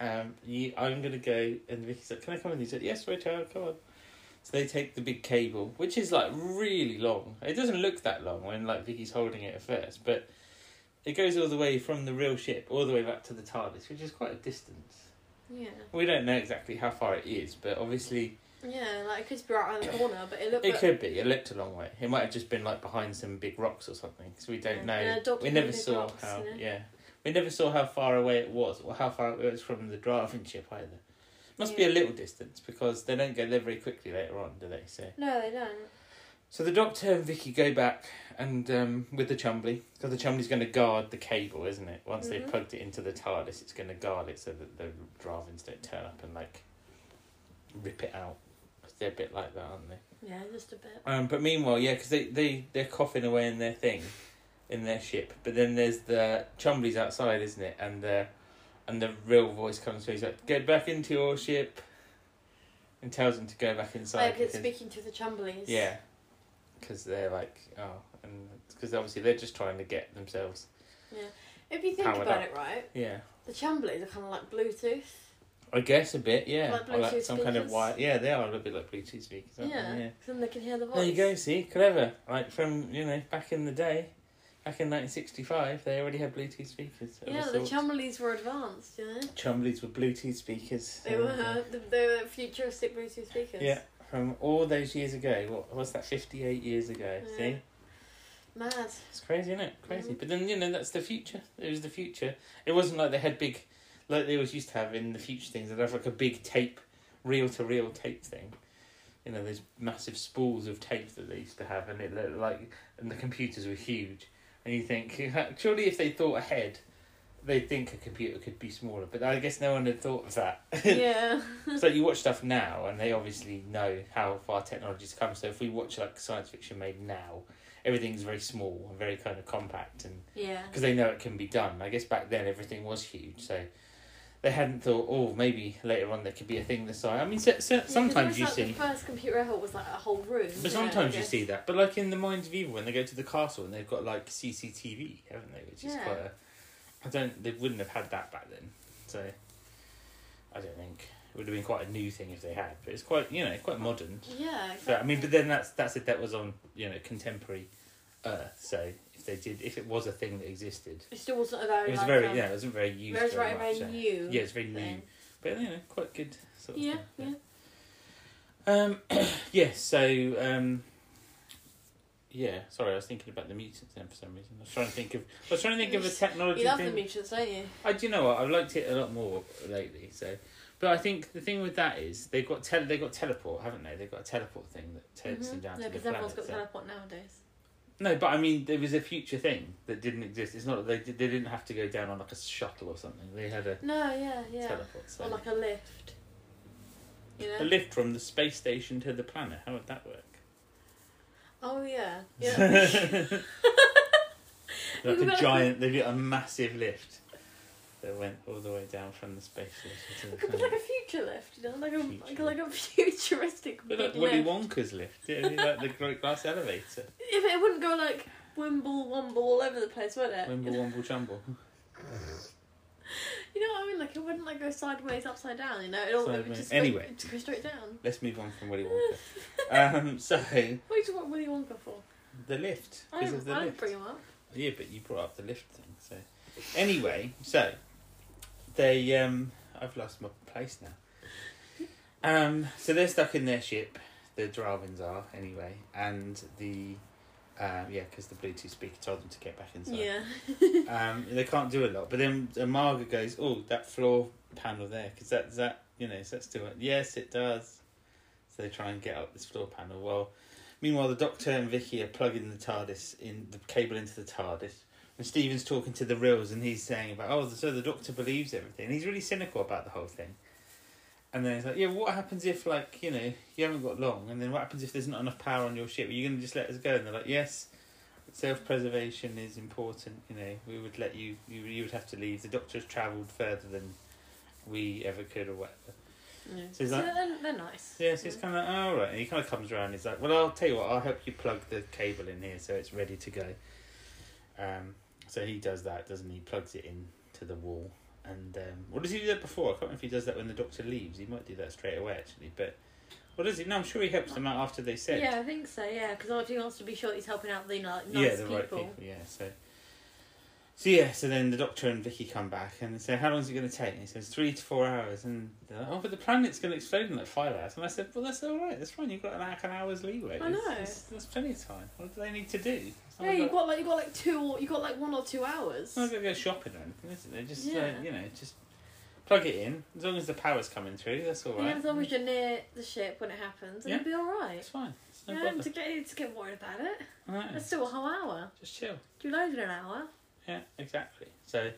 [SPEAKER 2] Um, you, I'm gonna go. And Vicky's like, can I come in? He said, yes, right, child, come on. So they take the big cable, which is like really long. It doesn't look that long when like Vicky's holding it at first, but it goes all the way from the real ship all the way back to the TARDIS, which is quite a distance.
[SPEAKER 3] Yeah.
[SPEAKER 2] We don't know exactly how far it is, but obviously
[SPEAKER 3] Yeah, like it could be right around the corner, but it looked.
[SPEAKER 2] it
[SPEAKER 3] like-
[SPEAKER 2] could be. It looked a long way. It might have just been like behind some big rocks or something, because we don't
[SPEAKER 3] Yeah,
[SPEAKER 2] know.
[SPEAKER 3] and a dog
[SPEAKER 2] we
[SPEAKER 3] can
[SPEAKER 2] never
[SPEAKER 3] move
[SPEAKER 2] saw
[SPEAKER 3] rocks,
[SPEAKER 2] how.
[SPEAKER 3] you know?
[SPEAKER 2] Yeah, we never saw how far away it was, or how far it was from the driving ship either. Must be
[SPEAKER 3] Yeah.
[SPEAKER 2] a little distance because they don't go there very quickly later on, do they? So,
[SPEAKER 3] No, they don't.
[SPEAKER 2] so the Doctor and Vicky go back and um, with the Chumbly because the Chumbly's going to guard the cable, isn't it? Once they've
[SPEAKER 3] Mhm.
[SPEAKER 2] plugged it into the TARDIS, it's going to guard it so that the Dravins don't turn up and like rip it out. 'Cause They're a bit like that, aren't they?
[SPEAKER 3] Yeah, just a bit.
[SPEAKER 2] Um, but meanwhile, yeah, because they, they, they're coughing away in their thing, in their ship. But then there's the Chumblies outside, isn't it? And the, and the real voice comes through. He's like, get back into your ship. And tells them to go back inside.
[SPEAKER 3] Like it's
[SPEAKER 2] because-
[SPEAKER 3] speaking to the Chumblies.
[SPEAKER 2] yeah. Because they're like, oh. and Because obviously they're just trying to get themselves.
[SPEAKER 3] If you think
[SPEAKER 2] Powered
[SPEAKER 3] about
[SPEAKER 2] up.
[SPEAKER 3] it, right,
[SPEAKER 2] Yeah.
[SPEAKER 3] the Chumblies are kind of like Bluetooth.
[SPEAKER 2] I guess a bit, yeah.
[SPEAKER 3] Like
[SPEAKER 2] Or
[SPEAKER 3] Bluetooth
[SPEAKER 2] some kind of
[SPEAKER 3] speakers?
[SPEAKER 2] wire. Yeah, they are a little bit like Bluetooth speakers,
[SPEAKER 3] Yeah,
[SPEAKER 2] aren't they? Yeah.
[SPEAKER 3] 'cause then they can hear the voice.
[SPEAKER 2] There you go, see? Clever. Like from, you know, back in the day. Back in 1965, they already had Bluetooth speakers. of
[SPEAKER 3] yeah,
[SPEAKER 2] a
[SPEAKER 3] the
[SPEAKER 2] sort.
[SPEAKER 3] Chumleys were advanced, you know.
[SPEAKER 2] Chumleys were Bluetooth speakers.
[SPEAKER 3] They
[SPEAKER 2] um,
[SPEAKER 3] were they were futuristic Bluetooth speakers.
[SPEAKER 2] Yeah, from all those years ago. What was that? Fifty-eight years ago.
[SPEAKER 3] Yeah.
[SPEAKER 2] See,
[SPEAKER 3] Mad.
[SPEAKER 2] it's crazy, isn't it? Crazy.
[SPEAKER 3] Mhm.
[SPEAKER 2] But then you know that's the future. It was the future. It wasn't like they had big, like they always used to have in the future things. They'd have like a big tape, reel to reel tape thing. You know, those massive spools of tape that they used to have, and it looked like, and the computers were huge. And you think, surely if they thought ahead, they'd think a computer could be smaller. But I guess no one had thought of that.
[SPEAKER 3] yeah.
[SPEAKER 2] so you watch stuff now, and they obviously know how far technology's come. So if we watch like science fiction made now, everything's very small and very kind of compact, and
[SPEAKER 3] Yeah.
[SPEAKER 2] because they know it can be done. I guess back then everything was huge, so they hadn't thought, oh, maybe later on there could be a thing this size. I mean, so, so, sometimes you
[SPEAKER 3] like
[SPEAKER 2] see.
[SPEAKER 3] the first computer I had was like a whole room.
[SPEAKER 2] But sometimes you see that. But like in the Minds of Evil, when they go to the castle and they've got like CCTV, haven't they? Which is
[SPEAKER 3] Yeah.
[SPEAKER 2] quite a. I don't. They wouldn't have had that back then. So. I don't think it would have been quite a new thing if they had. But it's quite you know quite modern.
[SPEAKER 3] Yeah.
[SPEAKER 2] So I mean, but then that's that's if that was on you know contemporary Earth. So if they did, if it was a thing that existed,
[SPEAKER 3] it still wasn't about
[SPEAKER 2] it was
[SPEAKER 3] like,
[SPEAKER 2] very
[SPEAKER 3] um,
[SPEAKER 2] yeah, it was very used.
[SPEAKER 3] Whereas
[SPEAKER 2] very
[SPEAKER 3] right
[SPEAKER 2] much,
[SPEAKER 3] about
[SPEAKER 2] so-
[SPEAKER 3] you.
[SPEAKER 2] Yeah, it's very new.
[SPEAKER 3] then.
[SPEAKER 2] But you know, quite good sort of
[SPEAKER 3] Yeah.
[SPEAKER 2] thing.
[SPEAKER 3] Yeah.
[SPEAKER 2] Um, yeah, so, um, yeah, sorry, I was thinking about the mutants then for some reason. I was trying to think of, I was trying to think of a technology
[SPEAKER 3] You love the
[SPEAKER 2] thing.
[SPEAKER 3] mutants, don't you?
[SPEAKER 2] I do you know what, I've liked it a lot more lately, so. But I think the thing with that is they've got tele- they got teleport, haven't they? They've got a teleport thing that takes them
[SPEAKER 3] Mhm.
[SPEAKER 2] down
[SPEAKER 3] No,
[SPEAKER 2] to the
[SPEAKER 3] because everyone's
[SPEAKER 2] planet.
[SPEAKER 3] got
[SPEAKER 2] so-
[SPEAKER 3] teleport nowadays.
[SPEAKER 2] No, but I mean, there was a future thing that didn't exist. It's not that they did, they didn't have to go down on like a shuttle or something. They had a
[SPEAKER 3] No. Yeah. Yeah.
[SPEAKER 2] teleport. So.
[SPEAKER 3] Or like a lift. You know.
[SPEAKER 2] a lift from the space station to the planet. How would that work?
[SPEAKER 3] Oh yeah. Yeah.
[SPEAKER 2] like
[SPEAKER 3] We've
[SPEAKER 2] a
[SPEAKER 3] got a-
[SPEAKER 2] giant, they've got a massive lift that went all the way down from the space station
[SPEAKER 3] It
[SPEAKER 2] to the
[SPEAKER 3] could be like a
[SPEAKER 2] planet.
[SPEAKER 3] future lift, you know, like a like,
[SPEAKER 2] Future
[SPEAKER 3] a- like a futuristic
[SPEAKER 2] But
[SPEAKER 3] big
[SPEAKER 2] like
[SPEAKER 3] lift.
[SPEAKER 2] Willy Wonka's lift, yeah, it'd be like the great glass elevator.
[SPEAKER 3] If it wouldn't go like wimble womble all over the place, would it?
[SPEAKER 2] Wimble Womble Jumble.
[SPEAKER 3] You know what I mean? Like it wouldn't like go sideways, upside down. You know, it all it would
[SPEAKER 2] Sideways.
[SPEAKER 3] just
[SPEAKER 2] Anyway.
[SPEAKER 3] go, it'd just go straight down.
[SPEAKER 2] Let's move on from Willy Wonka. Um, so
[SPEAKER 3] What you talking about Willy Wonka for?
[SPEAKER 2] the lift
[SPEAKER 3] I
[SPEAKER 2] because of
[SPEAKER 3] don't,
[SPEAKER 2] the
[SPEAKER 3] I don't
[SPEAKER 2] lift.
[SPEAKER 3] bring him up.
[SPEAKER 2] Yeah, but you brought up the lift thing. So anyway, so they um I've lost my place now. Um so they're stuck in their ship, the Dravins are anyway, and the um yeah, because the Bluetooth speaker told them to get back inside.
[SPEAKER 3] Yeah.
[SPEAKER 2] Um they can't do a lot, but then Amaga goes, "Oh, that floor panel there, because that that you know, so that's still yes, it does." So they try and get up this floor panel. Well, meanwhile, the Doctor and Vicky are plugging the TARDIS in the cable into the TARDIS, and Stephen's talking to the reels, and he's saying about, "Oh, so the Doctor believes everything." he's really cynical about the whole thing. And then he's like, "Yeah, what happens if like you know you haven't got long, and then what happens if there's not enough power on your ship? Are you going to just let us go?" And they're like, "Yes." Self preservation is important, you know. We would let you, you, you would have to leave. The doctor has travelled further than we ever could, or whatever.
[SPEAKER 3] yeah.
[SPEAKER 2] So is that-
[SPEAKER 3] they're, they're nice.
[SPEAKER 2] Yeah, so it's kind of all right. And he kind of comes around. He's like, "Well, I'll tell you what. I'll help you plug the cable in here so it's ready to go." Um, so he does that, doesn't he? Plugs it in to the wall, and um, what does he do that before? I can't remember if he does that when the doctor leaves. He might do that straight away, actually. But what does he? No, I'm sure he helps them out after they
[SPEAKER 3] Yeah,
[SPEAKER 2] said.
[SPEAKER 3] I think so. Yeah, because he wants to be sure he's helping out the ni- nice
[SPEAKER 2] yeah, the
[SPEAKER 3] people.
[SPEAKER 2] right people. Yeah, so. So yeah, so then the doctor and Vicky come back and they say, "How long is it going to take?" And he says, three to four hours." And they're like, "Oh, but the planet's going to explode in like five hours." And I said, "Well, that's all right. That's fine. You've got an, like an hour's leeway.
[SPEAKER 3] I
[SPEAKER 2] It's-
[SPEAKER 3] know.
[SPEAKER 2] it's- There's plenty of time. What do they need to do?" It's not
[SPEAKER 3] Yeah, you
[SPEAKER 2] like-
[SPEAKER 3] got like you got like two or you got like one or two hours.
[SPEAKER 2] it's not going to go shopping or anything, is it? They just
[SPEAKER 3] Yeah.
[SPEAKER 2] uh, you know just plug it in. As long as the power's coming through, that's all
[SPEAKER 3] Yeah,
[SPEAKER 2] right.
[SPEAKER 3] as long as you're near the ship when it happens, and
[SPEAKER 2] Yeah.
[SPEAKER 3] you'll be all right.
[SPEAKER 2] it's fine. It's no
[SPEAKER 3] You don't
[SPEAKER 2] bother.
[SPEAKER 3] need to get to get worried about it.
[SPEAKER 2] No,
[SPEAKER 3] That's still a whole hour.
[SPEAKER 2] just chill.
[SPEAKER 3] You load in an hour.
[SPEAKER 2] Yeah, exactly. So,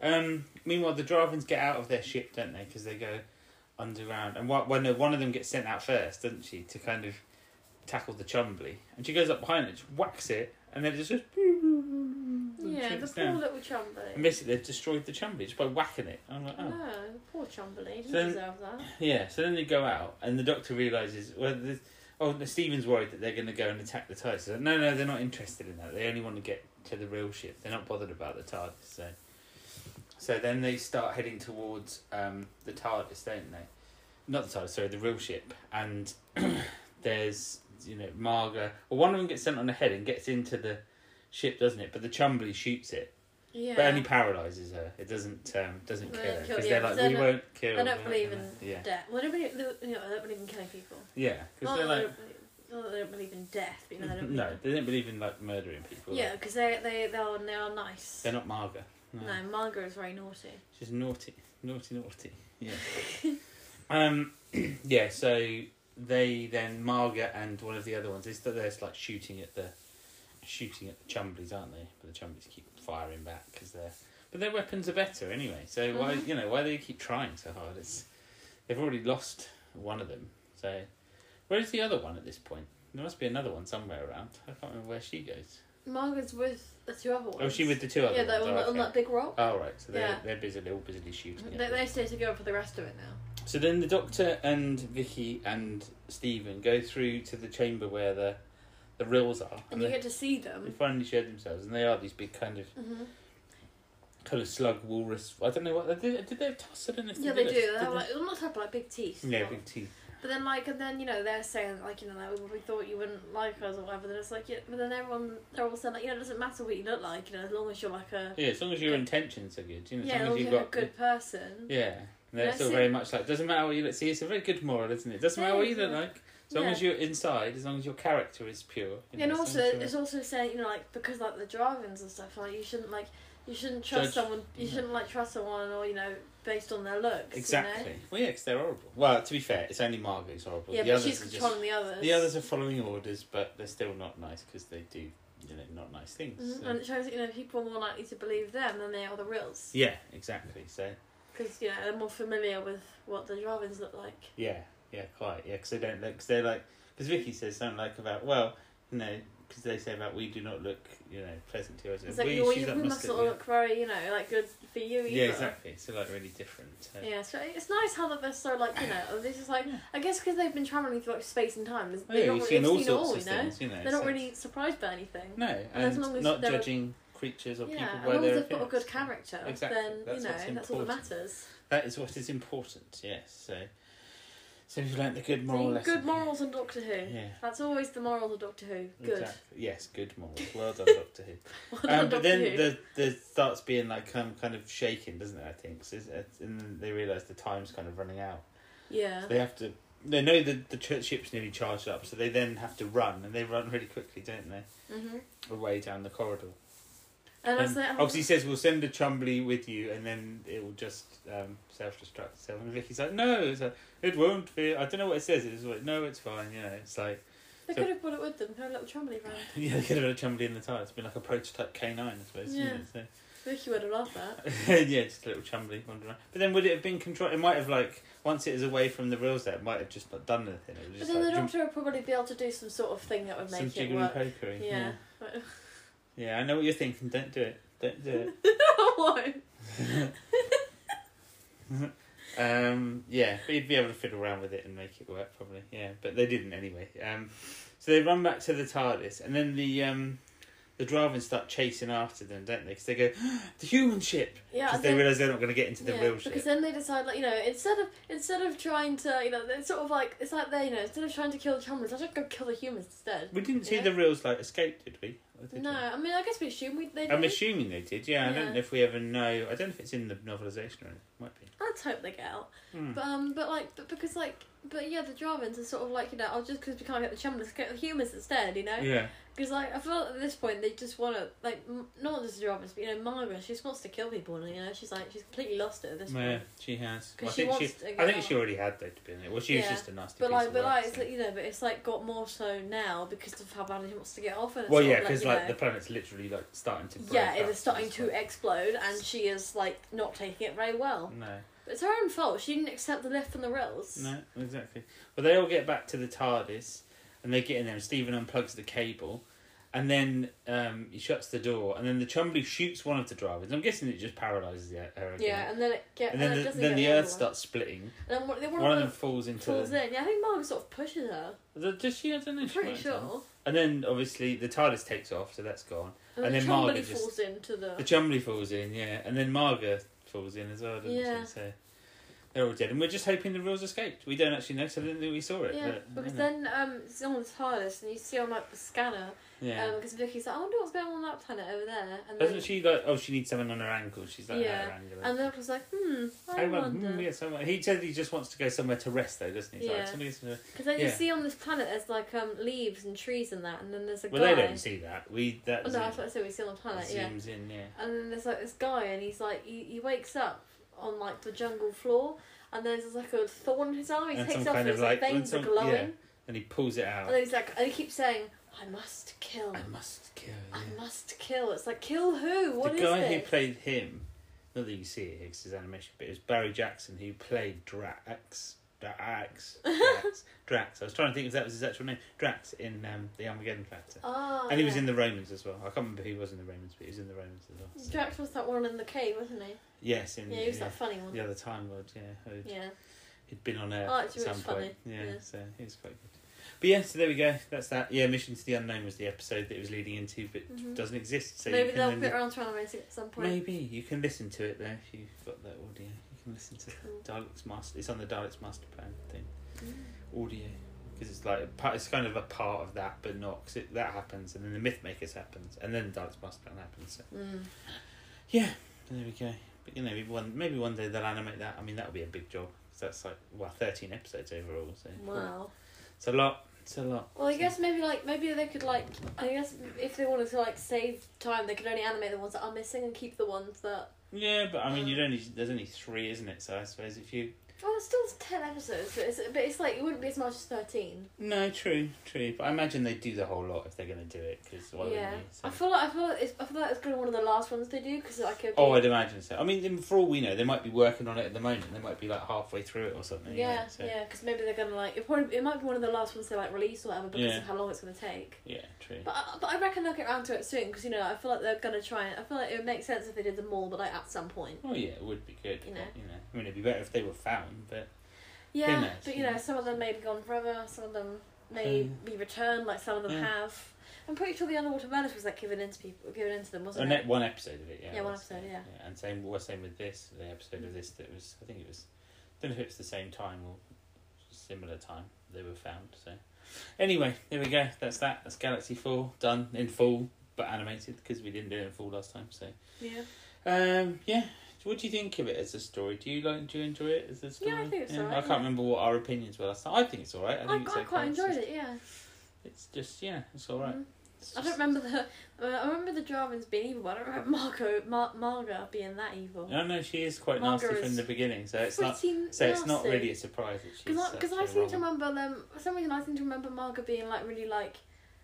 [SPEAKER 2] um, meanwhile, the Dravins get out of their ship, don't they? Because they go underground, and one, when one of them gets sent out first, doesn't she, to kind of tackle the Chumbly, and she goes up behind it, whacks it, and then it just goes. and
[SPEAKER 3] Yeah, the
[SPEAKER 2] shrinks
[SPEAKER 3] poor
[SPEAKER 2] down.
[SPEAKER 3] little Chumbly.
[SPEAKER 2] And basically, they've destroyed the Chumbly just by whacking it. I'm like, oh.
[SPEAKER 3] No, poor Chumbly. He didn't
[SPEAKER 2] Then-
[SPEAKER 3] deserve that.
[SPEAKER 2] Yeah, so then they go out, and the doctor realizes well, the, oh, no, Stephen's worried that they're going to go and attack the TARDIS. He's like, no, no, they're not interested in that. They only want to get to the real ship. They're not bothered about the TARDIS. So, so then they start heading towards um, the TARDIS, don't they? Not the TARDIS, sorry, the real ship. And there's you know Marga. Well, one of them gets sent on ahead and gets into the ship, doesn't it? But the Chumbly shoots it,
[SPEAKER 3] Yeah.
[SPEAKER 2] but only paralyzes her. It doesn't um, doesn't
[SPEAKER 3] They
[SPEAKER 2] kill
[SPEAKER 3] don't
[SPEAKER 2] her
[SPEAKER 3] kill
[SPEAKER 2] because
[SPEAKER 3] you.
[SPEAKER 2] they're like
[SPEAKER 3] They
[SPEAKER 2] we
[SPEAKER 3] don't-
[SPEAKER 2] won't kill.
[SPEAKER 3] They
[SPEAKER 2] we're
[SPEAKER 3] don't
[SPEAKER 2] not
[SPEAKER 3] believe
[SPEAKER 2] gonna-"
[SPEAKER 3] in
[SPEAKER 2] yeah
[SPEAKER 3] death. Well, they don't believe, they- you know, they don't believe in killing people.
[SPEAKER 2] yeah because
[SPEAKER 3] Not
[SPEAKER 2] they're
[SPEAKER 3] that Oh, they
[SPEAKER 2] like
[SPEAKER 3] don't believe- not that they don't believe in death, but you know, they don't believe
[SPEAKER 2] no they don't believe in like murdering people.
[SPEAKER 3] in-
[SPEAKER 2] like,
[SPEAKER 3] Yeah, because they, they, they are now nice.
[SPEAKER 2] they're not Marga. No,
[SPEAKER 3] No, Margaret is very naughty.
[SPEAKER 2] she's naughty, naughty, naughty. Yeah. um. Yeah. So they then Marga and one of the other ones is that they're like shooting at the shooting at the Chumblies, aren't they? But the Chumblies keep firing back because they're but their weapons are better anyway. So why
[SPEAKER 3] Mhm.
[SPEAKER 2] you know why do they keep trying so hard? It's they've already lost one of them. So where is the other one at this point? There must be another one somewhere around. I can't remember where she goes.
[SPEAKER 3] Margaret's with the two other ones.
[SPEAKER 2] Oh, she with the two other
[SPEAKER 3] Yeah, they're
[SPEAKER 2] ones.
[SPEAKER 3] on,
[SPEAKER 2] oh,
[SPEAKER 3] that- on
[SPEAKER 2] okay.
[SPEAKER 3] that big rock.
[SPEAKER 2] Oh right, so they're
[SPEAKER 3] Yeah.
[SPEAKER 2] they're busily all busily shooting. at
[SPEAKER 3] They,
[SPEAKER 2] them.
[SPEAKER 3] they stay together for the rest of it now.
[SPEAKER 2] So then the doctor and Vicky and Stephen go through to the chamber where the the rills are,
[SPEAKER 3] And
[SPEAKER 2] and,
[SPEAKER 3] you
[SPEAKER 2] they,
[SPEAKER 3] get to see
[SPEAKER 2] they
[SPEAKER 3] them.
[SPEAKER 2] finally show themselves, and they are these big kind of
[SPEAKER 3] hmm
[SPEAKER 2] kind of slug walrus. I don't know what did, did they have tusks? I don't know if
[SPEAKER 3] Yeah,
[SPEAKER 2] they
[SPEAKER 3] they do.
[SPEAKER 2] did.
[SPEAKER 3] They
[SPEAKER 2] Did
[SPEAKER 3] have
[SPEAKER 2] they-
[SPEAKER 3] like, well, not have like big teeth.
[SPEAKER 2] yeah,
[SPEAKER 3] but-
[SPEAKER 2] big teeth.
[SPEAKER 3] But then, like, and then you know they're saying like you know like we thought you wouldn't like us or whatever. Then it's like, yeah, but then everyone they're all saying like you know it doesn't matter what you look like, you know as long as you're like a
[SPEAKER 2] Yeah, as long as your intentions are good, you know, as
[SPEAKER 3] yeah, as
[SPEAKER 2] long
[SPEAKER 3] long
[SPEAKER 2] as
[SPEAKER 3] as
[SPEAKER 2] you've
[SPEAKER 3] you're a
[SPEAKER 2] got
[SPEAKER 3] good person.
[SPEAKER 2] yeah. And
[SPEAKER 3] Yeah,
[SPEAKER 2] they're still
[SPEAKER 3] so-
[SPEAKER 2] very much like doesn't matter what you look. See, it's a very good moral, isn't it? Doesn't matter what you look
[SPEAKER 3] Yeah.
[SPEAKER 2] like, as long
[SPEAKER 3] Yeah.
[SPEAKER 2] as you're inside, as long as your character is pure. you know,
[SPEAKER 3] and
[SPEAKER 2] as long
[SPEAKER 3] also,
[SPEAKER 2] as you're-
[SPEAKER 3] it's also saying you know like because like the drivings and stuff like you shouldn't like you shouldn't trust
[SPEAKER 2] Judge-
[SPEAKER 3] someone you
[SPEAKER 2] yeah.
[SPEAKER 3] shouldn't like trust someone or you know based on their looks.
[SPEAKER 2] Exactly. Well, yeah, 'cause they're horrible. Well, to be fair, it's only Margot who's horrible.
[SPEAKER 3] You know?
[SPEAKER 2] the
[SPEAKER 3] Yeah, but
[SPEAKER 2] others
[SPEAKER 3] she's
[SPEAKER 2] are just-
[SPEAKER 3] controlling the others.
[SPEAKER 2] The others are following orders, but they're still not nice because they do, you know, not nice things.
[SPEAKER 3] Mhm,
[SPEAKER 2] so-
[SPEAKER 3] And it shows that you know people are more likely to believe them than they are the reals
[SPEAKER 2] Yeah, exactly. So
[SPEAKER 3] because you know they're more familiar with what the drivings look like.
[SPEAKER 2] yeah, yeah, quite. Yeah, because they don't look. Cause they're like because Vicky says something like about well, you know, because they say about we do not look, you know, pleasant to us.
[SPEAKER 3] It's
[SPEAKER 2] and
[SPEAKER 3] like, well,
[SPEAKER 2] she's
[SPEAKER 3] you,
[SPEAKER 2] like,
[SPEAKER 3] we
[SPEAKER 2] must
[SPEAKER 3] must
[SPEAKER 2] look-
[SPEAKER 3] all look very, you know, like good for you either.
[SPEAKER 2] yeah. yeah, exactly. So like really different. So.
[SPEAKER 3] Yeah, so it's nice how that they're so like, you know, oh, this is like,
[SPEAKER 2] Yeah.
[SPEAKER 3] I guess because they've been traveling through like space and time,
[SPEAKER 2] Oh, yeah,
[SPEAKER 3] they're not
[SPEAKER 2] you've
[SPEAKER 3] really
[SPEAKER 2] seen all
[SPEAKER 3] seen it
[SPEAKER 2] sorts
[SPEAKER 3] all,
[SPEAKER 2] of
[SPEAKER 3] you know.
[SPEAKER 2] things, you know.
[SPEAKER 3] They're not
[SPEAKER 2] so-
[SPEAKER 3] really surprised by anything.
[SPEAKER 2] no,
[SPEAKER 3] as
[SPEAKER 2] and
[SPEAKER 3] long as
[SPEAKER 2] not
[SPEAKER 3] they're-
[SPEAKER 2] judging creatures or people
[SPEAKER 3] yeah,
[SPEAKER 2] by
[SPEAKER 3] as long
[SPEAKER 2] their
[SPEAKER 3] as they've got a
[SPEAKER 2] appearance.
[SPEAKER 3] good character,
[SPEAKER 2] Exactly.
[SPEAKER 3] then
[SPEAKER 2] That's
[SPEAKER 3] you know
[SPEAKER 2] what's
[SPEAKER 3] that's all that
[SPEAKER 2] important.
[SPEAKER 3] matters.
[SPEAKER 2] That is what is important. Yes. So, so we've learnt the good
[SPEAKER 3] So
[SPEAKER 2] moral lesson.
[SPEAKER 3] good morals in Doctor Who.
[SPEAKER 2] Yeah.
[SPEAKER 3] That's always the morals of Doctor Who. Good.
[SPEAKER 2] Exactly. Yes, good morals. Well done, Doctor Who.
[SPEAKER 3] Well done,
[SPEAKER 2] Um, but
[SPEAKER 3] Doctor
[SPEAKER 2] then
[SPEAKER 3] Who.
[SPEAKER 2] the the starts being like um, kind of shaking, doesn't it? I think, so, it's- and then they realise the time's kind of running out.
[SPEAKER 3] yeah,
[SPEAKER 2] They have to. They know that the ch- ship's nearly charged up, so they then have to run, and they run really quickly, don't they?
[SPEAKER 3] mm-hmm.
[SPEAKER 2] Away down the corridor.
[SPEAKER 3] and I
[SPEAKER 2] And
[SPEAKER 3] was like, oh,
[SPEAKER 2] Um, obviously, he says we'll send a Chumbly with you, and then it will just um, self-destruct itself. And Vicky's like, "No, it's like, it won't be." I don't know what it says. It's like, "No, it's fine." You know, it's like,
[SPEAKER 3] they
[SPEAKER 2] so-
[SPEAKER 3] could have brought it with them, had a little Trombley round.
[SPEAKER 2] yeah, they could have had a Chumbly in the tire. It's been like a prototype K nine, I suppose.
[SPEAKER 3] Yeah.
[SPEAKER 2] Isn't it?
[SPEAKER 3] Vicky would have loved that.
[SPEAKER 2] So, yeah, just a little Chumbly wandering around. But then, would it have been controlled? It might have like once it is away from the rails, there, it might have just not done anything. It was
[SPEAKER 3] But
[SPEAKER 2] just
[SPEAKER 3] then the
[SPEAKER 2] like
[SPEAKER 3] doctor would probably be able to do some sort of thing that would
[SPEAKER 2] some
[SPEAKER 3] make it
[SPEAKER 2] jiggery
[SPEAKER 3] work.
[SPEAKER 2] pokery.
[SPEAKER 3] Yeah.
[SPEAKER 2] yeah, Yeah, I know what you're thinking. Don't do it. Don't do it.
[SPEAKER 3] Why?
[SPEAKER 2] Um, yeah, but you'd be able to fiddle around with it and make it work probably. Yeah, but they didn't anyway. Um, so they run back to the TARDIS, and then the um, the Dravens start chasing after them, don't they? Because they go, the human ship,
[SPEAKER 3] yeah,
[SPEAKER 2] because
[SPEAKER 3] and
[SPEAKER 2] they
[SPEAKER 3] then-
[SPEAKER 2] realise they're not going to get into the
[SPEAKER 3] yeah,
[SPEAKER 2] real
[SPEAKER 3] because
[SPEAKER 2] ship.
[SPEAKER 3] then they decide, like you know, instead of instead of trying to, you know, it's sort of like it's like they, you know, instead of trying to kill the humans, I just go kill the humans instead.
[SPEAKER 2] We didn't see
[SPEAKER 3] Yeah.
[SPEAKER 2] the reals like escape, did we? Or did
[SPEAKER 3] No, I mean, I guess we assume we they.
[SPEAKER 2] we? I'm
[SPEAKER 3] did.
[SPEAKER 2] assuming they did. Yeah, I
[SPEAKER 3] Yeah.
[SPEAKER 2] don't know if we ever know. I don't know if it's in the novelisation or anything. Might be.
[SPEAKER 3] Let's hope they get out.
[SPEAKER 2] Hmm.
[SPEAKER 3] But um, but like, but because like, but yeah, the Dravins are sort of like you know, oh, just because we can't get the chumblers, get the humans instead, you know.
[SPEAKER 2] Yeah,
[SPEAKER 3] Because like I feel at this point they just want to like m- not just the Robins, but you know Margaret she just wants to kill people and you know she's like she's completely lost it at this
[SPEAKER 2] yeah,
[SPEAKER 3] point.
[SPEAKER 2] she has.
[SPEAKER 3] 'Cause
[SPEAKER 2] Well, I think
[SPEAKER 3] she
[SPEAKER 2] she,
[SPEAKER 3] wants to get
[SPEAKER 2] I think
[SPEAKER 3] out.
[SPEAKER 2] she already had though to be in it. Well, she was
[SPEAKER 3] Yeah.
[SPEAKER 2] just a nasty
[SPEAKER 3] But
[SPEAKER 2] piece
[SPEAKER 3] like,
[SPEAKER 2] of
[SPEAKER 3] but
[SPEAKER 2] work,
[SPEAKER 3] like,
[SPEAKER 2] so.
[SPEAKER 3] it's, like, you know, but it's like got more so now because of how badly she wants to get off. And it's
[SPEAKER 2] Well,
[SPEAKER 3] sort
[SPEAKER 2] yeah,
[SPEAKER 3] of,
[SPEAKER 2] because
[SPEAKER 3] you
[SPEAKER 2] like,
[SPEAKER 3] know,
[SPEAKER 2] the planet's literally like starting to. Break
[SPEAKER 3] yeah, it
[SPEAKER 2] up,
[SPEAKER 3] is starting
[SPEAKER 2] so
[SPEAKER 3] to
[SPEAKER 2] it's
[SPEAKER 3] explode, and she is like not taking it very well.
[SPEAKER 2] like- No,
[SPEAKER 3] But it's her own fault. She didn't accept the lift from the rails.
[SPEAKER 2] no, exactly. Well, they all get back to the TARDIS, and they get in there. And Stephen unplugs the cable, and then um, he shuts the door, and then the Chumbly shoots one of the drivers. I'm guessing it just paralyzes her again.
[SPEAKER 3] Yeah, and then it get
[SPEAKER 2] And then
[SPEAKER 3] and it
[SPEAKER 2] the,
[SPEAKER 3] doesn't
[SPEAKER 2] then
[SPEAKER 3] get
[SPEAKER 2] the
[SPEAKER 3] other
[SPEAKER 2] Earth
[SPEAKER 3] one.
[SPEAKER 2] starts splitting.
[SPEAKER 3] And then one, then
[SPEAKER 2] One,
[SPEAKER 3] one, of
[SPEAKER 2] of them
[SPEAKER 3] them
[SPEAKER 2] falls into.
[SPEAKER 3] falls
[SPEAKER 2] the,
[SPEAKER 3] in. Yeah, I think Margaret sort of pushes her.
[SPEAKER 2] the, does she? I don't know.
[SPEAKER 3] I'm
[SPEAKER 2] she
[SPEAKER 3] pretty
[SPEAKER 2] might have
[SPEAKER 3] sure.
[SPEAKER 2] done. And then obviously the TARDIS takes off, so that's gone.
[SPEAKER 3] And,
[SPEAKER 2] And
[SPEAKER 3] then
[SPEAKER 2] then
[SPEAKER 3] Charlie
[SPEAKER 2] Margaret just-
[SPEAKER 3] falls into the.
[SPEAKER 2] The Chumbly falls in, yeah, and then Marga falls in as well, doesn't
[SPEAKER 3] Yeah.
[SPEAKER 2] she? So, They're all dead, and we're just hoping the rules escaped. We don't actually know, so I didn't think we saw it.
[SPEAKER 3] Yeah,
[SPEAKER 2] but-
[SPEAKER 3] because then um, it's on the TARDIS and you see on like the scanner.
[SPEAKER 2] yeah.
[SPEAKER 3] Because Vicky's like, I wonder what's going on on that planet over there. And then,
[SPEAKER 2] Doesn't she like? Oh, she needs someone on her ankle. She's like,
[SPEAKER 3] Yeah.
[SPEAKER 2] her ankle.
[SPEAKER 3] And then it was like, hmm, I,
[SPEAKER 2] I want-
[SPEAKER 3] wonder.
[SPEAKER 2] mm, yeah, someone. He said he just wants to go somewhere to rest, though, doesn't he? It's
[SPEAKER 3] Yeah.
[SPEAKER 2] Like, somebody's, uh,
[SPEAKER 3] Because then you
[SPEAKER 2] Yeah.
[SPEAKER 3] see on this planet there's like um leaves and trees and that, and then there's a
[SPEAKER 2] well,
[SPEAKER 3] guy.
[SPEAKER 2] they don't see that. We that
[SPEAKER 3] oh, no, I
[SPEAKER 2] zooms,
[SPEAKER 3] thought I said we see on the planet, yeah.
[SPEAKER 2] zooms in. Yeah.
[SPEAKER 3] And then there's like this guy, and he's like, he, he wakes up on like the jungle floor, and there's like a thorn in his arm. He
[SPEAKER 2] And
[SPEAKER 3] takes
[SPEAKER 2] some
[SPEAKER 3] it off,
[SPEAKER 2] kind
[SPEAKER 3] and
[SPEAKER 2] of,
[SPEAKER 3] his like,
[SPEAKER 2] like- and
[SPEAKER 3] veins are
[SPEAKER 2] some-
[SPEAKER 3] glowing.
[SPEAKER 2] yeah. And he pulls it out.
[SPEAKER 3] And then he's like, and he keeps saying, I must kill.
[SPEAKER 2] I must kill.
[SPEAKER 3] I
[SPEAKER 2] Yeah.
[SPEAKER 3] must kill. It's like, kill who? What
[SPEAKER 2] the
[SPEAKER 3] is
[SPEAKER 2] guy who
[SPEAKER 3] this?
[SPEAKER 2] played him, not that you see it because his animation, but it was Barry Jackson who played Drax. Drax. Drax. Drax. I was trying to think if that was his actual name. Drax in um, the Armageddon Factor.
[SPEAKER 3] Ah,
[SPEAKER 2] and he was
[SPEAKER 3] yeah.
[SPEAKER 2] in the Romans as well. I can't remember who was in the Romans, but he was in the Romans as well. so-
[SPEAKER 3] Drax was that one in the cave, wasn't he?
[SPEAKER 2] Yes, in
[SPEAKER 3] Yeah, he was
[SPEAKER 2] yeah,
[SPEAKER 3] that funny one.
[SPEAKER 2] the
[SPEAKER 3] Yeah.
[SPEAKER 2] other Time Lord, yeah, who'd, who'd been on Earth
[SPEAKER 3] Oh,
[SPEAKER 2] at
[SPEAKER 3] it's really
[SPEAKER 2] some point.
[SPEAKER 3] funny,
[SPEAKER 2] Yeah,
[SPEAKER 3] yeah.
[SPEAKER 2] so he was quite good. But yeah, so there we go. That's that. Yeah, Mission to the Unknown was the episode that it was leading into, but
[SPEAKER 3] Mhm.
[SPEAKER 2] doesn't exist. So you
[SPEAKER 3] Maybe
[SPEAKER 2] can
[SPEAKER 3] they'll
[SPEAKER 2] then-
[SPEAKER 3] put around to animating at some point.
[SPEAKER 2] Maybe you can listen to it there if you've got that audio. You can listen to
[SPEAKER 3] Cool.
[SPEAKER 2] Daleks Master. It's on the Daleks Master Plan thing,
[SPEAKER 3] Mm.
[SPEAKER 2] audio, because it's like a part, it's kind of a part of that, but not because that happens, and then the Mythmakers happens, and then the Daleks Master Plan happens. So
[SPEAKER 3] Mm.
[SPEAKER 2] yeah, there we go. But you know, maybe one maybe one day they'll animate that. I mean, that would be a big job. 'cause that's like well, thirteen episodes overall. So
[SPEAKER 3] Wow.
[SPEAKER 2] it's a lot. It's a lot.
[SPEAKER 3] Well, I guess maybe like maybe they could like I guess if they wanted to like save time, they could only animate the ones that are missing and keep the ones that.
[SPEAKER 2] Yeah, but I mean, you'd
[SPEAKER 3] Um,
[SPEAKER 2] only there's only three, isn't it? So I suppose if you
[SPEAKER 3] Well, it's still ten episodes, but it's but it's like it wouldn't be as much as thirteen.
[SPEAKER 2] No, true, true. But I imagine they do the whole lot if they're going to do it. Cause why wouldn't
[SPEAKER 3] yeah,
[SPEAKER 2] you? So-
[SPEAKER 3] I feel like I feel like it's, I feel like it's gonna be one of the last ones they do because like it'd be-
[SPEAKER 2] Oh, I'd imagine so. I mean, then for all we know, they might be working on it at the moment. They might be like halfway through it or something. you
[SPEAKER 3] yeah
[SPEAKER 2] know, so-
[SPEAKER 3] yeah because maybe they're gonna like it probably it might be one of the last ones they like release or whatever because
[SPEAKER 2] Yeah.
[SPEAKER 3] of how long it's gonna take.
[SPEAKER 2] Yeah, true.
[SPEAKER 3] But I, but I reckon they'll get around to it soon because you know I feel like they're gonna try and I feel like it would make sense if they did them all, but like at some point.
[SPEAKER 2] Oh yeah, it would be good.
[SPEAKER 3] You
[SPEAKER 2] but,
[SPEAKER 3] know.
[SPEAKER 2] you know. I mean, it'd be better if they were found, but
[SPEAKER 3] Yeah,
[SPEAKER 2] knows,
[SPEAKER 3] but
[SPEAKER 2] who
[SPEAKER 3] you know,
[SPEAKER 2] knows?
[SPEAKER 3] some of them may be gone forever, some of them may
[SPEAKER 2] Yeah.
[SPEAKER 3] be returned, like some of them
[SPEAKER 2] Yeah.
[SPEAKER 3] have. I'm pretty sure the underwater menace was like given into people, given into them,
[SPEAKER 2] oh,
[SPEAKER 3] wasn't
[SPEAKER 2] ne-
[SPEAKER 3] it?
[SPEAKER 2] one episode of it. Yeah.
[SPEAKER 3] Yeah, one
[SPEAKER 2] was,
[SPEAKER 3] episode, yeah. Mm.
[SPEAKER 2] And same, well, same with this. The episode of this that was, I think it was, I don't know if it's the same time or similar time they were found. So, anyway, there we go. That's that. That's Galaxy Four done in full, but animated because we didn't do it in full last time. So.
[SPEAKER 3] Yeah,
[SPEAKER 2] Um, yeah. What do you think of it as a story? Do you like? Do you enjoy it as a story?
[SPEAKER 3] Yeah, I think it's
[SPEAKER 2] I
[SPEAKER 3] alright,
[SPEAKER 2] can't
[SPEAKER 3] yeah.
[SPEAKER 2] remember what our opinions were last time. I think it's alright.
[SPEAKER 3] I,
[SPEAKER 2] I
[SPEAKER 3] I,
[SPEAKER 2] think it's okay.
[SPEAKER 3] quite
[SPEAKER 2] It's
[SPEAKER 3] enjoyed
[SPEAKER 2] just-
[SPEAKER 3] it. Yeah,
[SPEAKER 2] It's just yeah, it's alright.
[SPEAKER 3] Mhm.
[SPEAKER 2] It's
[SPEAKER 3] I don't
[SPEAKER 2] just-
[SPEAKER 3] remember the, uh, I remember the Dravens being evil, but I don't remember Marco, Mar- Marga being that evil.
[SPEAKER 2] No, no, she is quite
[SPEAKER 3] Margaret
[SPEAKER 2] nasty from
[SPEAKER 3] is
[SPEAKER 2] the beginning, so it's not.
[SPEAKER 3] Pretty
[SPEAKER 2] So it's not
[SPEAKER 3] nasty.
[SPEAKER 2] really a surprise that she's.
[SPEAKER 3] Because I,
[SPEAKER 2] such
[SPEAKER 3] cause I
[SPEAKER 2] a
[SPEAKER 3] seem to
[SPEAKER 2] wrong-
[SPEAKER 3] remember them. For some reason, I seem to remember Marga being like really like,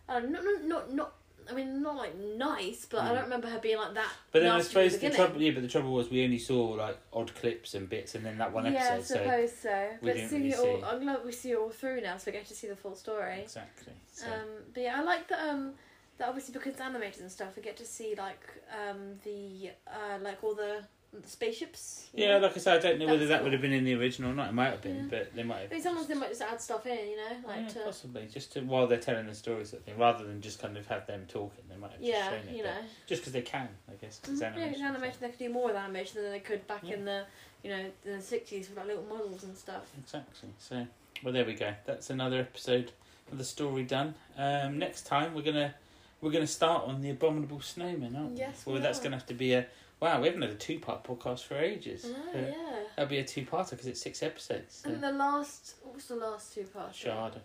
[SPEAKER 3] I don't know, not not not. I mean, not like nice, but I
[SPEAKER 2] Mm.
[SPEAKER 3] don't remember her being like that.
[SPEAKER 2] But then I
[SPEAKER 3] nasty from
[SPEAKER 2] suppose the,
[SPEAKER 3] beginning.
[SPEAKER 2] trouble, yeah, but the trouble was we only saw like odd clips and bits, and then that one
[SPEAKER 3] yeah,
[SPEAKER 2] episode.
[SPEAKER 3] I
[SPEAKER 2] So
[SPEAKER 3] suppose so.
[SPEAKER 2] we
[SPEAKER 3] But
[SPEAKER 2] didn't
[SPEAKER 3] seeing
[SPEAKER 2] really
[SPEAKER 3] it all,
[SPEAKER 2] see.
[SPEAKER 3] I'm glad we see it all through now, so we get to see the full story.
[SPEAKER 2] exactly. So.
[SPEAKER 3] Um, but yeah, I like that. Um, that obviously because it's animated and stuff, we get to see like um the uh like all the spaceships. you
[SPEAKER 2] yeah,
[SPEAKER 3] know?
[SPEAKER 2] like I said, I don't know whether
[SPEAKER 3] that's
[SPEAKER 2] that
[SPEAKER 3] cool.
[SPEAKER 2] would have been in the original or not. It might have been,
[SPEAKER 3] Yeah.
[SPEAKER 2] but they might have.
[SPEAKER 3] I mean, sometimes they might just add stuff in, you know, like
[SPEAKER 2] yeah,
[SPEAKER 3] to
[SPEAKER 2] possibly just to, while they're telling the story sort of thing, rather than just kind of have them talking. They might have just
[SPEAKER 3] yeah,
[SPEAKER 2] shown it,
[SPEAKER 3] you
[SPEAKER 2] but-
[SPEAKER 3] know.
[SPEAKER 2] just because they can, I guess. 'cause it's
[SPEAKER 3] Mhm, yeah,
[SPEAKER 2] animation,
[SPEAKER 3] it's
[SPEAKER 2] so-
[SPEAKER 3] animation. They could do more with animation than they could back
[SPEAKER 2] Yeah.
[SPEAKER 3] in the, you know, in the sixties with like little models and stuff.
[SPEAKER 2] Exactly. So, well, there we go. That's another episode of the story done. Um, next time we're gonna we're gonna start on the abominable snowman, aren't we?
[SPEAKER 3] Yes,
[SPEAKER 2] Well,
[SPEAKER 3] we
[SPEAKER 2] that's
[SPEAKER 3] are.
[SPEAKER 2] gonna have to be a wow. We haven't had a two part podcast for ages.
[SPEAKER 3] Oh,
[SPEAKER 2] So
[SPEAKER 3] yeah.
[SPEAKER 2] That'll be a two parter because uh, it's six episodes. So.
[SPEAKER 3] And the last, what was the last two parts?
[SPEAKER 2] Shard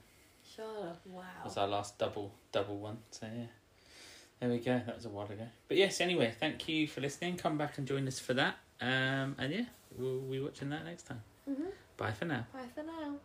[SPEAKER 3] Sharda. Wow.
[SPEAKER 2] was our last double double one. So yeah. There we go. That was a while ago. But yes, anyway, thank you for listening. Come back and join us for that. Um, and yeah, we'll be watching that next time.
[SPEAKER 3] Mm-hmm.
[SPEAKER 2] Bye for now.
[SPEAKER 3] Bye for now.